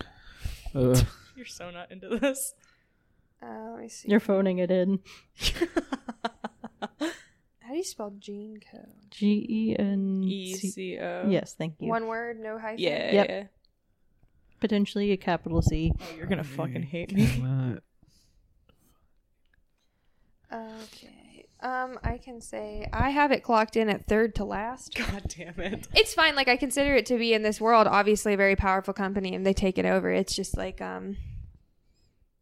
Speaker 2: Ugh.
Speaker 5: You're so not into this.
Speaker 4: Uh, let me see.
Speaker 3: You're phoning it in.
Speaker 4: How do you spell Gene Co?
Speaker 3: G E N
Speaker 5: E
Speaker 3: C.
Speaker 5: C O.
Speaker 3: Yes, thank you.
Speaker 4: One word, no hyphen.
Speaker 5: Yeah.
Speaker 3: Yep.
Speaker 5: yeah.
Speaker 3: Potentially a capital C.
Speaker 5: Oh, you're gonna fucking hate
Speaker 2: Maybe
Speaker 5: me.
Speaker 2: not.
Speaker 4: Okay. Um, I can say I have it clocked in at third to last.
Speaker 5: God damn it.
Speaker 4: It's fine. Like I consider it to be in this world, obviously a very powerful company, and they take it over. It's just like um,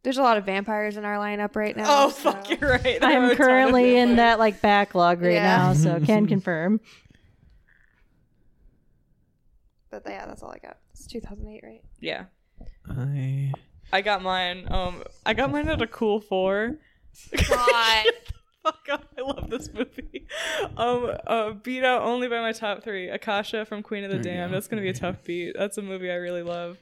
Speaker 4: there's a lot of vampires in our lineup right now.
Speaker 5: Oh
Speaker 4: so-
Speaker 5: fuck, you're right. There are a
Speaker 3: I'm
Speaker 5: ton of
Speaker 3: currently in
Speaker 5: different-
Speaker 3: that like backlog right
Speaker 4: Yeah.
Speaker 3: now, so can confirm.
Speaker 4: But yeah, that's all I got. It's 2008, right?
Speaker 5: Yeah.
Speaker 2: I.
Speaker 5: I got mine. Um, I got mine at a cool four.
Speaker 4: God.
Speaker 5: Fuck up! I love this movie. Um, uh, beat out only by my top three. Akasha from Queen of the
Speaker 2: There you
Speaker 5: Damned.
Speaker 2: go.
Speaker 5: That's gonna be a tough beat. That's a movie I really love.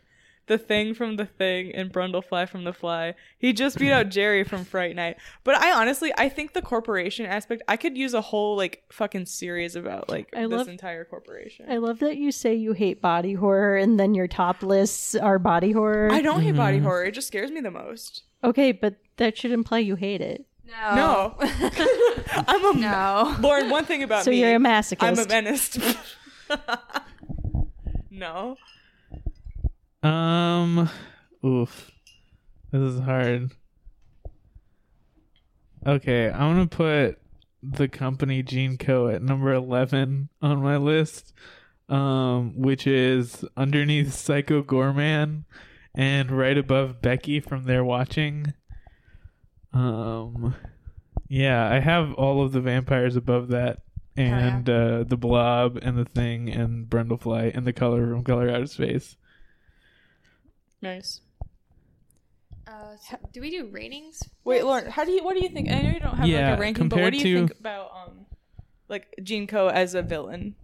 Speaker 5: The Thing from The Thing and Brundlefly from The Fly. He just beat out Jerry from Fright Night. But I honestly, I think the corporation aspect. I could use a whole like fucking series about like
Speaker 3: I
Speaker 5: this
Speaker 3: love-
Speaker 5: entire corporation.
Speaker 3: I love that you say you hate body horror and then your top lists are body horror.
Speaker 5: I don't hate body Mm-hmm. horror. It just scares me the most.
Speaker 3: Okay, but that should imply you hate it.
Speaker 4: No.
Speaker 5: No, I'm a
Speaker 4: No.
Speaker 5: Lauren, one thing about
Speaker 3: So
Speaker 5: me.
Speaker 3: you're a masochist.
Speaker 5: I'm a menace. no.
Speaker 2: Um, oof, this is hard. Okay, I'm gonna put the company Gene Co at number eleven on my list, um, which is underneath Psycho Gorman, and right above Becky from There Watching. Um, yeah, I have all of the vampires above that. And uh, the Blob and the Thing and Brundlefly and the Color from Color Out of Space.
Speaker 5: Nice.
Speaker 4: Uh, so- do we do ratings?
Speaker 5: Wait, Lauren, how do you? What do you think? I know you don't have
Speaker 2: Yeah,
Speaker 5: like a ranking, but what
Speaker 2: compared
Speaker 5: do you
Speaker 2: to-
Speaker 5: think about um, like Gene Co as a villain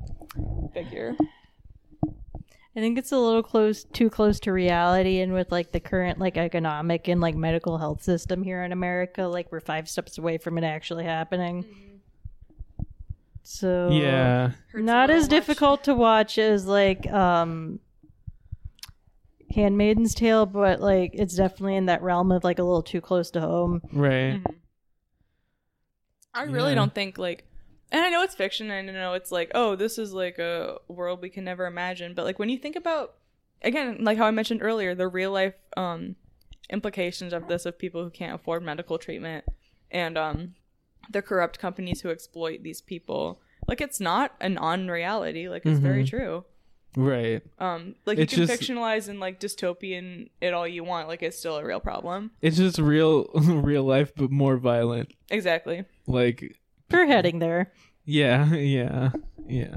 Speaker 5: figure?
Speaker 3: I think it's a little close, too close to reality, and with like the current like economic and like medical health system here in America, like we're five steps away from it actually happening. So
Speaker 2: Yeah.
Speaker 3: not as difficult to watch as like um Handmaiden's Tale, but like it's definitely in that realm of like a little too close to home.
Speaker 2: Right.
Speaker 5: I really
Speaker 2: Yeah.
Speaker 5: don't think like, and I know it's fiction, and I know it's like, oh, this is like a world we can never imagine, but like when you think about again, like how I mentioned earlier, the real life um, implications of this of people who can't afford medical treatment and um, the corrupt companies who exploit these people. Like it's not an unreality. Like it's very true.
Speaker 2: Right.
Speaker 5: Um, like
Speaker 2: Mm-hmm. It's
Speaker 5: you can
Speaker 2: just-
Speaker 5: fictionalize and like dystopian it all you want. Like it's still a real problem.
Speaker 2: It's just real, real life, but more violent.
Speaker 5: Exactly.
Speaker 2: Like,
Speaker 3: We're heading there.
Speaker 2: yeah, yeah, yeah.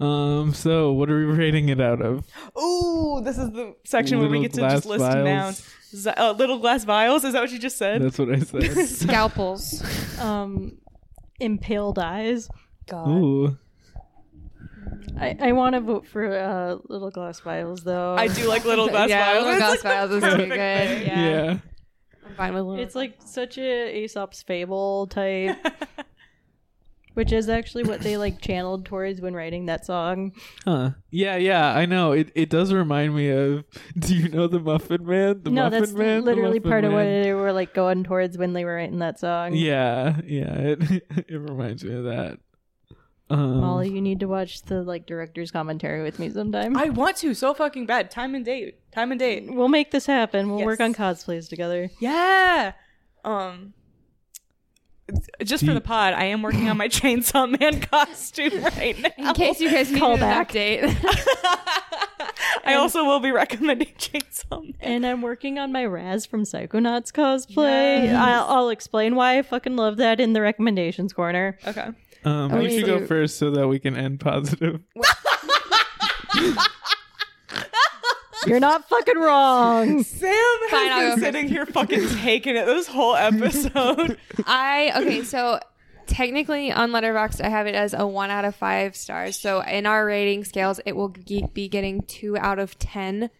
Speaker 2: Um. So, what are we rating it out of?
Speaker 5: Ooh, this is the section where we
Speaker 2: Little
Speaker 5: get to
Speaker 2: glass
Speaker 5: just list
Speaker 2: vials.
Speaker 5: nouns. Z- uh, little glass vials. Is that what you just said?
Speaker 2: That's what I said.
Speaker 4: Scalpels.
Speaker 3: Um, impaled eyes. God.
Speaker 2: Ooh.
Speaker 3: I, I want to vote for uh, Little Glass Vials, though.
Speaker 5: I do like little glass
Speaker 4: yeah,
Speaker 5: vials.
Speaker 4: little glass
Speaker 5: It's like the
Speaker 4: vials is pretty
Speaker 5: perfect
Speaker 4: good.
Speaker 5: thing.
Speaker 4: Yeah.
Speaker 2: Yeah.
Speaker 4: I'm fine with little.
Speaker 3: It's like such a Aesop's Fable type, which is actually what they like channeled towards when writing that song.
Speaker 2: Huh. Yeah, yeah, I know. It it does remind me of do you know the Muffin Man? The
Speaker 3: no,
Speaker 2: Muffin
Speaker 3: that's
Speaker 2: Man? The
Speaker 3: literally
Speaker 2: Muffin
Speaker 3: part of what
Speaker 2: Man.
Speaker 3: they were like going towards when they were writing that song.
Speaker 2: Yeah, yeah. It it reminds me of that. Um
Speaker 3: Molly, you need to watch the like director's commentary with me sometime.
Speaker 5: I want to so fucking bad. Time and date. Time and date.
Speaker 3: we'll make this happen. We'll work
Speaker 5: Yes.
Speaker 3: on cosplays together.
Speaker 5: Yeah. Um. Just for the pod, I am working on my Chainsaw Man costume right now.
Speaker 4: in case you guys need
Speaker 3: Call
Speaker 4: an
Speaker 3: back.
Speaker 4: update.
Speaker 5: I also will be recommending Chainsaw Man.
Speaker 3: And I'm working on my Raz from Psychonauts cosplay. I'll, I'll explain why I fucking love that in the recommendations corner.
Speaker 5: Okay.
Speaker 2: um
Speaker 4: Oh,
Speaker 2: you should go
Speaker 4: shoot.
Speaker 2: first so that we can end positive.
Speaker 3: You're not fucking wrong.
Speaker 5: Sam
Speaker 4: Fine, I'll go
Speaker 5: has been
Speaker 4: first.
Speaker 5: sitting here fucking taking it this whole episode.
Speaker 4: I okay, so technically on Letterboxd I have it as a one out of five stars. So in our rating scales, it will ge- be getting two out of ten.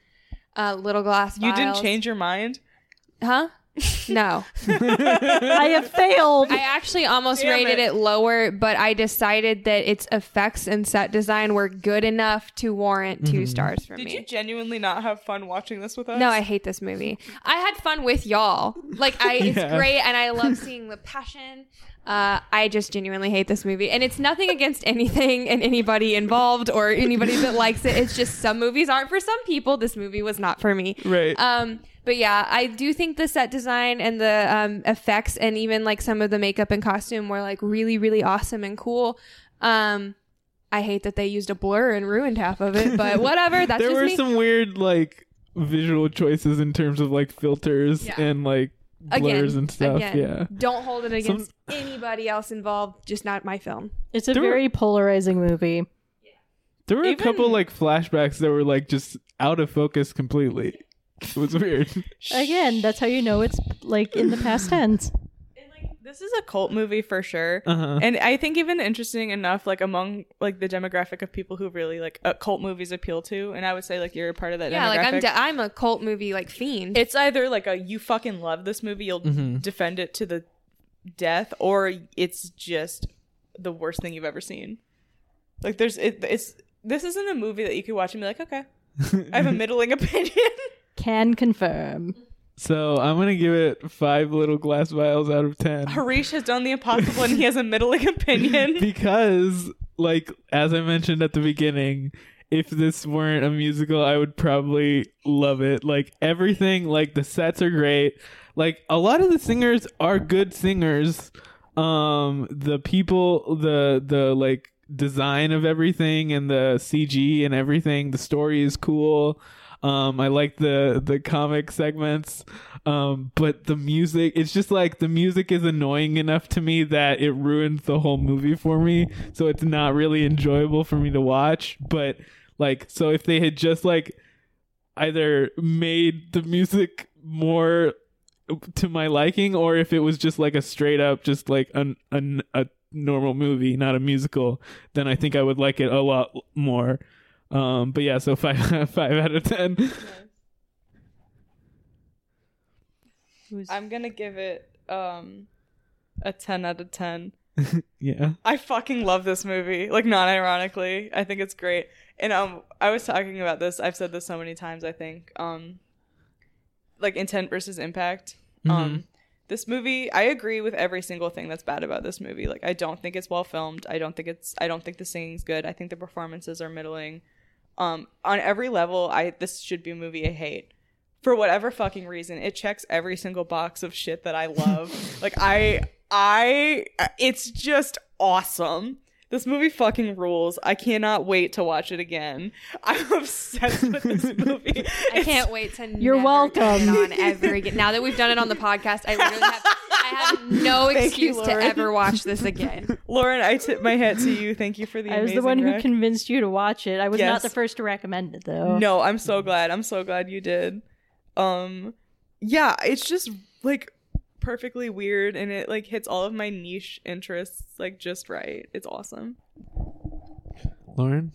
Speaker 4: Uh, little glass.
Speaker 5: you didn't
Speaker 4: Vials.
Speaker 5: change your mind.
Speaker 4: huh? No,
Speaker 3: I have failed.
Speaker 4: I actually almost
Speaker 5: Damn
Speaker 4: rated
Speaker 5: it.
Speaker 4: it. lower, but I decided that its effects and set design were good enough to warrant 2 stars for
Speaker 5: Did
Speaker 4: me.
Speaker 5: you genuinely not have fun watching this with us?
Speaker 4: No, I hate this movie. I had fun with y'all. Like I it's
Speaker 2: Yeah.
Speaker 4: great and I love seeing the passion. Uh, I just genuinely hate this movie. And it's nothing against anything and anybody involved or anybody that likes it. It's just some movies aren't for some people. This movie was not for me.
Speaker 2: Right.
Speaker 4: Um but yeah, I do think the set design and the um, effects and even like some of the makeup and costume were like really really awesome and cool. Um I hate that they used a blur and ruined half of it, but whatever. That's
Speaker 2: there
Speaker 4: just
Speaker 2: were
Speaker 4: me.
Speaker 2: some weird like visual choices in terms of like filters
Speaker 4: Yeah.
Speaker 2: and like blurs and stuff.
Speaker 4: Again,
Speaker 2: Yeah.
Speaker 4: Don't hold it
Speaker 2: Some-
Speaker 4: against anybody else involved, just not my film.
Speaker 3: It's a
Speaker 2: There were-
Speaker 3: very polarizing movie.
Speaker 2: There were a
Speaker 5: Even-
Speaker 2: couple like flashbacks that were like just out of focus completely. It was weird.
Speaker 3: Again, that's how you know it's like in the past tense.
Speaker 5: And, like, this is a cult movie for sure.
Speaker 2: Uh-huh.
Speaker 5: And I think even interesting enough, like among like the demographic of people who really like uh, cult movies appeal to, and I would say like you're a part of that.
Speaker 4: Yeah, like I'm
Speaker 5: demographic.
Speaker 4: de- I'm a cult movie like fiend.
Speaker 5: it's either like a you fucking love this movie, you'll defend it to the death, or it's just the worst thing you've ever seen. Like there's it, it's this isn't a movie that you could watch and be like, okay, I have a middling opinion.
Speaker 3: Can confirm.
Speaker 2: So I'm gonna give it five little glass vials out of ten
Speaker 5: Harish has done the impossible, and he has a middling opinion.
Speaker 2: because, like as I mentioned at the beginning, if this weren't a musical, I would probably love it. Like everything, like the sets are great. Like a lot of the singers are good singers. Um, the people, the the like design of everything and the CG and everything. The story is cool. Um, I like the the comic segments, um, but the music. It's just like the music is annoying enough to me that it ruins the whole movie for me. So it's not really enjoyable for me to watch. But like, so if they had just like either made the music more to my liking, or if it was just like a straight up, just like an, an a normal movie, not a musical, then I think I would like it a lot more. Um, but yeah, so five five out of ten.
Speaker 5: I'm gonna give it um a ten out of ten.
Speaker 2: Yeah.
Speaker 5: I fucking love this movie. Like non ironically, I think it's great. And um I was talking about this. I've said this so many times, I think. Um like intent versus impact. Um this movie, I agree with every single thing that's bad about this movie. Like I don't think it's well filmed. I don't think it's I don't think the singing's good. I think the performances are middling. Um, on every level, I this should be a movie I hate. For whatever fucking reason, it checks every single box of shit that I love. like I I it's just awesome. This movie fucking rules. I cannot wait to watch it again. I'm obsessed with this movie.
Speaker 4: I can't wait to.
Speaker 3: You're
Speaker 4: never get
Speaker 3: welcome.
Speaker 4: it on ever again. Now that we've done it on the podcast, I literally have, I have no
Speaker 5: Thank you,
Speaker 4: excuse to
Speaker 5: Lauren.
Speaker 4: ever watch this again.
Speaker 5: Lauren, I tip my hat to you. Thank you for the
Speaker 3: I was the
Speaker 5: amazing
Speaker 3: one who
Speaker 5: rec.
Speaker 3: convinced you to watch it. I was
Speaker 5: Yes.
Speaker 3: not the first to recommend it, though.
Speaker 5: No, I'm so glad. I'm so glad you did. Um yeah, it's just like perfectly weird and it like hits all of my niche interests like just right. It's awesome.
Speaker 2: Lauren?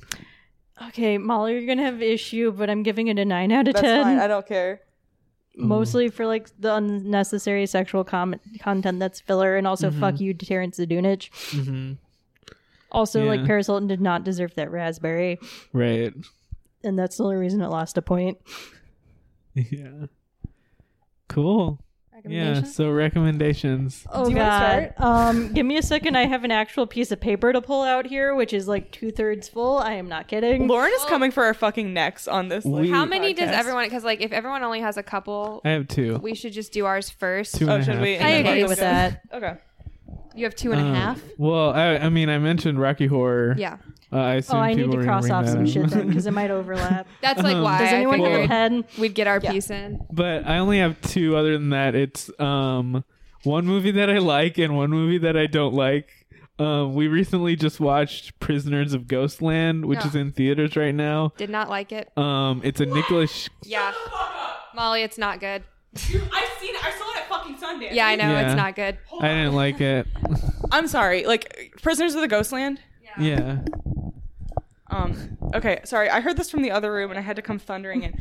Speaker 3: Okay, Molly, you're gonna have issue, but I'm giving it a nine out of
Speaker 5: That's
Speaker 3: ten.
Speaker 5: fine. I don't care.
Speaker 2: Mm.
Speaker 3: Mostly for like the unnecessary sexual com- content that's filler, and also fuck you, Terrence Zadunich.
Speaker 2: Mm-hmm.
Speaker 3: Also, like
Speaker 2: Yeah.
Speaker 3: Paris Hilton did not deserve that raspberry,
Speaker 2: Right.
Speaker 3: and that's the only reason it lost a point.
Speaker 2: Yeah. Cool. Yeah. So recommendations.
Speaker 3: Oh
Speaker 5: Do you wanna
Speaker 3: God! Um, give me a second. I have an actual piece of paper to pull out here, which is like two thirds full. I am not kidding.
Speaker 5: Lauren is coming for our fucking necks on this. Like,
Speaker 2: We-
Speaker 4: How many does
Speaker 5: podcast.
Speaker 4: everyone? Because like, if everyone only has a couple,
Speaker 2: I have two.
Speaker 4: we should just do ours first.
Speaker 2: Two
Speaker 5: Oh,
Speaker 2: and a
Speaker 5: should
Speaker 2: half.
Speaker 5: we?
Speaker 3: I
Speaker 4: Okay,
Speaker 3: agree
Speaker 4: so-
Speaker 3: with that.
Speaker 5: Okay.
Speaker 4: You have two and a
Speaker 2: Uh,
Speaker 4: half.
Speaker 2: Well, I, I mean, I mentioned Rocky Horror.
Speaker 4: Yeah,
Speaker 2: Uh, I assume
Speaker 3: Oh, I need
Speaker 2: people
Speaker 3: to
Speaker 2: were gonna
Speaker 3: cross
Speaker 2: bring
Speaker 3: off
Speaker 2: that
Speaker 3: some
Speaker 2: up.
Speaker 3: shit then because it might overlap.
Speaker 4: that's like
Speaker 2: Um,
Speaker 4: why
Speaker 3: Does
Speaker 4: I
Speaker 3: anyone have a
Speaker 4: figured
Speaker 3: pen?
Speaker 4: we'd get our piece in.
Speaker 2: But I only have two. Other than that, it's um one movie that I like and one movie that I don't like. Um, we recently just watched Prisoners of Ghostland, which
Speaker 4: Yeah.
Speaker 2: is in theaters right now.
Speaker 4: Did not like it.
Speaker 2: Um, it's a Nicholas.
Speaker 4: Yeah, Molly, it's not good.
Speaker 5: I've seen it. I saw it at fucking Sundance.
Speaker 4: Yeah, I know
Speaker 2: Yeah.
Speaker 4: it's not good.
Speaker 2: I didn't like it.
Speaker 5: I'm sorry. Like Prisoners of the Ghostland.
Speaker 2: yeah.
Speaker 5: Um. Okay. Sorry. I heard this from the other room and I had to come thundering in.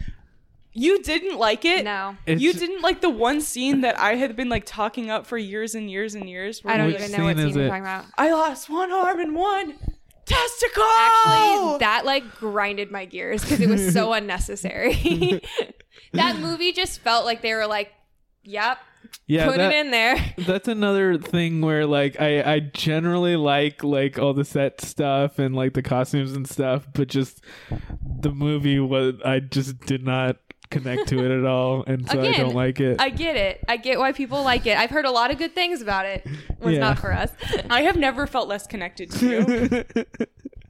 Speaker 5: You didn't like it.
Speaker 4: No,
Speaker 2: It's,
Speaker 5: you didn't like the one scene that I had been like talking up for years and years and years. where
Speaker 4: I don't
Speaker 2: Which
Speaker 5: you're
Speaker 4: even
Speaker 5: like,
Speaker 2: scene
Speaker 4: know what scene
Speaker 2: is
Speaker 4: you're
Speaker 2: it?
Speaker 4: talking about.
Speaker 5: I lost one arm and one testicle.
Speaker 4: Actually, Oh, that like grinded my gears because it was so unnecessary. that movie just felt like they were like, "Yep,
Speaker 2: yeah.
Speaker 4: put
Speaker 2: that-
Speaker 4: it in there."
Speaker 2: that's another thing where like I, I generally like like all the set stuff and like the costumes and stuff but just the movie was i just did not connect to it at all and so i
Speaker 4: Again,
Speaker 2: don't like it
Speaker 4: I get it. I get why people like it. I've heard a lot of good things about it. It Was
Speaker 2: Yeah.
Speaker 4: not for us.
Speaker 5: I have never felt less connected to you.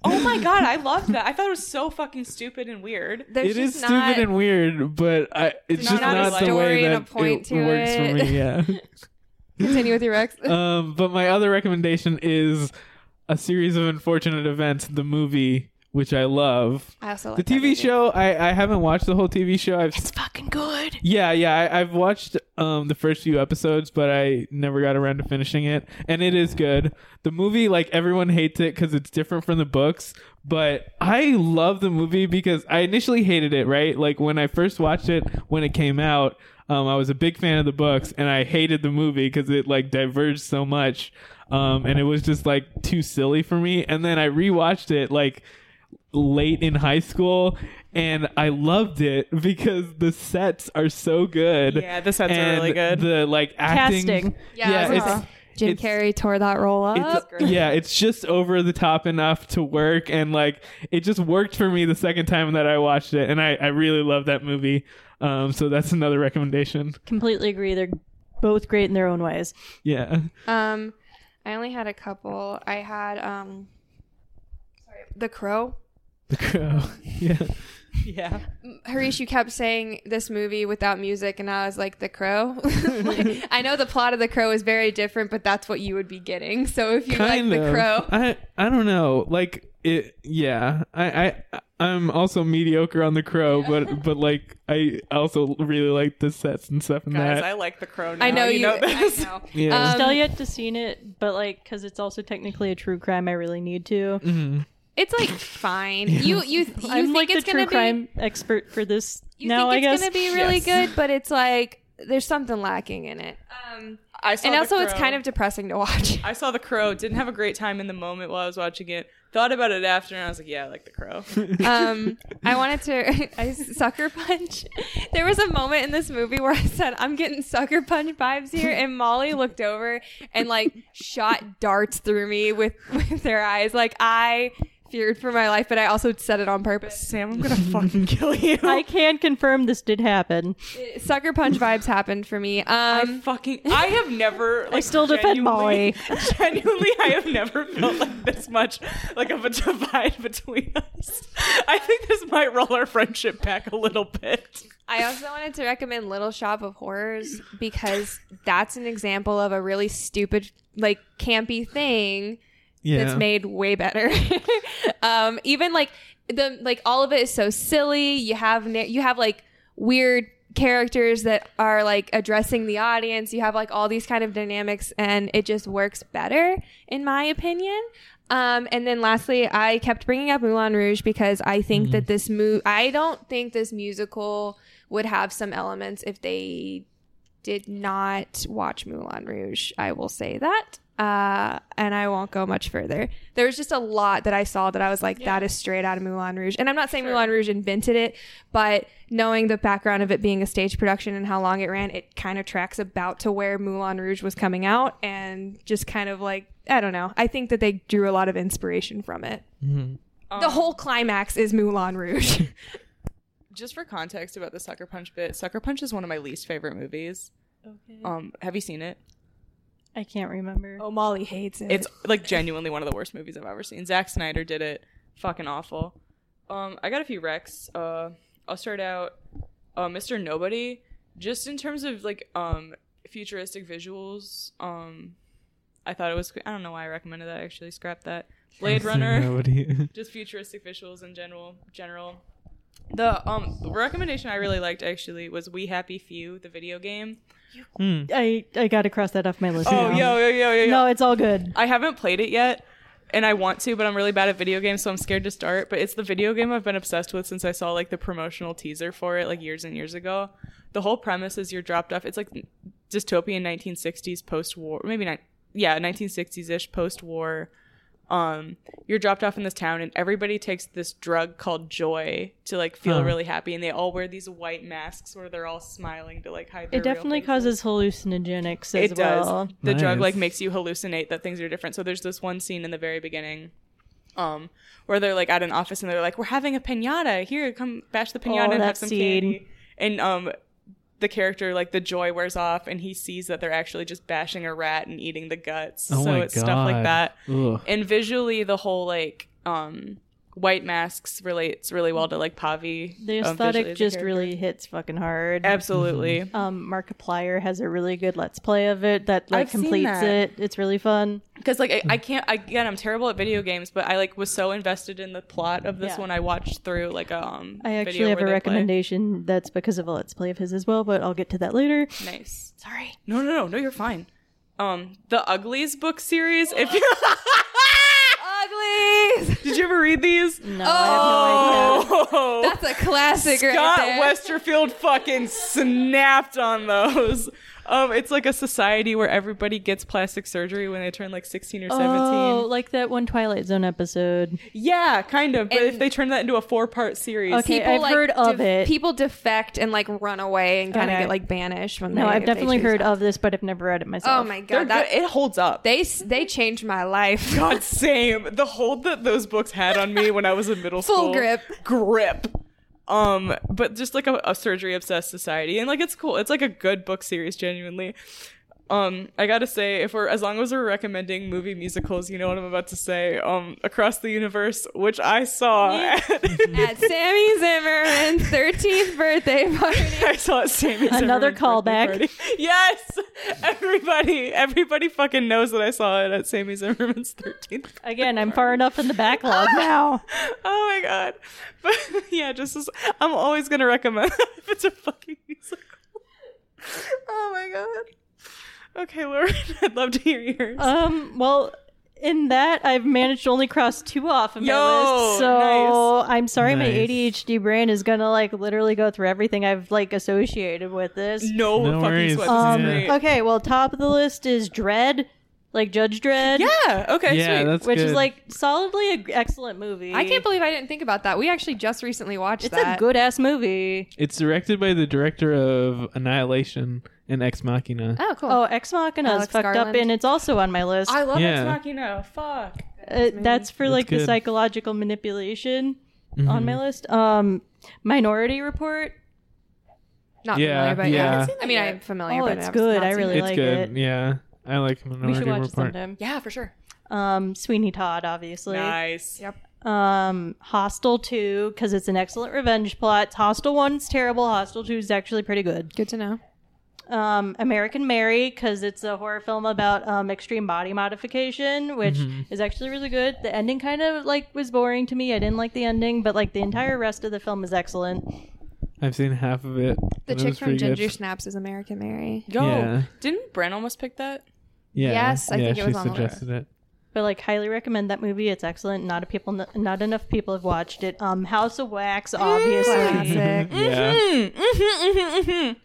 Speaker 5: oh my god, I love that. I thought it was so fucking stupid and weird.
Speaker 4: There's
Speaker 2: it
Speaker 4: just
Speaker 2: is
Speaker 4: not,
Speaker 2: stupid and weird but i it's
Speaker 5: Not
Speaker 2: just
Speaker 5: a
Speaker 2: not, the way
Speaker 4: story and a
Speaker 2: that
Speaker 4: point
Speaker 2: it
Speaker 4: to
Speaker 2: works for
Speaker 4: it.
Speaker 2: me yeah
Speaker 4: Continue with your Rex.
Speaker 2: um, but my other recommendation is a series of unfortunate events the movie which i love
Speaker 4: I also like
Speaker 2: the
Speaker 4: that movie.
Speaker 2: TV show, I, I haven't watched the whole TV show. I've
Speaker 3: It's fucking good.
Speaker 2: Yeah, yeah. I, I've watched um, the first few episodes, but I never got around to finishing it. And it is good. The movie, like, everyone hates it because it's different from the books. But I love the movie because I initially hated it, right? Like, when I first watched it, when it came out, um, I was a big fan of the books and I hated the movie because it, like, diverged so much. Um, and it was just, like, too silly for me. And then I rewatched it, like, late in high school and I loved it because the sets are so good.
Speaker 5: Yeah, the sets are
Speaker 2: And
Speaker 5: really good.
Speaker 2: The like acting.
Speaker 3: Casting.
Speaker 4: Yeah, I was gonna
Speaker 2: it's,
Speaker 4: say, Jim
Speaker 2: it's-
Speaker 4: Carrey Oh, tore that role
Speaker 2: it's,
Speaker 4: up.
Speaker 2: yeah, it's just over the top enough to work and like it just worked for me the second time that I watched it and I, I really love that movie. Um so that's another recommendation.
Speaker 3: Completely agree. They're both great in their own ways.
Speaker 2: Yeah.
Speaker 4: Um, I only had a couple. I had um, sorry, The Crow.
Speaker 2: The crow. Yeah.
Speaker 5: Yeah.
Speaker 4: Harish, you kept saying this movie without music, and I was like, The Crow. Like, I know the plot of The Crow is very different, but that's what you would be getting. So if you like The Crow,
Speaker 2: I I don't know. Like it. Yeah. I I I'm also mediocre on the crow, but but like I also really like the sets and stuff and
Speaker 5: Guys,
Speaker 2: that.
Speaker 5: I like the crow now.
Speaker 4: I know
Speaker 5: you, know this.
Speaker 4: I know.
Speaker 2: Yeah.
Speaker 4: Um,
Speaker 3: Still yet to seen it, but like because it's also technically a true crime. I really need to.
Speaker 4: It's like fine. You Mm-hmm. you you
Speaker 3: I'm
Speaker 4: think
Speaker 3: like the
Speaker 4: it's
Speaker 3: true
Speaker 4: gonna
Speaker 3: crime expert for this
Speaker 4: be you
Speaker 3: now.
Speaker 4: think
Speaker 3: I
Speaker 4: it's
Speaker 3: guess.
Speaker 4: gonna be really good, but it's like there's something lacking in it. Um,
Speaker 5: I saw
Speaker 4: and
Speaker 5: The
Speaker 4: also it's
Speaker 5: Crow.
Speaker 4: kind of depressing to watch.
Speaker 5: I saw The Crow. Didn't have a great time in the moment while I was watching it. Thought about it after, and I was like, "Yeah, I like The Crow."
Speaker 4: Um, I wanted to I sucker punch. There was a moment in this movie where I said, "I'm getting sucker punch vibes here," and Molly looked over and like shot darts through me with with their eyes. Like I feared for my life, but I also said it on purpose.
Speaker 5: Sam, I'm gonna fucking kill you.
Speaker 3: I can confirm this did happen.
Speaker 4: Sucker punch vibes happened for me.
Speaker 5: I
Speaker 4: Um,
Speaker 5: fucking I have never like,
Speaker 3: still defend
Speaker 5: genuinely- Genuinely, I have never felt like this much like of a divide between us. I think this might roll our friendship back a little bit.
Speaker 4: I also wanted to recommend Little Shop of Horrors because that's an example of a really stupid, like campy thing
Speaker 2: Yeah.
Speaker 4: that's made way better. um, even like the like all of it is so silly. You have na- you have like weird characters that are like addressing the audience. You have like all these kind of dynamics, and it just works better, in my opinion. Um, and then lastly, I kept bringing up Moulin Rouge because I think that this move, I don't think this musical would have some elements if they did not watch Moulin Rouge. I will say that. Uh, and I won't go much further. There was just a lot that I saw that I was like, that is straight out of Moulin Rouge. And I'm not saying Moulin Rouge invented it, but knowing the background of it being a stage production and how long it ran, it kind of tracks about to where Moulin Rouge was coming out and just kind of like, I don't know. I think that they drew a lot of inspiration from it.
Speaker 5: Um,
Speaker 4: the whole climax is Moulin Rouge.
Speaker 5: Just for context about the Sucker Punch bit, Sucker Punch is one of my least favorite movies. Okay. Um, have you seen it?
Speaker 3: I can't remember.
Speaker 4: oh, Molly hates it.
Speaker 5: It's like genuinely one of the worst movies I've ever seen. Zack Snyder did it. Fucking awful. Um, I got a few wrecks. Uh, I'll start out. Uh, Mr. Nobody. Just in terms of like um futuristic visuals, um, I thought it was. I don't know why I recommended that. I actually scrapped that. Blade Runner
Speaker 2: Nobody-
Speaker 5: just futuristic visuals in general general the um recommendation i really liked actually was we happy few the video game
Speaker 3: I I got to cross that off my list.
Speaker 5: oh
Speaker 3: now.
Speaker 5: yo yo yo yo, yo.
Speaker 3: No, it's all good.
Speaker 5: i haven't played it yet and i want to but i'm really bad at video games so i'm scared to start but it's the video game i've been obsessed with since i saw like the promotional teaser for it like years and years ago the whole premise is you're dropped off it's like dystopian 1960s post-war maybe not yeah 1960s-ish post-war um you're dropped off in this town and everybody takes this drug called joy to like feel
Speaker 2: Huh.
Speaker 5: really happy and they all wear these white masks where they're all smiling to like hide their
Speaker 3: It
Speaker 5: real
Speaker 3: definitely causes
Speaker 5: faces.
Speaker 3: hallucinogenics as
Speaker 5: it
Speaker 3: well.
Speaker 5: does the drug
Speaker 2: Nice.
Speaker 5: like makes you hallucinate that things are different so there's this one scene in the very beginning um where they're like at an office and they're like we're having a piñata here come bash the piñata and
Speaker 3: Oh, that
Speaker 5: have some
Speaker 3: scene.
Speaker 5: candy and um the character like the joy wears off and he sees that they're actually just bashing a rat and eating the guts
Speaker 2: Oh
Speaker 5: so
Speaker 2: my
Speaker 5: it's stuff like
Speaker 2: God.
Speaker 5: that
Speaker 2: Ugh.
Speaker 5: and visually the whole like um white masks relates really well to like pavi
Speaker 3: The
Speaker 5: um, visually
Speaker 3: aesthetic
Speaker 5: as a
Speaker 3: just
Speaker 5: character.
Speaker 3: really hits fucking hard.
Speaker 5: absolutely
Speaker 2: Mm-hmm.
Speaker 3: Um, Markiplier has a really good Let's Play of it that like
Speaker 5: I've seen
Speaker 3: completes
Speaker 5: that.
Speaker 3: it. It's really fun.
Speaker 5: because like I, I can't I, again i'm terrible at video games but i like was so invested in the plot of this
Speaker 3: Yeah.
Speaker 5: one i watched through like a um
Speaker 3: I actually
Speaker 5: video
Speaker 3: have
Speaker 5: where
Speaker 3: a
Speaker 5: they play.
Speaker 3: recommendation that's because of a Let's Play of his as well, but I'll get to that later.
Speaker 5: nice
Speaker 3: Sorry.
Speaker 5: no no no no you're fine um the uglies book series if you
Speaker 4: Uglies!
Speaker 5: did you ever read these
Speaker 3: No,
Speaker 5: oh
Speaker 4: That's a classic right
Speaker 5: Scott
Speaker 4: there.
Speaker 5: Westerfield fucking snapped on those. Um, it's like a society where everybody gets plastic surgery when they turn like 16 or 17.
Speaker 3: Oh, like that one Twilight Zone episode.
Speaker 5: yeah, kind of. But if
Speaker 4: And-
Speaker 5: they turn that into a four-part series,
Speaker 3: Okay, I've heard of it.
Speaker 4: People defect and like run away and kind of
Speaker 3: Okay.
Speaker 4: get like banished when
Speaker 3: No,
Speaker 4: they.
Speaker 3: I've
Speaker 4: if they
Speaker 3: definitely
Speaker 4: choose
Speaker 3: heard
Speaker 4: not.
Speaker 3: of this, but I've never read it myself.
Speaker 4: Oh my god,
Speaker 5: They're
Speaker 4: that
Speaker 5: good. it holds up.
Speaker 4: they s- they changed my life.
Speaker 5: God, same. The hold that those books had on me when I was in middle
Speaker 4: Full
Speaker 5: school.
Speaker 4: grip.
Speaker 5: Grip. Um, but just like a, a surgery obsessed society, and like it's cool. It's like a good book series, genuinely. Um, I gotta say, if we're as long as we're recommending movie musicals, you know what I'm about to say. Um, Across the Universe, which I saw, at,
Speaker 4: At Sammy Zimmerman's 13th birthday party.
Speaker 5: I saw at Sammy
Speaker 3: Another
Speaker 5: Zimmerman's birthday
Speaker 3: callback.
Speaker 5: party. Yes, everybody, everybody fucking knows that I saw it at Sammy Zimmerman's 13th
Speaker 3: Again, I'm far enough in the backlog now.
Speaker 5: Oh my god. But yeah, just as, I'm always gonna recommend that if it's a fucking musical. Oh my god. Okay, Lauren, I'd love to hear yours.
Speaker 3: Um, well, in that I've managed to only cross two off of
Speaker 5: Yo,
Speaker 3: my list. So
Speaker 5: nice.
Speaker 3: I'm sorry my
Speaker 2: Nice.
Speaker 3: ADHD brain is gonna like literally go through everything I've like associated with this.
Speaker 5: no,
Speaker 2: No
Speaker 5: fucking
Speaker 2: worries.
Speaker 5: sweat. This
Speaker 2: Um,
Speaker 5: is great.
Speaker 3: Okay, well top of the list is Dread, like Judge Dread.
Speaker 5: Yeah, okay,
Speaker 2: yeah,
Speaker 5: sweet.
Speaker 2: that's
Speaker 3: Which is
Speaker 2: good.
Speaker 3: like solidly an excellent movie.
Speaker 4: I can't believe I didn't think about that. We actually just recently watched
Speaker 3: it's
Speaker 4: that.
Speaker 3: a good ass movie.
Speaker 2: it's directed by the director of Annihilation and Ex Machina.
Speaker 4: Oh, cool.
Speaker 3: Oh, Ex Machina is
Speaker 4: Alex
Speaker 3: fucked up,
Speaker 4: Garland.
Speaker 3: and it's also on my list.
Speaker 5: I love
Speaker 2: Yeah.
Speaker 5: Ex Machina. Fuck.
Speaker 3: Uh, that's for
Speaker 2: That's
Speaker 3: like the
Speaker 2: good. Mm-hmm.
Speaker 3: psychological manipulation on my list. Um, Minority Report.
Speaker 4: Not
Speaker 2: Yeah,
Speaker 4: familiar, but
Speaker 2: yeah. I
Speaker 4: yeah.
Speaker 2: haven't seen
Speaker 4: I mean, I'm familiar,
Speaker 3: Oh,
Speaker 4: but
Speaker 3: it's
Speaker 4: I've
Speaker 3: good.
Speaker 4: not
Speaker 3: I
Speaker 4: seen
Speaker 3: really
Speaker 4: it.
Speaker 2: it's
Speaker 3: like
Speaker 2: good.
Speaker 3: it.
Speaker 2: Yeah, I like
Speaker 3: We
Speaker 2: Minority
Speaker 3: should watch it
Speaker 2: Report.
Speaker 3: sometime.
Speaker 4: Yeah, for sure.
Speaker 3: Um, Sweeney Todd, obviously.
Speaker 5: Nice.
Speaker 4: Yep.
Speaker 3: Um, Hostel Two because it's an excellent revenge plot. Hostel One's terrible. Hostel Two is actually pretty good.
Speaker 4: Good to know.
Speaker 3: Um, American Mary because it's a horror film about um, extreme body modification, which is actually really good. The ending kind of like was boring to me. I didn't like the ending, but like the entire rest of the film is excellent.
Speaker 2: I've seen half of it.
Speaker 4: The
Speaker 2: and it
Speaker 4: chick
Speaker 2: was
Speaker 4: from
Speaker 2: pretty good.
Speaker 4: Ginger Snaps is American Mary.
Speaker 5: Go.
Speaker 2: Yeah.
Speaker 5: Didn't Bran almost pick that?
Speaker 2: Yeah.
Speaker 4: Yes, I
Speaker 2: yeah,
Speaker 4: think it
Speaker 2: she
Speaker 4: was on the
Speaker 2: suggested it.
Speaker 3: But like, highly recommend that movie. It's excellent. Not a people, not enough people have watched it. Um, House of Wax, obviously.
Speaker 4: Classic.
Speaker 2: Yeah.
Speaker 5: Mm, mhm, mhm, mhm.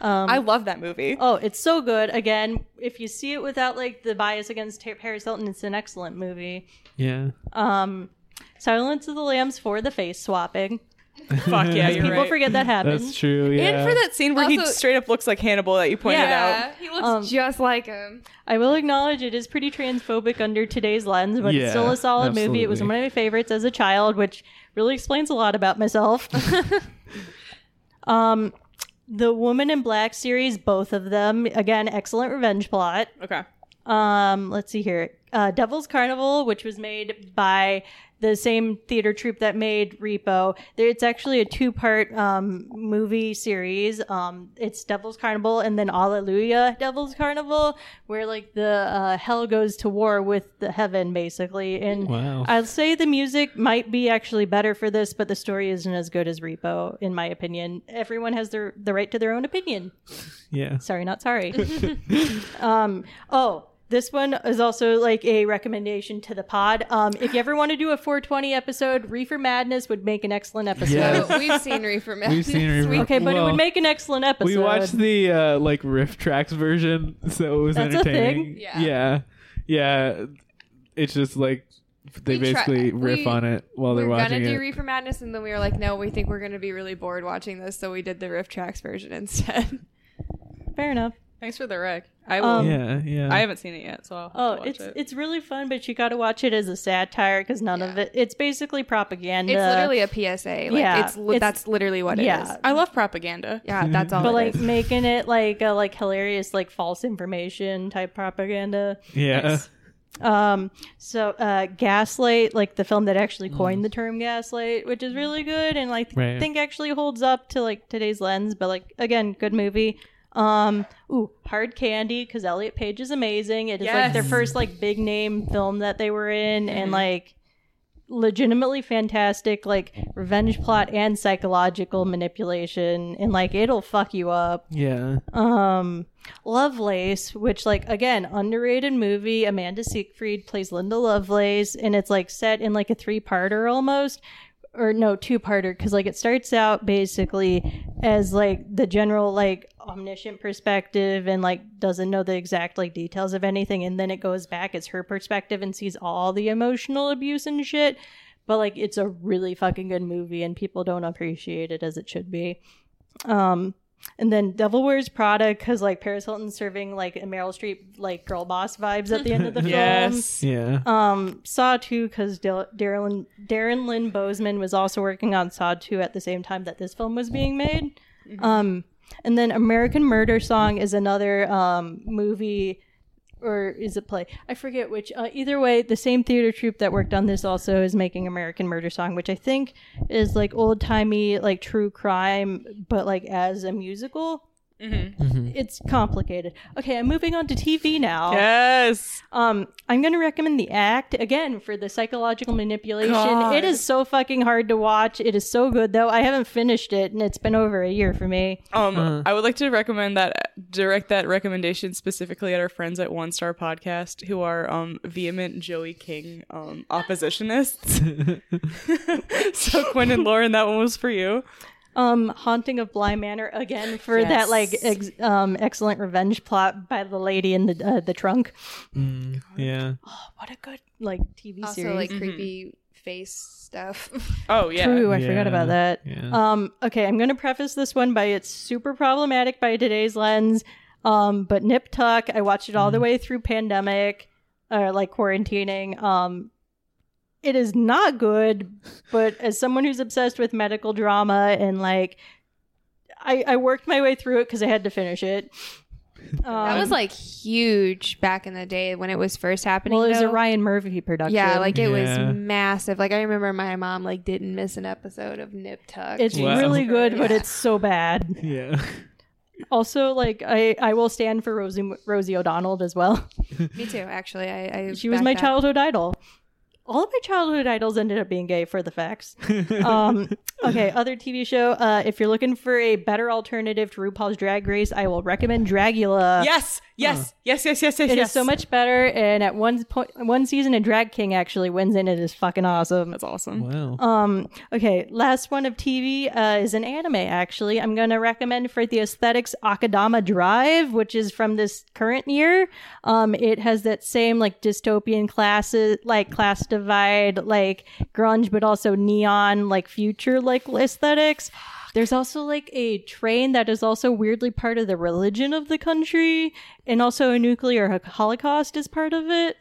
Speaker 3: Um,
Speaker 5: I love that movie.
Speaker 3: oh, it's so good. Again, if you see it without like the bias against Ta- Paris Hilton, it's an excellent movie.
Speaker 2: Yeah.
Speaker 3: Um, Silence of the Lambs for the face swapping.
Speaker 5: Fuck yeah, you're
Speaker 3: People
Speaker 5: right.
Speaker 3: forget that happened.
Speaker 2: That's true. Yeah.
Speaker 5: And for that scene where he
Speaker 4: Also-
Speaker 5: straight up looks like Hannibal that you pointed out.
Speaker 4: Yeah, he looks
Speaker 3: Um,
Speaker 4: just like him.
Speaker 3: I will acknowledge it is pretty transphobic under today's lens, but
Speaker 2: Yeah,
Speaker 3: it's still a solid movie. It was one
Speaker 2: absolutely.
Speaker 3: of my favorites as a child, which really explains a lot about myself. um, the Woman in Black series, both of them, again, excellent revenge plot.
Speaker 5: Okay.
Speaker 3: Um, let's see here, uh, Devil's Carnival, which was made by the same theater troupe that made Repo. There, it's actually a two-part um, movie series. Um, it's Devil's Carnival and then Alleluia Devil's Carnival, where like the uh, hell goes to war with the heaven, basically. And
Speaker 2: Wow.
Speaker 3: I'll say the music might be actually better for this, but the story isn't as good as Repo, in my opinion. Everyone has their the right to their own opinion.
Speaker 2: yeah.
Speaker 3: Sorry, not sorry. um, oh, this one is also like a recommendation to the pod. Um, if you ever want to do a 420 episode, Reefer Madness would make an excellent episode.
Speaker 2: Yeah.
Speaker 4: So we've seen Reefer Madness.
Speaker 2: We've seen it.
Speaker 3: Okay, but it
Speaker 2: Well,
Speaker 3: would make an excellent episode.
Speaker 2: We watched the uh, like riff tracks version, so it was
Speaker 3: That's a thing?
Speaker 2: entertaining.
Speaker 4: Yeah.
Speaker 2: yeah, yeah. It's just like they
Speaker 4: We try-
Speaker 2: basically riff
Speaker 4: we-
Speaker 2: on it while
Speaker 4: We
Speaker 2: they're
Speaker 4: were gonna
Speaker 2: watching
Speaker 4: do
Speaker 2: it.
Speaker 4: Reefer Madness, and then we were like, no, we think we're gonna be really bored watching this, so we did the Riff Tracks version instead.
Speaker 3: Fair enough.
Speaker 5: Thanks for the rec. I will.
Speaker 3: Um,
Speaker 2: yeah, yeah.
Speaker 5: I haven't seen it yet, so I'll have
Speaker 3: Oh,
Speaker 5: to watch
Speaker 3: it's
Speaker 5: it.
Speaker 3: it's really fun, but you got to watch it as a satire because none of it. It's basically propaganda.
Speaker 4: It's literally a PSA. Like,
Speaker 3: yeah,
Speaker 4: it's, li-
Speaker 3: it's-
Speaker 4: that's literally what it is.
Speaker 3: yeah.
Speaker 5: I love propaganda.
Speaker 4: Yeah,
Speaker 2: Mm-hmm.
Speaker 4: that's all.
Speaker 3: but
Speaker 4: it
Speaker 3: like
Speaker 4: is.
Speaker 3: making it like a like hilarious like false information type propaganda.
Speaker 2: yeah.
Speaker 3: Um, so uh, Gaslight, like the film that actually coined the term Gaslight, which is really good and like
Speaker 2: Right.
Speaker 3: think actually holds up to like today's lens, but like again, good movie. Um, ooh, Hard Candy because Elliot Page is amazing. It is like their
Speaker 5: Yes.
Speaker 3: first like big name film that they were in, and like legitimately fantastic like revenge plot and psychological manipulation and like it'll fuck you up
Speaker 2: yeah,
Speaker 3: um lovelace which like again underrated movie amanda siegfried plays linda lovelace and it's like set in like a three-parter almost or no two-parter because like it starts out basically as like the general like omniscient perspective and like doesn't know the exact like details of anything and then it goes back as her perspective and sees all the emotional abuse and shit but like it's a really fucking good movie and people don't appreciate it as it should be um and then Devil Wears Prada because like Paris Hilton's serving like a Meryl Streep like girl boss vibes at the end of the
Speaker 5: Yes.
Speaker 2: yeah.
Speaker 3: film. Um, Saw Two because Darren Darren Lynn Bozeman was also working on Saw Two at the same time that this film was being made. Um, and then American Murder Song is another um movie. Or is it play? I forget which. Uh, either way, the same theater troupe that worked on this also is making American Murder Song, which I think is like old timey, like true crime, but like as a musical it's complicated. Okay, I'm moving on to TV now.
Speaker 5: Yes.
Speaker 3: Um, I'm going to recommend The Act again for the psychological manipulation.
Speaker 5: God.
Speaker 3: It is so fucking hard to watch. It is so good though. I haven't finished it, and it's been over a year for me.
Speaker 5: Um, I would like to recommend that direct that recommendation specifically at our friends at One Star Podcast, who are um vehement Joey King um oppositionists. so Quinn and Lauren, that one was for you.
Speaker 3: Um, Haunting of Bly Manor again for
Speaker 5: Yes.
Speaker 3: that like ex- um excellent revenge plot by the lady in the uh, the trunk.
Speaker 2: Mm, yeah.
Speaker 3: What a good like TV
Speaker 4: also
Speaker 3: series.
Speaker 4: like
Speaker 5: Mm-hmm.
Speaker 4: creepy face stuff.
Speaker 5: Oh yeah.
Speaker 3: True, I
Speaker 2: Yeah.
Speaker 3: forgot about that.
Speaker 4: Mm-hmm.
Speaker 2: Yeah.
Speaker 3: Um, okay, I'm going to preface this one by it's super problematic
Speaker 4: Mm-hmm.
Speaker 3: by today's lens. Um, but Nip Tuck, I watched it all the way through pandemic. uh, like quarantining. Um, it is not good, but as someone who's obsessed with medical drama and like, I, I worked my way through it because I had to finish it. Um,
Speaker 4: that was like huge back in the day when it was first happening.
Speaker 3: well, it was a
Speaker 4: though.
Speaker 3: Ryan Murphy production.
Speaker 4: Yeah, like it
Speaker 2: Yeah.
Speaker 4: was massive. Like I remember my mom like didn't miss an episode of Nip Tuck.
Speaker 3: it's
Speaker 2: Wow.
Speaker 3: really good, but
Speaker 4: Yeah.
Speaker 3: it's so bad.
Speaker 2: Yeah.
Speaker 3: Also, like I, I will stand for Rosie Rosie O'Donnell as well.
Speaker 4: me too. Actually, I, I
Speaker 3: She was
Speaker 4: back
Speaker 3: my
Speaker 4: that.
Speaker 3: childhood idol. All of my childhood idols ended up being gay for the facts. Um, okay, other TV show. Uh, if you're looking for a better alternative to RuPaul's Drag Race, I will recommend Dragula.
Speaker 5: yes, yes, yes, yes, yes, yes.
Speaker 3: Uh-huh. It is
Speaker 5: yes.
Speaker 3: so much better, and at one point, one season, a drag king actually wins, and it is fucking awesome.
Speaker 5: That's awesome.
Speaker 2: wow.
Speaker 3: Um, okay, last one of TV uh, is an anime, actually. I'm going to recommend for the aesthetics Akadama Drive, which is from this current year. Um, it has that same like dystopian classes, like class divide, like grunge, but also neon, like future like aesthetics. There's also like a train that is also weirdly part of the religion of the country, and also a nuclear ho- holocaust is part of it.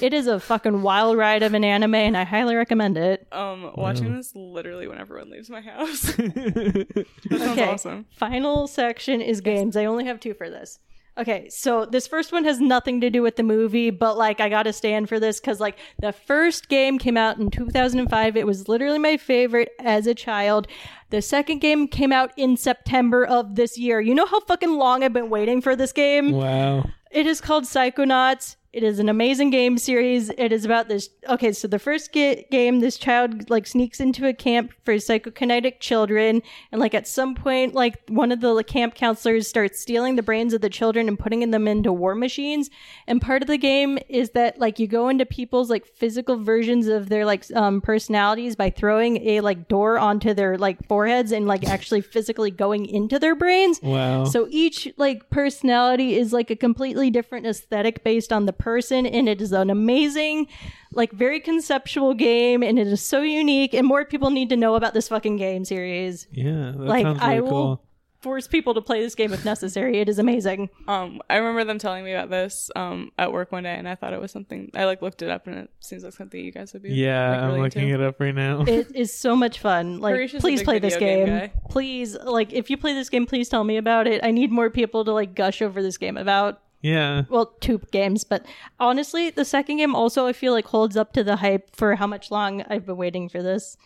Speaker 3: It is a fucking wild ride of an anime, and I highly recommend it.
Speaker 5: Um, watching this literally when everyone leaves my house. that sounds
Speaker 3: Okay.
Speaker 5: awesome.
Speaker 3: Final section is games. I only have two for this. Okay, so this first one has nothing to do with the movie, but like I gotta stand for this because like the first game came out in 2005. It was literally my favorite as a child. The second game came out in September of this year. You know how fucking long I've been waiting for this game?
Speaker 2: Wow.
Speaker 3: It is called Psychonauts. It is an amazing game series. It is about this. Okay, so the first ga- game, this child like sneaks into a camp for psychokinetic children, and like at some point, like one of the like, camp counselors starts stealing the brains of the children and putting them into war machines. And part of the game is that like you go into people's like physical versions of their like s- um, personalities by throwing a like door onto their like foreheads and like actually physically going into their brains.
Speaker 2: Wow.
Speaker 3: So each like personality is like a completely different aesthetic based on the person, and it is an amazing, like very conceptual game, and it is so unique. And more people need to know about this fucking game series.
Speaker 2: yeah, that
Speaker 3: like
Speaker 2: sounds really
Speaker 3: I will
Speaker 2: cool.
Speaker 3: force people to play this game if necessary. It is amazing.
Speaker 5: Um, I remember them telling me about this um at work one day, and I thought it was something. I like looked it up, and it seems like something you guys would be.
Speaker 2: Yeah,
Speaker 5: like,
Speaker 2: I'm
Speaker 5: really
Speaker 2: looking
Speaker 5: into.
Speaker 2: it up right now.
Speaker 3: It is so much fun. Like
Speaker 5: Harish is a
Speaker 3: please
Speaker 5: big
Speaker 3: play this
Speaker 5: video
Speaker 3: game.
Speaker 5: game guy.
Speaker 3: Please, like if you play this game, please tell me about it. I need more people to like gush over this game about.
Speaker 2: yeah.
Speaker 3: well two games but honestly the second game also i feel like holds up to the hype for how much long i've been waiting for this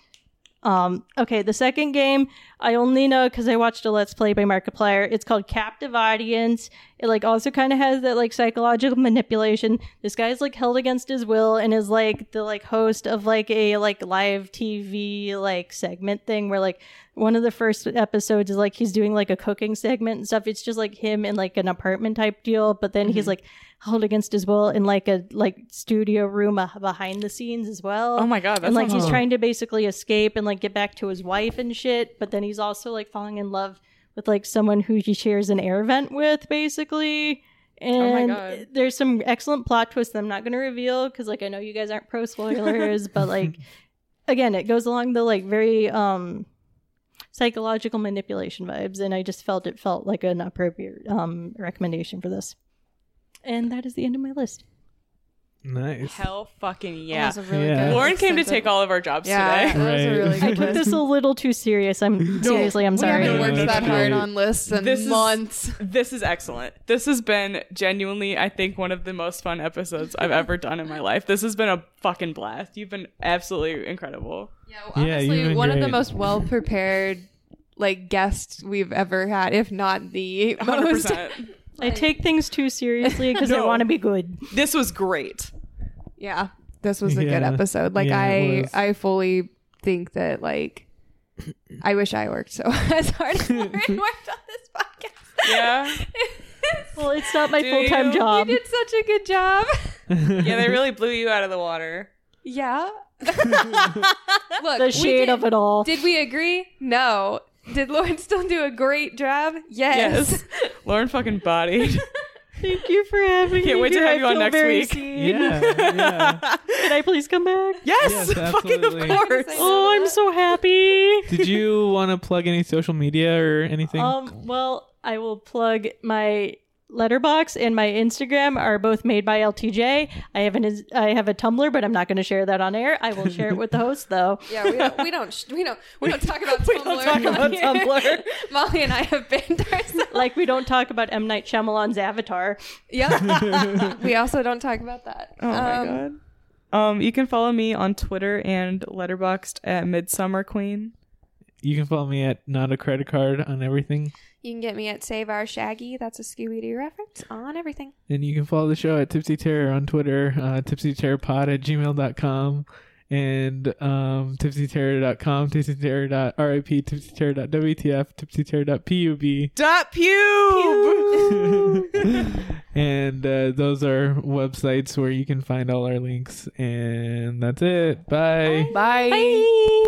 Speaker 3: um okay the second game i only know because i watched a let's play by markiplier it's called captive audience it like also kind of has that like psychological manipulation this guy's like held against his will and is like the like host of like a like live tv like segment thing where like one of the first episodes is like he's doing like a cooking segment and stuff it's just like him in like an apartment type deal but then he's like held against his will in like a like studio room uh, behind the scenes as well
Speaker 5: Oh my god, that's
Speaker 3: and like he's
Speaker 5: awesome.
Speaker 3: trying to basically escape and like get back to his wife and shit but then he's also like falling in love with like someone who he shares an air vent with basically
Speaker 5: Oh my
Speaker 3: and
Speaker 5: God.
Speaker 3: there's some excellent plot twists that i'm not going to reveal because like i know you guys aren't pro spoilers but like again it goes along the like very um psychological manipulation vibes and i just felt it felt like an appropriate um recommendation for this and that is the end of my list
Speaker 2: Nice.
Speaker 5: Hell fucking
Speaker 4: That
Speaker 5: yeah.
Speaker 4: was a really
Speaker 2: Yeah.
Speaker 4: good-
Speaker 5: Lauren
Speaker 4: that's
Speaker 5: came
Speaker 4: so
Speaker 5: to
Speaker 4: good.
Speaker 5: take all of our jobs
Speaker 4: Yeah,
Speaker 5: today.
Speaker 4: that was a
Speaker 2: Right.
Speaker 4: really
Speaker 2: I
Speaker 4: good
Speaker 3: i took
Speaker 4: list.
Speaker 3: this a little too serious i'm seriously i'm
Speaker 4: We
Speaker 3: sorry
Speaker 4: haven't
Speaker 2: Yeah,
Speaker 4: worked
Speaker 2: that's
Speaker 4: that hard
Speaker 2: great.
Speaker 4: on lists in
Speaker 5: This is-
Speaker 4: months.
Speaker 5: This is excellent. This has been genuinely, I think, one of the most fun episodes I've ever done in my life. This has been a fucking blast. You've been absolutely incredible.
Speaker 4: Yeah,
Speaker 2: Yeah,
Speaker 4: well, honestly,
Speaker 2: you've been
Speaker 4: one of the
Speaker 2: great.
Speaker 4: most well prepared like guests we've ever had, if not the most.
Speaker 5: 100%.
Speaker 3: I take things too seriously because I
Speaker 5: No.
Speaker 3: want to be good.
Speaker 5: this was great.
Speaker 4: Yeah, this was a good
Speaker 2: Yeah.
Speaker 4: episode. Like
Speaker 2: Yeah, it
Speaker 4: I,
Speaker 2: was.
Speaker 4: I fully think that like I wish I worked so as hard as Lauren worked on this podcast.
Speaker 5: Yeah.
Speaker 3: Well, it's not my
Speaker 5: Do
Speaker 3: full time
Speaker 5: you?
Speaker 3: job.
Speaker 4: you did such a good job.
Speaker 5: Yeah, they really blew you out of the water.
Speaker 4: Yeah. Look,
Speaker 3: The
Speaker 4: we
Speaker 3: shade
Speaker 4: did-
Speaker 3: of it all.
Speaker 4: Did we agree? No. Did Lauren still do a great job? Yes.
Speaker 5: Yes. Lauren fucking bodied.
Speaker 3: Thank you for having me.
Speaker 5: Can't wait to
Speaker 3: here.
Speaker 5: have
Speaker 3: I
Speaker 5: you on
Speaker 3: feel
Speaker 5: next
Speaker 3: very
Speaker 5: week.
Speaker 3: seen.
Speaker 2: yeah. Yeah.
Speaker 3: Can I please come back?
Speaker 5: Yes,
Speaker 2: Yes,
Speaker 5: fucking of
Speaker 2: absolutely.
Speaker 5: course.
Speaker 3: Oh, I'm so happy.
Speaker 2: Did you want to plug any social media or anything?
Speaker 3: Um, well, I will plug my letterbox and my instagram are both made by ltj i have an Ins- i have a tumblr but i'm not going to share that on air i will share it with the host though
Speaker 4: Yeah, we don't, we don't, sh- we don't, we don't talk about Tumblr.
Speaker 2: talk about Tumblr.
Speaker 4: Molly and I have banned ourselves.
Speaker 3: like we don't talk about m night Shyamalan's avatar
Speaker 4: yeah. we also don't talk about that. Um,
Speaker 5: Oh my god. Um, you can follow me on Twitter and Letterboxed at Midsummer Queen.
Speaker 2: You can follow me at not a credit card on everything,
Speaker 4: You can get me at Save Our Shaggy. That's a Scooby Doo reference on everything.
Speaker 2: and you can follow the show at Tipsy Terror on Twitter, uh, tipsyterrorpod at gmail.com, and um, tipsyterror.com, tipsyterror.rip, tipsyterror.wtf, tipsyterror.pub.
Speaker 5: Dot pube.
Speaker 2: and uh, those are websites where you can find all our links. And that's it. Bye.
Speaker 5: Bye.
Speaker 3: Bye.